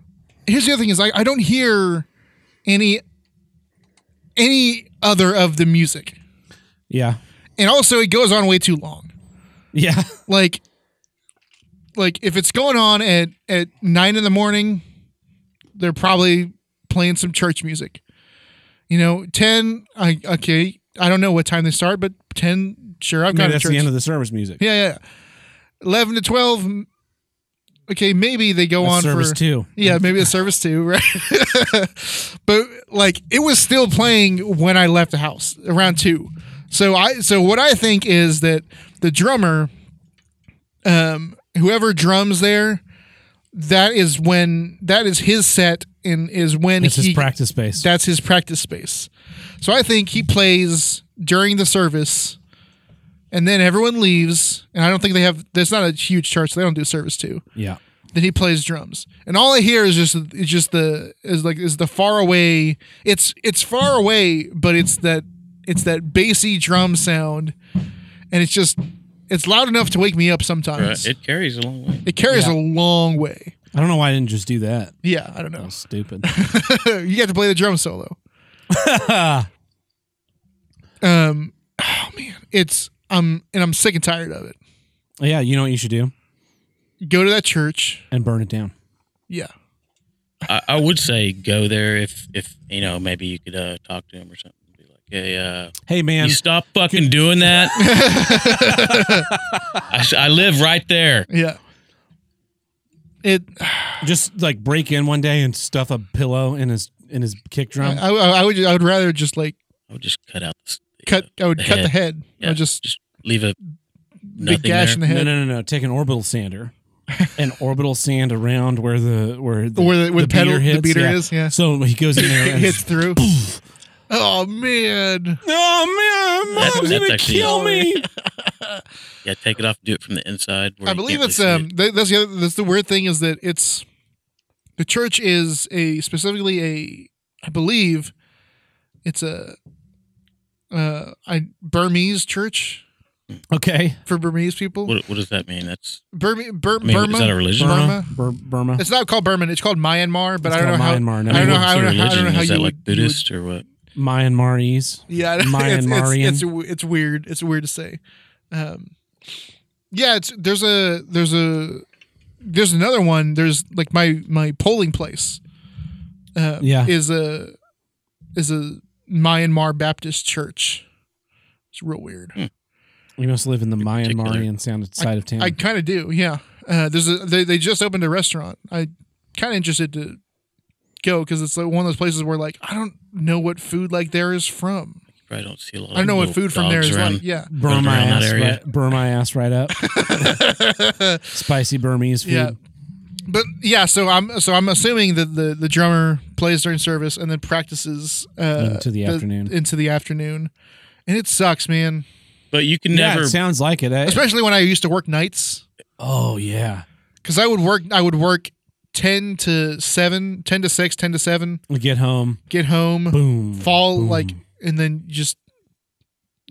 [SPEAKER 2] here's the other thing: is I, I don't hear any any other of the music,
[SPEAKER 1] Yeah,
[SPEAKER 2] and also it goes on way too long.
[SPEAKER 1] yeah,
[SPEAKER 2] Like like if it's going on at at nine in the morning, they're probably playing some church music. You know, ten. I okay. I don't know what time they start, but ten. Sure, I've
[SPEAKER 1] [LAUGHS]
[SPEAKER 2] got
[SPEAKER 1] Maybe
[SPEAKER 2] a
[SPEAKER 1] that's
[SPEAKER 2] church.
[SPEAKER 1] the end of the service music.
[SPEAKER 2] yeah, yeah. Eleven to twelve. m- Okay, maybe they go
[SPEAKER 1] That's
[SPEAKER 2] on
[SPEAKER 1] service
[SPEAKER 2] for
[SPEAKER 1] too.
[SPEAKER 2] yeah, maybe a service too, [LAUGHS] right? but like it was still playing when I left the house around two. So I so what I think is that the drummer, um, whoever drums there, that is when that is his set and is when
[SPEAKER 1] It's
[SPEAKER 2] he
[SPEAKER 1] his practice space.
[SPEAKER 2] that's his practice space. So I think he plays during the service, and then everyone leaves. And I don't think they have. There's not a huge church. So they don't do service too
[SPEAKER 1] yeah,
[SPEAKER 2] then he plays drums and all i hear is just is just the is like is the far away it's it's far away but it's that it's that bassy drum sound and it's just it's loud enough to wake me up
[SPEAKER 3] Right.
[SPEAKER 2] sometimes. it,
[SPEAKER 3] It carries a long way.
[SPEAKER 2] carries
[SPEAKER 1] Yeah.
[SPEAKER 2] a long way.
[SPEAKER 1] I don't know why I didn't just do that.
[SPEAKER 2] Yeah, I don't
[SPEAKER 1] That
[SPEAKER 2] know.
[SPEAKER 1] was
[SPEAKER 2] [LAUGHS]
[SPEAKER 1] stupid.
[SPEAKER 2] you got to play the drum solo. Um, oh man, it's um, and I'm sick and tired of it.
[SPEAKER 1] yeah, you know what you should do?
[SPEAKER 2] Go to that church.
[SPEAKER 1] And burn it down.
[SPEAKER 2] Yeah,
[SPEAKER 3] I, I would say go there if if you know maybe you could uh, talk to him or something. Be like, hey, uh,
[SPEAKER 1] Hey, man.
[SPEAKER 3] you stop fucking
[SPEAKER 2] [LAUGHS]
[SPEAKER 3] doing that. I, s- I live right there.
[SPEAKER 2] yeah. It.
[SPEAKER 1] just like break in one day and stuff a pillow in his in his kick drum.
[SPEAKER 2] I, I, I would. I would rather just like
[SPEAKER 3] I would just cut out this.
[SPEAKER 2] cut. I would
[SPEAKER 3] The
[SPEAKER 2] cut
[SPEAKER 3] head.
[SPEAKER 2] the head. I
[SPEAKER 3] Yeah,
[SPEAKER 2] would just
[SPEAKER 3] leave a
[SPEAKER 2] big
[SPEAKER 3] nothing
[SPEAKER 2] gash in
[SPEAKER 3] there.
[SPEAKER 2] the
[SPEAKER 1] no,
[SPEAKER 2] head.
[SPEAKER 1] no, no, no. Take an orbital sander,
[SPEAKER 2] [LAUGHS]
[SPEAKER 1] an orbital sand around where the where the
[SPEAKER 2] Where the, where the, pedal, the beater
[SPEAKER 1] yeah.
[SPEAKER 2] is, yeah,
[SPEAKER 1] So he goes in
[SPEAKER 2] [LAUGHS]
[SPEAKER 1] there
[SPEAKER 2] it
[SPEAKER 1] and
[SPEAKER 2] hits through. oh man,
[SPEAKER 1] Oh man,
[SPEAKER 3] That's-
[SPEAKER 1] mom's
[SPEAKER 3] that's
[SPEAKER 1] gonna
[SPEAKER 3] actually-
[SPEAKER 1] kill me.
[SPEAKER 3] Yeah, take it off. Do it from the inside. where
[SPEAKER 2] I
[SPEAKER 3] you
[SPEAKER 2] believe
[SPEAKER 3] can't
[SPEAKER 2] it's
[SPEAKER 3] really see
[SPEAKER 2] um.
[SPEAKER 3] it.
[SPEAKER 2] th- That's the other, that's the weird thing is that it's the church is a specifically a I believe it's a uh I Burmese church
[SPEAKER 1] Okay,
[SPEAKER 2] for Burmese people.
[SPEAKER 3] What, what does that mean? That's
[SPEAKER 2] Burma, Bur-
[SPEAKER 3] I mean,
[SPEAKER 2] Burma.
[SPEAKER 3] is that a religion?
[SPEAKER 2] Burma?
[SPEAKER 1] Bur- Burma.
[SPEAKER 2] It's not called Burma. It's called Myanmar. But
[SPEAKER 1] It's
[SPEAKER 2] I don't know
[SPEAKER 1] called
[SPEAKER 2] how.
[SPEAKER 1] Myanmar, no.
[SPEAKER 2] I don't know
[SPEAKER 3] What's
[SPEAKER 2] how. I don't
[SPEAKER 3] the
[SPEAKER 2] know how, I don't
[SPEAKER 3] religion?
[SPEAKER 2] know how
[SPEAKER 3] is
[SPEAKER 2] you
[SPEAKER 3] that like
[SPEAKER 2] would,
[SPEAKER 3] Buddhist or what?
[SPEAKER 1] Myanmarese.
[SPEAKER 2] You would, yeah, [LAUGHS] it's,
[SPEAKER 1] Myanmarian?
[SPEAKER 2] it's, it's it's weird. It's weird to say. Um, yeah, it's there's a there's a there's another one. There's like my my polling place. Uh,
[SPEAKER 1] Yeah.
[SPEAKER 2] is a is a Myanmar Baptist church. It's real weird.
[SPEAKER 3] Hmm.
[SPEAKER 1] We must live in the
[SPEAKER 3] particular.
[SPEAKER 1] Myanmarian sound side of town.
[SPEAKER 2] I kind of do. Yeah. Uh, there's a they, they just opened a restaurant. I kind of interested to go because it's like one of those places where like I don't know what food like there is from.
[SPEAKER 3] You probably don't see a lot.
[SPEAKER 2] I don't know what
[SPEAKER 3] little
[SPEAKER 2] food from there
[SPEAKER 3] dogs
[SPEAKER 2] is
[SPEAKER 3] around.
[SPEAKER 2] like. Yeah.
[SPEAKER 1] burn my
[SPEAKER 3] around that
[SPEAKER 1] ass.
[SPEAKER 3] area.
[SPEAKER 1] Right, burn my ass right
[SPEAKER 2] [LAUGHS]
[SPEAKER 1] up. Spicy Burmese food.
[SPEAKER 2] Yeah. But yeah, so I'm so I'm assuming that the the drummer plays during service and then practices uh,
[SPEAKER 1] Into the afternoon.
[SPEAKER 2] Into the afternoon, and it sucks, man.
[SPEAKER 3] But you can
[SPEAKER 1] Yeah,
[SPEAKER 3] never.
[SPEAKER 1] it sounds like it. eh?
[SPEAKER 2] Especially when I used to work nights.
[SPEAKER 1] Oh yeah,
[SPEAKER 2] because I would work I would work 10 to 7 10 to 6 10 to 7
[SPEAKER 1] we get home.
[SPEAKER 2] get home
[SPEAKER 1] Boom.
[SPEAKER 2] fall
[SPEAKER 1] boom.
[SPEAKER 2] like and then just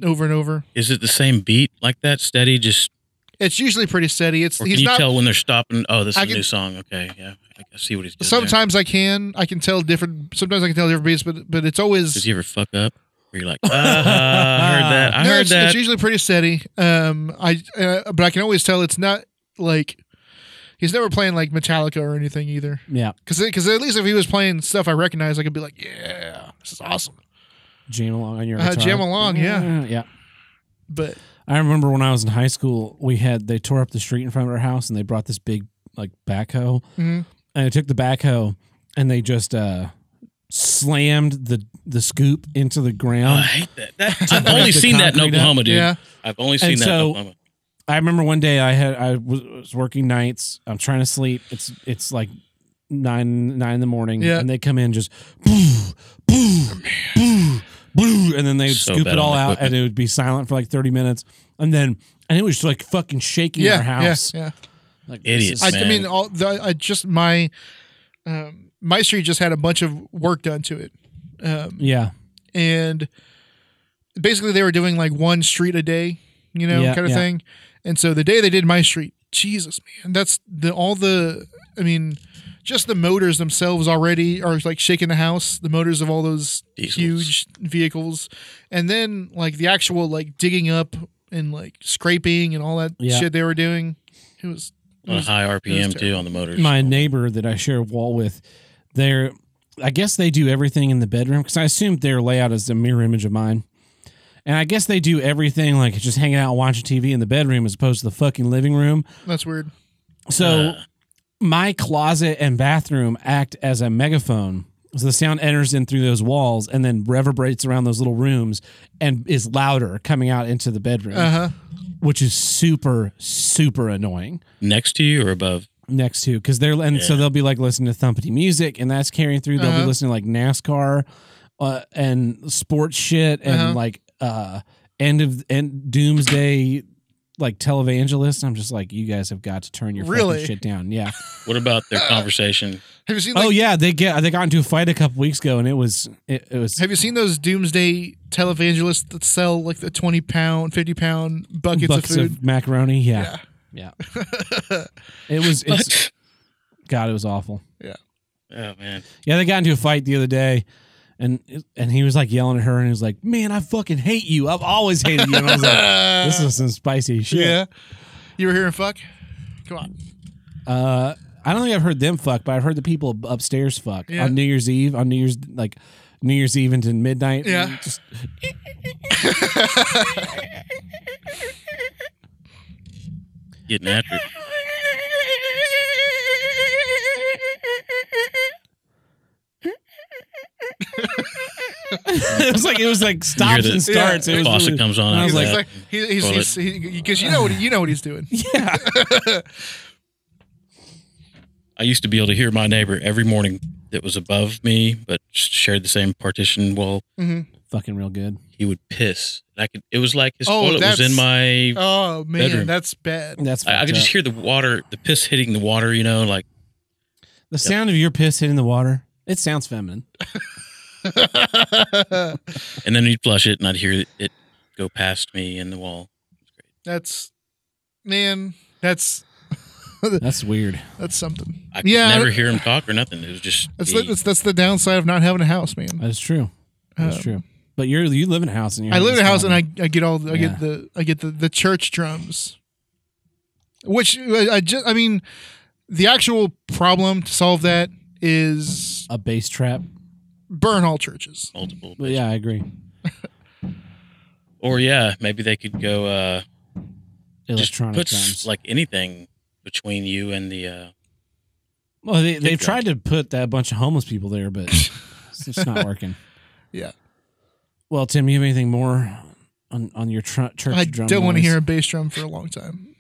[SPEAKER 2] over and over
[SPEAKER 3] is it the same beat like that? Steady, just
[SPEAKER 2] it's usually pretty steady it's
[SPEAKER 3] Or can
[SPEAKER 2] he's
[SPEAKER 3] you
[SPEAKER 2] not
[SPEAKER 3] tell when they're stopping? Oh, this is
[SPEAKER 2] I
[SPEAKER 3] a
[SPEAKER 2] can-
[SPEAKER 3] new song. Okay, yeah, I I see what he's doing. Sometimes,
[SPEAKER 2] sometimes I can I can tell different sometimes I can tell different beats but but it's always
[SPEAKER 3] does he ever fuck up?
[SPEAKER 2] [LAUGHS]
[SPEAKER 3] Where you're like, ah, I heard that. I
[SPEAKER 2] no,
[SPEAKER 3] heard
[SPEAKER 2] it's,
[SPEAKER 3] that.
[SPEAKER 2] it's usually pretty steady um I uh, but I can always tell it's not like he's never playing like Metallica or anything either
[SPEAKER 1] yeah,
[SPEAKER 2] because because at least if he was playing stuff I recognize I could be like yeah this is awesome
[SPEAKER 1] jam along on your
[SPEAKER 2] Uh,
[SPEAKER 1] guitar.
[SPEAKER 2] jam along, yeah.
[SPEAKER 1] yeah.
[SPEAKER 2] but
[SPEAKER 1] I remember when I was in high school, we had they tore up the street in front of our house and they brought this big like backhoe
[SPEAKER 2] mhm.
[SPEAKER 1] and I took the backhoe and they just uh slammed the the scoop into the
[SPEAKER 3] Oh, I
[SPEAKER 1] ground.
[SPEAKER 3] hate that.
[SPEAKER 2] [LAUGHS]
[SPEAKER 3] that
[SPEAKER 1] Took
[SPEAKER 3] I've
[SPEAKER 1] the
[SPEAKER 3] only seen that in
[SPEAKER 1] concrete
[SPEAKER 3] Oklahoma, dude.
[SPEAKER 2] Yeah.
[SPEAKER 3] I've only seen
[SPEAKER 1] And
[SPEAKER 3] that
[SPEAKER 1] so-
[SPEAKER 3] in Oklahoma.
[SPEAKER 1] I remember one day I had I was, was working nights. I'm trying to sleep. It's it's like nine nine in the morning,
[SPEAKER 2] Yeah.
[SPEAKER 1] and they come in just boo boo boo boo, and then they would
[SPEAKER 3] So
[SPEAKER 1] scoop
[SPEAKER 3] bad
[SPEAKER 1] it all
[SPEAKER 3] on
[SPEAKER 1] out,
[SPEAKER 3] equipment.
[SPEAKER 1] and it would be silent for like 30 minutes, and then and it was just like fucking shaking our house.
[SPEAKER 2] Yeah, yeah.
[SPEAKER 1] Like this
[SPEAKER 3] Idiots,
[SPEAKER 1] is-
[SPEAKER 2] I, I
[SPEAKER 3] Man.
[SPEAKER 2] mean, all the, I just my um, my street just had a bunch of work done to it, um,
[SPEAKER 1] yeah,
[SPEAKER 2] and basically they were doing like one street a day, you know,
[SPEAKER 1] Yeah,
[SPEAKER 2] kind of
[SPEAKER 1] yeah.
[SPEAKER 2] thing. And so the day they did my street, Jesus man, that's the all the I mean, just the motors themselves already are like shaking the house. The motors of all those
[SPEAKER 3] Diesels.
[SPEAKER 2] huge vehicles, and then like the actual like digging up and like scraping and all that
[SPEAKER 1] Yeah.
[SPEAKER 2] shit they were doing. It was it
[SPEAKER 3] On a
[SPEAKER 2] was
[SPEAKER 3] high RPM too
[SPEAKER 2] terrible.
[SPEAKER 3] on the motors.
[SPEAKER 1] my neighbor that I share a wall with, they're I guess they do everything in the bedroom because I assumed their layout is a mirror image of mine. And I guess they do everything like just hanging out and watching TV in the bedroom as opposed to the fucking living room.
[SPEAKER 2] That's weird.
[SPEAKER 1] So
[SPEAKER 3] Uh,
[SPEAKER 1] my closet and bathroom act as a megaphone. So the sound enters in through those walls and then reverberates around those little rooms and is louder coming out into the bedroom,
[SPEAKER 2] Uh huh.
[SPEAKER 1] which is super, super annoying
[SPEAKER 3] next to you or above?
[SPEAKER 1] next to because they're and so
[SPEAKER 3] Yeah.
[SPEAKER 1] they'll be like listening to thumpity music and that's carrying through they'll
[SPEAKER 2] Uh-huh.
[SPEAKER 1] be listening to like nascar uh, and sports shit and
[SPEAKER 2] Uh-huh.
[SPEAKER 1] like uh end of and doomsday like televangelists. I'm just like, you guys have got to turn your fucking
[SPEAKER 2] Really?
[SPEAKER 1] shit down.
[SPEAKER 2] [LAUGHS]
[SPEAKER 1] Yeah.
[SPEAKER 3] What about
[SPEAKER 2] Uh.
[SPEAKER 3] their conversation?
[SPEAKER 2] Have you seen? Like,
[SPEAKER 1] oh yeah, they get they got into a fight a couple weeks ago, and it was it, it was
[SPEAKER 2] Have you seen those doomsday televangelists that sell like the twenty pound, fifty pound buckets
[SPEAKER 1] buckets
[SPEAKER 2] of
[SPEAKER 1] of,
[SPEAKER 2] food?
[SPEAKER 1] macaroni. Yeah, yeah.
[SPEAKER 2] [LAUGHS]
[SPEAKER 1] it was. It's, God, it was awful.
[SPEAKER 3] Oh man,
[SPEAKER 1] Yeah, they got into a fight the other day, and and he was like yelling at her, and he was like, "Man, I fucking hate you. I've always hated you." And I was like,
[SPEAKER 2] [LAUGHS]
[SPEAKER 1] "This is some spicy shit."
[SPEAKER 2] yeah. You were hearing fuck. Come on.
[SPEAKER 1] Uh, I don't think I've heard them fuck, but I've heard the people ab- upstairs fuck
[SPEAKER 2] Yeah.
[SPEAKER 1] on New Year's Eve, on New Year's like New Year's Eve into midnight.
[SPEAKER 2] Yeah.
[SPEAKER 1] And [LAUGHS] just-
[SPEAKER 3] getting after it.
[SPEAKER 1] it was like it was like
[SPEAKER 3] You hear
[SPEAKER 1] stops
[SPEAKER 3] the-
[SPEAKER 1] and starts.
[SPEAKER 3] The
[SPEAKER 1] it was
[SPEAKER 3] faucet
[SPEAKER 1] really-
[SPEAKER 3] comes on.
[SPEAKER 1] and I was
[SPEAKER 2] He's
[SPEAKER 3] after
[SPEAKER 2] like,
[SPEAKER 1] Yeah.
[SPEAKER 3] that.
[SPEAKER 2] like he, he's
[SPEAKER 3] Toilet.
[SPEAKER 2] because you know what you know what he's doing.
[SPEAKER 1] yeah.
[SPEAKER 3] I used to be able to hear my neighbor every morning that was above me, but shared the same partition wall.
[SPEAKER 2] hmm
[SPEAKER 1] fucking real good.
[SPEAKER 3] He would piss. And I could. It was like his
[SPEAKER 2] Oh,
[SPEAKER 3] toilet was in
[SPEAKER 2] that's-
[SPEAKER 3] my.
[SPEAKER 2] Oh man,
[SPEAKER 3] Bedroom.
[SPEAKER 2] that's bad.
[SPEAKER 1] That's
[SPEAKER 3] I, I
[SPEAKER 1] fucked
[SPEAKER 3] could
[SPEAKER 1] up.
[SPEAKER 3] just hear the water, the piss hitting the water. You know, like
[SPEAKER 1] the sound of your piss hitting the water. It sounds feminine.
[SPEAKER 3] and then he'd flush it, and I'd hear it go past me in the wall.
[SPEAKER 2] that's man. That's
[SPEAKER 1] That's weird.
[SPEAKER 2] that's something.
[SPEAKER 3] I could
[SPEAKER 2] Yeah,
[SPEAKER 3] never
[SPEAKER 2] I-
[SPEAKER 3] hear him talk or nothing. It was just
[SPEAKER 2] That's
[SPEAKER 3] the-
[SPEAKER 2] the, that's, that's the downside of not having a house, man.
[SPEAKER 1] That's true. That's
[SPEAKER 2] Um,
[SPEAKER 1] true. But you're you live in a house and you're
[SPEAKER 2] I live in a house and I, I get all I
[SPEAKER 1] Yeah.
[SPEAKER 2] get the I get the, the church drums, which I, I just I mean, the actual problem to solve that is
[SPEAKER 1] a bass trap.
[SPEAKER 2] burn all churches.
[SPEAKER 3] multiple.
[SPEAKER 1] But yeah, I agree.
[SPEAKER 3] Or yeah, maybe they could go uh, just
[SPEAKER 1] Electronic
[SPEAKER 3] put s-
[SPEAKER 1] drums.
[SPEAKER 3] like anything between you and the. Uh,
[SPEAKER 1] well, they, they've
[SPEAKER 3] kick
[SPEAKER 1] tried to put that bunch of homeless people there,
[SPEAKER 2] [LAUGHS]
[SPEAKER 1] but it's just not working.
[SPEAKER 2] Yeah.
[SPEAKER 1] Well, Tim, you have anything more on on your tr- church?
[SPEAKER 2] I
[SPEAKER 1] drum
[SPEAKER 2] don't want to
[SPEAKER 1] noise?
[SPEAKER 2] hear a bass drum for a long time,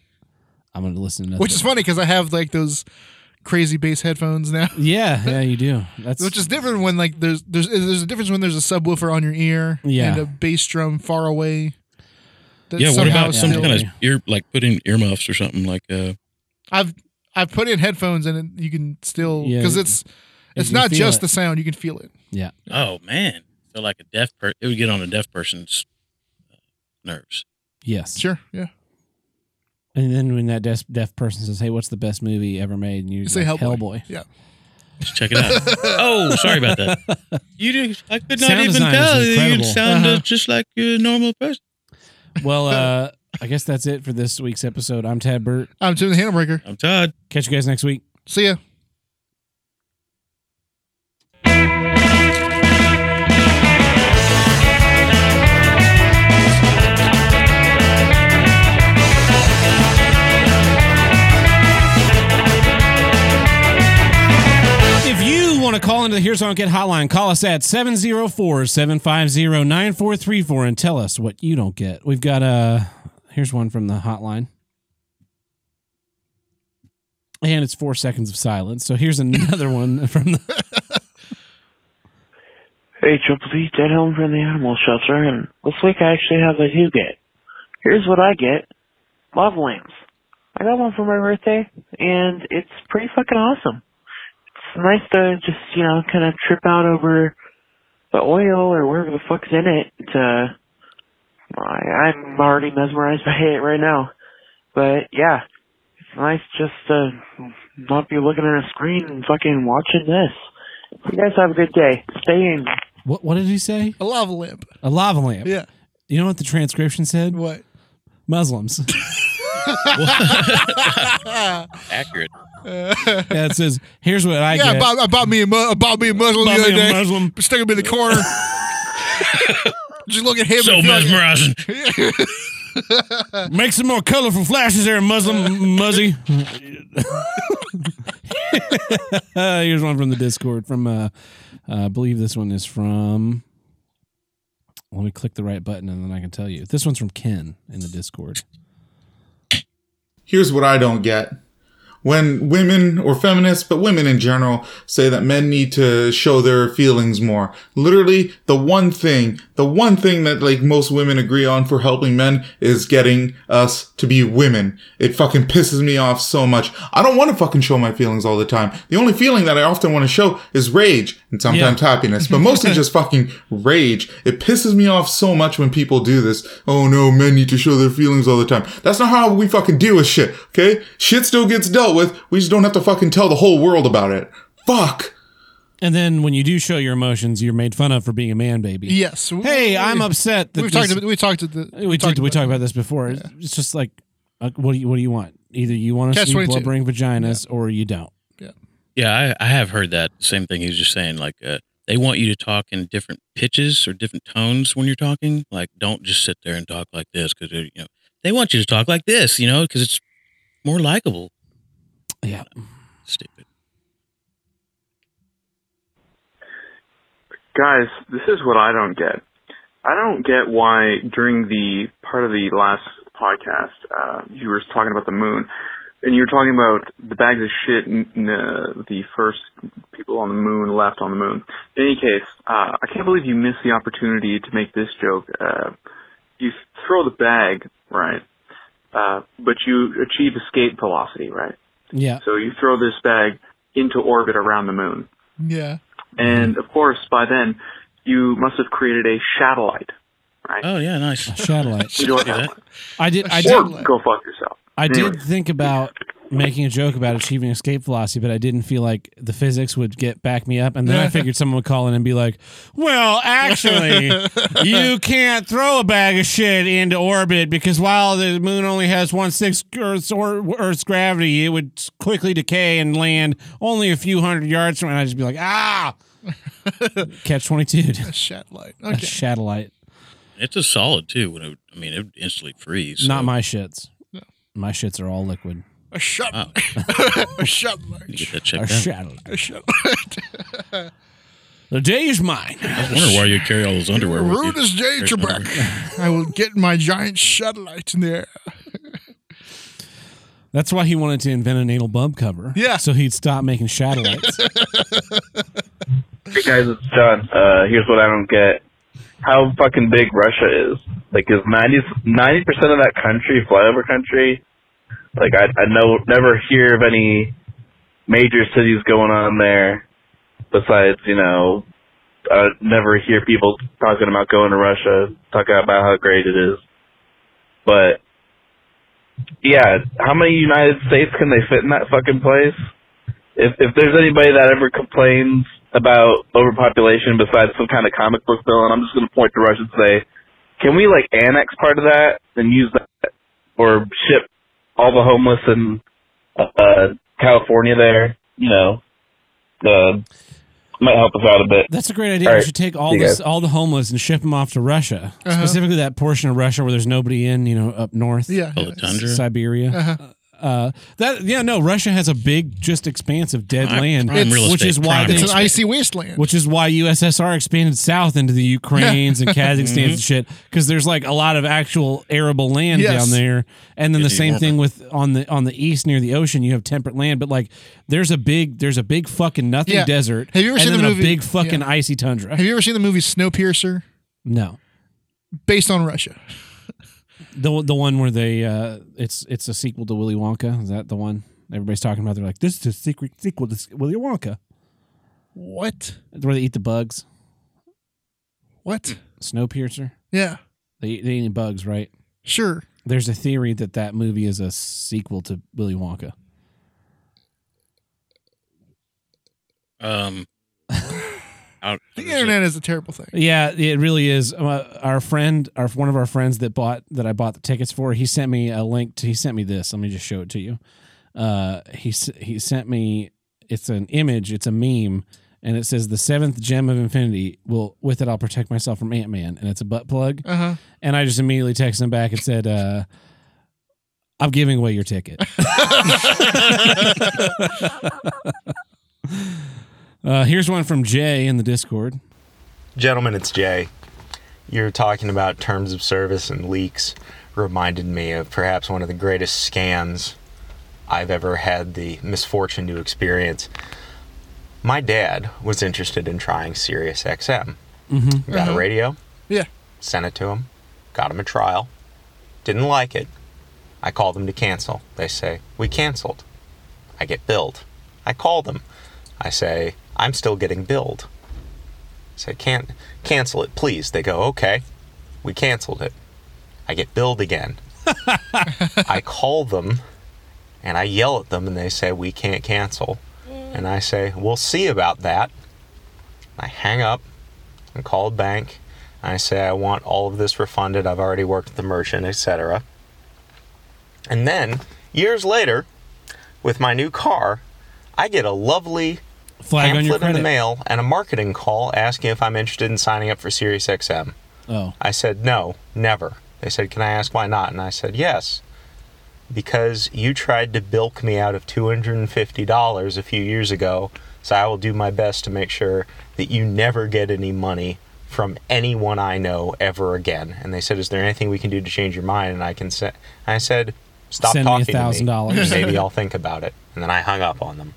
[SPEAKER 1] I'm going to listen to nothing.
[SPEAKER 2] which is funny because I have like those crazy bass headphones now. [LAUGHS]
[SPEAKER 1] [LAUGHS] yeah, yeah, you do. That's
[SPEAKER 2] Which is different when like there's there's there's a difference when there's a subwoofer on your ear
[SPEAKER 1] Yeah.
[SPEAKER 2] and a bass drum far away. that
[SPEAKER 3] yeah, what
[SPEAKER 2] somehow
[SPEAKER 3] about
[SPEAKER 2] is
[SPEAKER 3] some
[SPEAKER 2] still-
[SPEAKER 3] kind of ear, like put in earmuffs or something like? Uh,
[SPEAKER 2] I've I've put in headphones and it, you can still
[SPEAKER 1] Yeah,
[SPEAKER 2] because
[SPEAKER 1] you-
[SPEAKER 2] it's
[SPEAKER 1] you
[SPEAKER 2] it's
[SPEAKER 1] can
[SPEAKER 2] not
[SPEAKER 1] feel
[SPEAKER 2] just
[SPEAKER 1] it.
[SPEAKER 2] the sound you can feel it.
[SPEAKER 3] oh man, so like a deaf person, it would get on a deaf person's uh, nerves.
[SPEAKER 1] yes.
[SPEAKER 2] Sure, yeah.
[SPEAKER 1] And then when that deaf, deaf person says, "Hey, what's the best movie ever made?" and you,
[SPEAKER 2] say
[SPEAKER 1] like,
[SPEAKER 2] Hellboy.
[SPEAKER 1] Hellboy.
[SPEAKER 3] Just check
[SPEAKER 2] [LAUGHS]
[SPEAKER 3] it out. oh, sorry about that. You do. I could not
[SPEAKER 1] Sound
[SPEAKER 3] even
[SPEAKER 1] design is
[SPEAKER 3] tell. You
[SPEAKER 1] incredible.
[SPEAKER 3] sound
[SPEAKER 2] Uh-huh.
[SPEAKER 3] uh just like a normal person.
[SPEAKER 2] [LAUGHS]
[SPEAKER 1] Well, uh, I guess that's it for this week's episode. I'm Tad Burt.
[SPEAKER 2] I'm Tim the Handlebreaker.
[SPEAKER 3] I'm Todd.
[SPEAKER 1] Catch you guys next week.
[SPEAKER 2] See ya.
[SPEAKER 1] If you want to call into the Here's What I Don't Get hotline, call us at 704-750-9434 and tell us what you don't get. We've got uh here's one from the hotline. And it's four seconds of silence. So here's another [LAUGHS] one from the
[SPEAKER 6] Hey, Triple D, Dead Home from the Animal Shelter, and this week I actually have a who get. Here's what I get. Love lamps. I got one for my birthday, and it's pretty fucking awesome. It's nice to just, you know, kind of trip out over the oil or whatever the fuck's in it. It's, uh, I, I'm already mesmerized by it right now. But, yeah, it's nice just to not be looking at a screen and fucking watching this. You guys have a good day. Stay in.
[SPEAKER 1] What what did he say?
[SPEAKER 2] A lava lamp.
[SPEAKER 1] A lava lamp.
[SPEAKER 2] Yeah.
[SPEAKER 1] You know what the transcription said?
[SPEAKER 2] What? [LAUGHS]
[SPEAKER 1] Muslims.
[SPEAKER 2] [LAUGHS]
[SPEAKER 3] Accurate.
[SPEAKER 1] yeah, it says, here's what I
[SPEAKER 2] yeah, I
[SPEAKER 1] get.
[SPEAKER 2] bought, I bought me a mu- I bought me a Muslim
[SPEAKER 1] Bought
[SPEAKER 2] the
[SPEAKER 1] me
[SPEAKER 2] other
[SPEAKER 1] a
[SPEAKER 2] day.
[SPEAKER 1] Muslim.
[SPEAKER 2] [LAUGHS] Stuck him in the
[SPEAKER 3] [LAUGHS]
[SPEAKER 2] corner. Just look at him.
[SPEAKER 3] So
[SPEAKER 2] and feel like-
[SPEAKER 3] mesmerizing.
[SPEAKER 1] Make some more colorful flashes there, Muslim [LAUGHS] Muzzy. Uh, here's one from the Discord. From uh, uh, I believe this one is from. Let me click the right button and then I can tell you. This one's from Ken in the Discord.
[SPEAKER 7] Here's what I don't get when women or feminists, but women in general say that men need to show their feelings more. Literally the one thing, the one thing that like most women agree on for helping men is getting us to be women. It fucking pisses me off so much. I don't want to fucking show my feelings all the time. The only feeling that I often want to show is rage and sometimes happiness, but mostly just fucking rage. It pisses me off so much when people do this. Oh no, men need to show their feelings all the time. That's not how we fucking deal with shit, okay? Shit still gets dealt with. We just don't have to fucking tell the whole world about it. Fuck.
[SPEAKER 1] And then when you do show your emotions, you're made fun of for being a man baby.
[SPEAKER 2] Yes.
[SPEAKER 1] Hey, I'm upset that
[SPEAKER 2] We've
[SPEAKER 1] this-
[SPEAKER 2] talked. About, we talked. To the,
[SPEAKER 1] we talked, we
[SPEAKER 2] about
[SPEAKER 1] talked about this before. It's- It's just like, uh, what do you what do you want? Either you want to
[SPEAKER 2] Catch
[SPEAKER 1] see
[SPEAKER 2] 22.
[SPEAKER 1] blubbering vaginas or you don't.
[SPEAKER 3] Yeah, I, I have heard that same thing. He's just saying like uh, they want you to talk in different pitches or different tones when you're talking. Like, don't just sit there and talk like this because you know they want you to talk like this. You know, because it's more likable.
[SPEAKER 1] Yeah.
[SPEAKER 3] Stupid.
[SPEAKER 8] guys, this is what I don't get. I don't get why during the part of the last podcast uh, you were talking about the moon, and you were talking about the bags of shit n- n- uh, the first people on the moon left on the moon. In any case, uh, I can't believe you missed the opportunity to make this joke. Uh, you throw the bag, right? Uh, but you achieve escape velocity, right?
[SPEAKER 1] Yeah.
[SPEAKER 8] So you throw this bag into orbit around the moon.
[SPEAKER 2] Yeah.
[SPEAKER 8] And of course, by then, you must have created a satellite.
[SPEAKER 3] Oh
[SPEAKER 1] [LAUGHS]
[SPEAKER 3] yeah, nice.
[SPEAKER 1] Satellite.
[SPEAKER 8] You don't
[SPEAKER 3] Do that.
[SPEAKER 1] I did.
[SPEAKER 2] [LAUGHS]
[SPEAKER 1] I
[SPEAKER 8] Or
[SPEAKER 1] did.
[SPEAKER 8] go fuck yourself.
[SPEAKER 1] I did think about making a joke about achieving escape velocity, but I didn't feel like the physics would get back me up. And then I figured someone would call in and be like, "Well, actually, you can't throw a bag of shit into orbit because while the moon only has one sixth Earth's, or, Earth's gravity, it would quickly decay and land only a few hundred yards from." And I'd just be like, "Ah, catch twenty two,
[SPEAKER 2] Shat light.
[SPEAKER 1] a [LAUGHS]
[SPEAKER 2] [LAUGHS] Okay.
[SPEAKER 1] satellite,
[SPEAKER 3] It's a solid too. When it, I mean, it would instantly freeze. so-
[SPEAKER 1] not my shits. My shits are all liquid.
[SPEAKER 2] A shut.
[SPEAKER 3] Wow.
[SPEAKER 2] a shut
[SPEAKER 1] [LAUGHS]
[SPEAKER 2] light.
[SPEAKER 3] You get that checked
[SPEAKER 1] Are
[SPEAKER 3] out.
[SPEAKER 1] satellite.
[SPEAKER 2] A shut light.
[SPEAKER 1] [LAUGHS] The day is mine."
[SPEAKER 3] I wonder why you carry
[SPEAKER 1] [LAUGHS]
[SPEAKER 3] all those underwear. with
[SPEAKER 2] Rude
[SPEAKER 3] you.
[SPEAKER 2] as Jay
[SPEAKER 3] There's
[SPEAKER 2] Trebek. I will get my giant shut light in there.
[SPEAKER 1] That's why he wanted to invent an anal bump cover.
[SPEAKER 2] Yeah.
[SPEAKER 1] So he'd stop making
[SPEAKER 2] [LAUGHS]
[SPEAKER 1] satellites.
[SPEAKER 9] Hey guys, it's John. Uh, here's what I don't get: how fucking big Russia is. Like, is ninety ninety percent of that country flyover country? Like, I I know never hear of any major cities going on there. Besides, you know, I never hear people talking about going to Russia, talking about how great it is. But yeah, how many United States can they fit in that fucking place? if if there's anybody that ever complains about overpopulation besides some kind of comic book villain, I'm just gonna point to Russia and say, Can we like annex part of that and use that or ship all the homeless in uh California there? You know. Uh might help us out a bit.
[SPEAKER 1] That's a great idea.
[SPEAKER 9] All
[SPEAKER 1] We
[SPEAKER 9] right.
[SPEAKER 1] should take all
[SPEAKER 9] See you
[SPEAKER 1] this,
[SPEAKER 9] guys.
[SPEAKER 1] all the homeless and ship them off to Russia,
[SPEAKER 2] Uh-huh.
[SPEAKER 1] specifically that portion of Russia where there's nobody in, you know, up north,
[SPEAKER 2] Yeah. Uh-huh.
[SPEAKER 3] Call it tundra.
[SPEAKER 1] Siberia. uh that yeah, no, Russia has a big, just expanse of dead
[SPEAKER 3] Prime-
[SPEAKER 1] land,
[SPEAKER 3] prime real
[SPEAKER 1] which is
[SPEAKER 3] estate,
[SPEAKER 1] why
[SPEAKER 3] prime
[SPEAKER 1] they
[SPEAKER 2] It's
[SPEAKER 3] real
[SPEAKER 2] an
[SPEAKER 3] estate.
[SPEAKER 2] icy wasteland.
[SPEAKER 1] which is why USSR expanded south into the Ukraines and
[SPEAKER 2] [LAUGHS]
[SPEAKER 1] Kazakhstans and shit because there's like a lot of actual arable land
[SPEAKER 2] Mm-hmm. Yes.
[SPEAKER 1] down there. And then the
[SPEAKER 3] It'd be
[SPEAKER 1] same
[SPEAKER 3] warmer.
[SPEAKER 1] thing with on the on the east near the ocean, you have temperate land, but like there's a big there's a big fucking nothing
[SPEAKER 2] Yeah.
[SPEAKER 1] desert.
[SPEAKER 2] Have you ever
[SPEAKER 1] and
[SPEAKER 2] seen the
[SPEAKER 1] then
[SPEAKER 2] movie-
[SPEAKER 1] a big fucking
[SPEAKER 2] Yeah.
[SPEAKER 1] icy tundra?
[SPEAKER 2] Have you ever seen the movie Snowpiercer?
[SPEAKER 1] no.
[SPEAKER 2] Based on Russia.
[SPEAKER 1] The the one where they uh it's it's a sequel to Willy Wonka. Is that the one everybody's talking about? They're like, this is a secret sequel to Willy Wonka.
[SPEAKER 2] What?
[SPEAKER 1] It's where they eat the bugs. Hmm.
[SPEAKER 2] What?
[SPEAKER 1] Snowpiercer.
[SPEAKER 2] Yeah.
[SPEAKER 1] They eat- they eat bugs, right?
[SPEAKER 2] Sure.
[SPEAKER 1] There's a theory that that movie is a sequel to Willy Wonka. [LAUGHS]
[SPEAKER 3] Um, out,
[SPEAKER 2] The internet is a terrible thing.
[SPEAKER 1] Yeah, it really is. Uh, Our friend, our one of our friends that bought that I bought the tickets for, he sent me a link. To, he sent me this. Let me just show it to you. Uh, he s- he sent me. It's an image. It's a meme, and it says the seventh gem of infinity. Will with it, I'll protect myself from Ant Man, and it's a butt plug.
[SPEAKER 2] Uh huh.
[SPEAKER 1] And I just immediately texted him back and said, uh, "I'm giving away your ticket." [LAUGHS] uh, here's one from Jay in the Discord.
[SPEAKER 10] Gentlemen, it's Jay. You're talking about terms of service and leaks. Reminded me of perhaps one of the greatest scams I've ever had the misfortune to experience. My dad was interested in trying Sirius XM.
[SPEAKER 1] Mm-hmm.
[SPEAKER 10] Got
[SPEAKER 2] Uh-huh.
[SPEAKER 10] a radio,
[SPEAKER 2] Yeah.
[SPEAKER 10] sent it to him, got him a trial, didn't like it. I call them to cancel. They say, We canceled. I get billed. I call them. I say, I'm still getting billed. I say, Can't cancel it, please. They go, Okay. We canceled it. I get billed again. I call them and I yell at them and they say, We can't cancel. And I say, We'll see about that. I hang up and call a bank. I say I want all of this refunded. I've already worked with the merchant, etc. And then years later, with my new car, I get a lovely
[SPEAKER 1] Flag on your
[SPEAKER 10] pamphlet in the
[SPEAKER 1] credit.
[SPEAKER 10] mail and a marketing call asking if I'm interested in signing up for SiriusXM.
[SPEAKER 1] Oh,
[SPEAKER 10] I said no, never. They said, "Can I ask why not?" And I said, "Yes." Because you tried to bilk me out of $250 a few years ago, so I will do my best to make sure that you never get any money from anyone I know ever again. And they said, "Is there anything we can do to change your mind?" And I can say, I said, "Stop
[SPEAKER 1] Send me
[SPEAKER 10] talking to me.
[SPEAKER 1] $1,000.
[SPEAKER 10] Maybe I'll think about it." And then I hung up on them.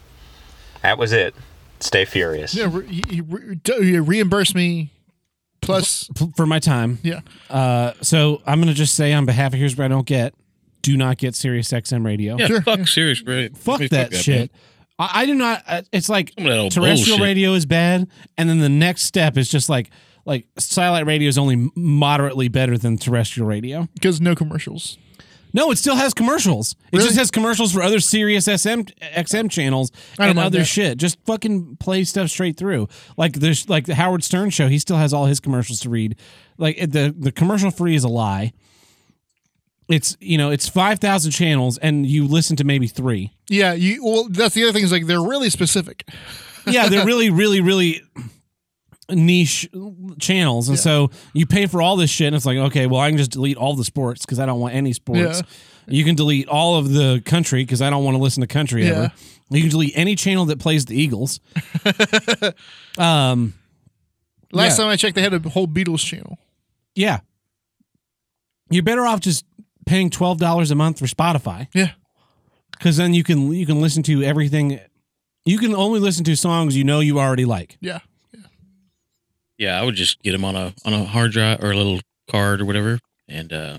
[SPEAKER 10] That was it. Stay furious.
[SPEAKER 2] Yeah. Re- you, re- you reimburse me plus.
[SPEAKER 1] F- for my time.
[SPEAKER 2] Yeah.
[SPEAKER 1] Uh, so I'm gonna just say on behalf of here's what I don't get: do not get Sirius XM radio.
[SPEAKER 3] Yeah,
[SPEAKER 2] Sure.
[SPEAKER 3] fuck serious, bro.
[SPEAKER 1] Fuck that shit.
[SPEAKER 3] man.
[SPEAKER 1] I, I do not. Uh, it's like
[SPEAKER 3] Some of that old
[SPEAKER 1] terrestrial
[SPEAKER 3] bullshit.
[SPEAKER 1] radio is bad, and then the next step is just like like satellite radio is only moderately better than terrestrial radio.
[SPEAKER 2] Because no commercials.
[SPEAKER 1] No, it still has commercials. It
[SPEAKER 2] Really?
[SPEAKER 1] just has commercials for other Sirius SM XM channels
[SPEAKER 2] I don't
[SPEAKER 1] and
[SPEAKER 2] mind
[SPEAKER 1] other
[SPEAKER 2] that.
[SPEAKER 1] shit. Just fucking play stuff straight through. Like there's like the Howard Stern show. He still has all his commercials to read. Like it- the the commercial free is a lie. It's you know it's five thousand channels and you listen to maybe three.
[SPEAKER 2] Yeah. You. Well, that's the other thing is like they're really specific.
[SPEAKER 1] yeah, they're really, really, really niche channels, and
[SPEAKER 2] Yeah.
[SPEAKER 1] so you pay for all this shit, and it's like, okay, well, I can just delete all the sports because I don't want any sports.
[SPEAKER 2] Yeah.
[SPEAKER 1] You can delete all of the country because I don't want to listen to country ever. You can delete any channel that plays the
[SPEAKER 2] [LAUGHS]
[SPEAKER 1] Eagles. um,
[SPEAKER 2] Last
[SPEAKER 1] Yeah.
[SPEAKER 2] time I checked, they had a whole Beatles channel.
[SPEAKER 1] yeah, you're better off just paying twelve dollars a month for Spotify.
[SPEAKER 2] Yeah.
[SPEAKER 1] because then you can you can listen to everything. You can only listen to songs you know you already like.
[SPEAKER 2] Yeah.
[SPEAKER 3] Yeah, I would just get them on a on a hard drive or a little card or whatever, and uh,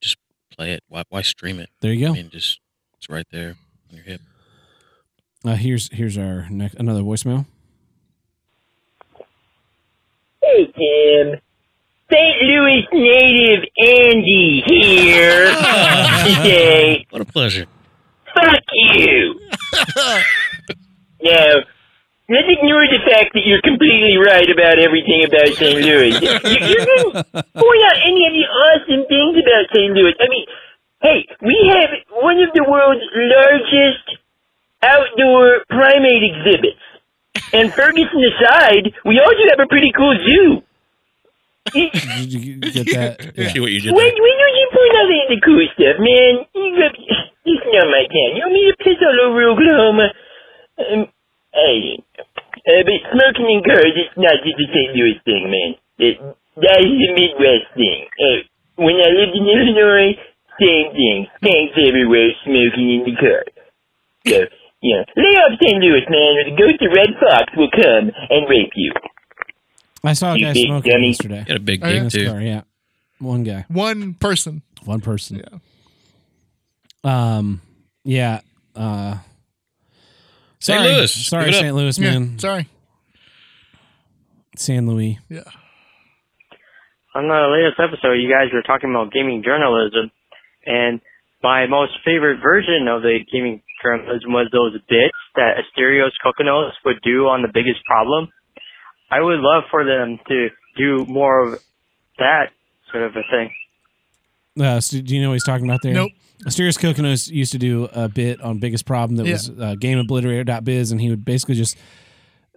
[SPEAKER 3] just play it. Why, why stream it?
[SPEAKER 1] There
[SPEAKER 2] Oh.
[SPEAKER 1] you go.
[SPEAKER 3] I mean, just it's right there on your hip.
[SPEAKER 1] Uh, here's here's our next another voicemail.
[SPEAKER 11] Hey, Tim. St. Louis native Andy here today.
[SPEAKER 3] What a pleasure.
[SPEAKER 11] Fuck you. now, let's ignore the fact that you're completely right about everything about St. Louis. You, you didn't point out any of the awesome things about St. Louis. I mean, hey, we have one of the world's largest outdoor primate exhibits. And Ferguson aside, we also have a pretty cool zoo.
[SPEAKER 1] Did you get that? Yeah.
[SPEAKER 3] See what you did.
[SPEAKER 11] When, when you keep putting all the, the cool stuff, man, you got, this is not my town. You want me to piss all over Oklahoma? Um, hey, uh, but smoking in cars is not just a St. Louis thing, man. That, that is a Midwest thing. Uh, when I lived in Illinois, same thing. Skanks everywhere smoking in the car. So, yeah, lay off St. Louis, man, or the ghost of Red Fox will come and rape you.
[SPEAKER 1] I saw a
[SPEAKER 11] You
[SPEAKER 1] guy
[SPEAKER 11] big
[SPEAKER 1] smoking
[SPEAKER 11] dummy.
[SPEAKER 1] yesterday.
[SPEAKER 3] Got a big
[SPEAKER 2] Oh, yeah.
[SPEAKER 1] In
[SPEAKER 3] dick
[SPEAKER 1] his
[SPEAKER 3] too.
[SPEAKER 1] car, yeah. One guy,
[SPEAKER 2] One person.
[SPEAKER 1] one person.
[SPEAKER 2] Yeah.
[SPEAKER 1] Yeah. Um. Yeah. Uh.
[SPEAKER 3] St.
[SPEAKER 1] sorry.
[SPEAKER 3] Louis,
[SPEAKER 1] Sorry,
[SPEAKER 3] give it up.
[SPEAKER 1] St. Louis, man.
[SPEAKER 2] Yeah. Sorry.
[SPEAKER 1] San Luis.
[SPEAKER 2] Yeah.
[SPEAKER 11] on the latest episode, you guys were talking about gaming journalism, and my most favorite version of the gaming journalism was those bits that Asterios Kokonos would do on the biggest problem. I would love for them to do more of that sort of a thing.
[SPEAKER 1] Uh, so do you know what he's talking about there?
[SPEAKER 2] Nope.
[SPEAKER 1] Asterius Kokonos used to do a bit on Biggest Problem that
[SPEAKER 2] Yeah.
[SPEAKER 1] was uh, GameObliterator.biz, and he would basically just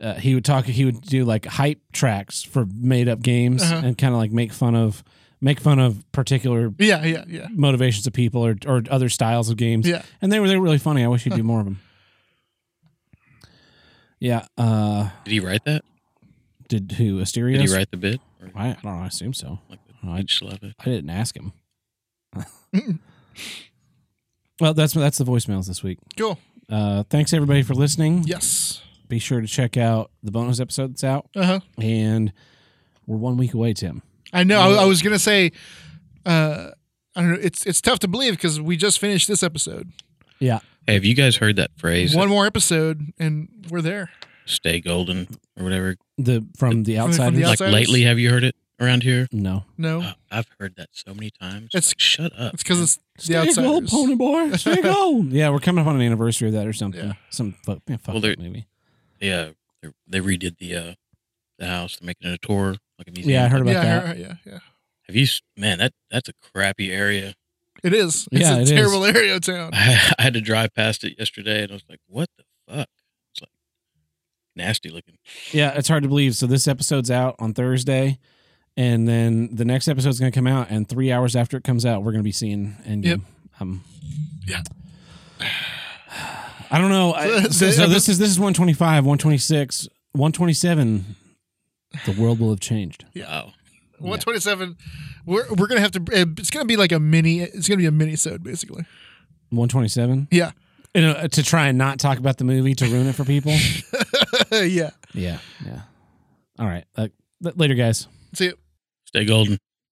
[SPEAKER 1] uh, he would talk he would do like hype tracks for made up games
[SPEAKER 2] Uh-huh.
[SPEAKER 1] and kind of like make fun of make fun of particular
[SPEAKER 2] Yeah. Yeah. Yeah.
[SPEAKER 1] motivations of people or, or other styles of games.
[SPEAKER 2] Yeah.
[SPEAKER 1] And they were they were really funny. I wish he'd do more of them. Yeah. Uh
[SPEAKER 3] Did he write that?
[SPEAKER 1] did who Asterios?
[SPEAKER 3] Did he write the bit? Or,
[SPEAKER 1] I, I don't know, I assume so.
[SPEAKER 3] like,
[SPEAKER 1] I,
[SPEAKER 3] I just love it.
[SPEAKER 1] I didn't ask him. Well, that's that's the voicemails this week.
[SPEAKER 2] Cool.
[SPEAKER 1] Uh, thanks everybody for listening.
[SPEAKER 2] Yes.
[SPEAKER 1] Be sure to check out the bonus episode that's out.
[SPEAKER 2] Uh-huh.
[SPEAKER 1] And we're one week away, Tim.
[SPEAKER 2] I know. I, I was gonna say, uh, I don't know. It's it's tough to believe because we just finished this episode.
[SPEAKER 1] Yeah.
[SPEAKER 3] Hey, have you guys heard that phrase? uh,
[SPEAKER 2] One more episode and we're there.
[SPEAKER 3] Stay golden or whatever.
[SPEAKER 1] The from the
[SPEAKER 2] From the- from
[SPEAKER 1] outside.
[SPEAKER 2] the
[SPEAKER 3] like
[SPEAKER 2] Outsiders?
[SPEAKER 3] lately, have you heard it around here?
[SPEAKER 1] No.
[SPEAKER 2] No,
[SPEAKER 3] Uh, I've heard that so many times.
[SPEAKER 2] Oh. It's-
[SPEAKER 3] Like, shut up.
[SPEAKER 2] it's because it's
[SPEAKER 1] Stay
[SPEAKER 2] the
[SPEAKER 1] gold,
[SPEAKER 2] outsiders.
[SPEAKER 1] pony boy. Stay gold. yeah, we're coming up on an anniversary of that or something.
[SPEAKER 2] Yeah.
[SPEAKER 1] Some fuck, man, fuck
[SPEAKER 3] Well, there-
[SPEAKER 1] maybe.
[SPEAKER 3] Yeah, they, uh, they redid the uh, the house. They're making it a tour, like a museum.
[SPEAKER 1] Yeah, I heard about
[SPEAKER 2] yeah,
[SPEAKER 1] that.
[SPEAKER 2] yeah, yeah, yeah.
[SPEAKER 3] Have you? s- Man, that that's a crappy area. [LAUGHS]
[SPEAKER 2] It is. It's
[SPEAKER 1] Yeah,
[SPEAKER 2] a
[SPEAKER 1] it is.
[SPEAKER 2] terrible area of town.
[SPEAKER 3] I, had to drive past it yesterday, and I was like, "What the fuck?" It's like nasty looking.
[SPEAKER 1] Yeah, it's hard to believe. So this episode's out on Thursday, and then the next episode's going to come out, and three hours after it comes out, we're going to be seeing Endgame.
[SPEAKER 2] Yep.
[SPEAKER 1] Um,
[SPEAKER 2] Yeah.
[SPEAKER 1] I don't know. I, so,
[SPEAKER 2] So-
[SPEAKER 1] so this is this is one twenty five, one twenty six, one twenty seven. The world will have changed.
[SPEAKER 3] Wow.
[SPEAKER 2] 127. We're we're gonna have to. eh, It's gonna be like a mini. It's gonna be a mini sode basically.
[SPEAKER 1] One twenty seven.
[SPEAKER 2] Yeah. [LAUGHS]
[SPEAKER 1] You know, to try and not talk about the movie to ruin it for
[SPEAKER 2] [LAUGHS]
[SPEAKER 1] people.
[SPEAKER 2] yeah.
[SPEAKER 1] yeah. Yeah. All right. Uh, l- later, guys.
[SPEAKER 2] See. ya.
[SPEAKER 3] Stay golden.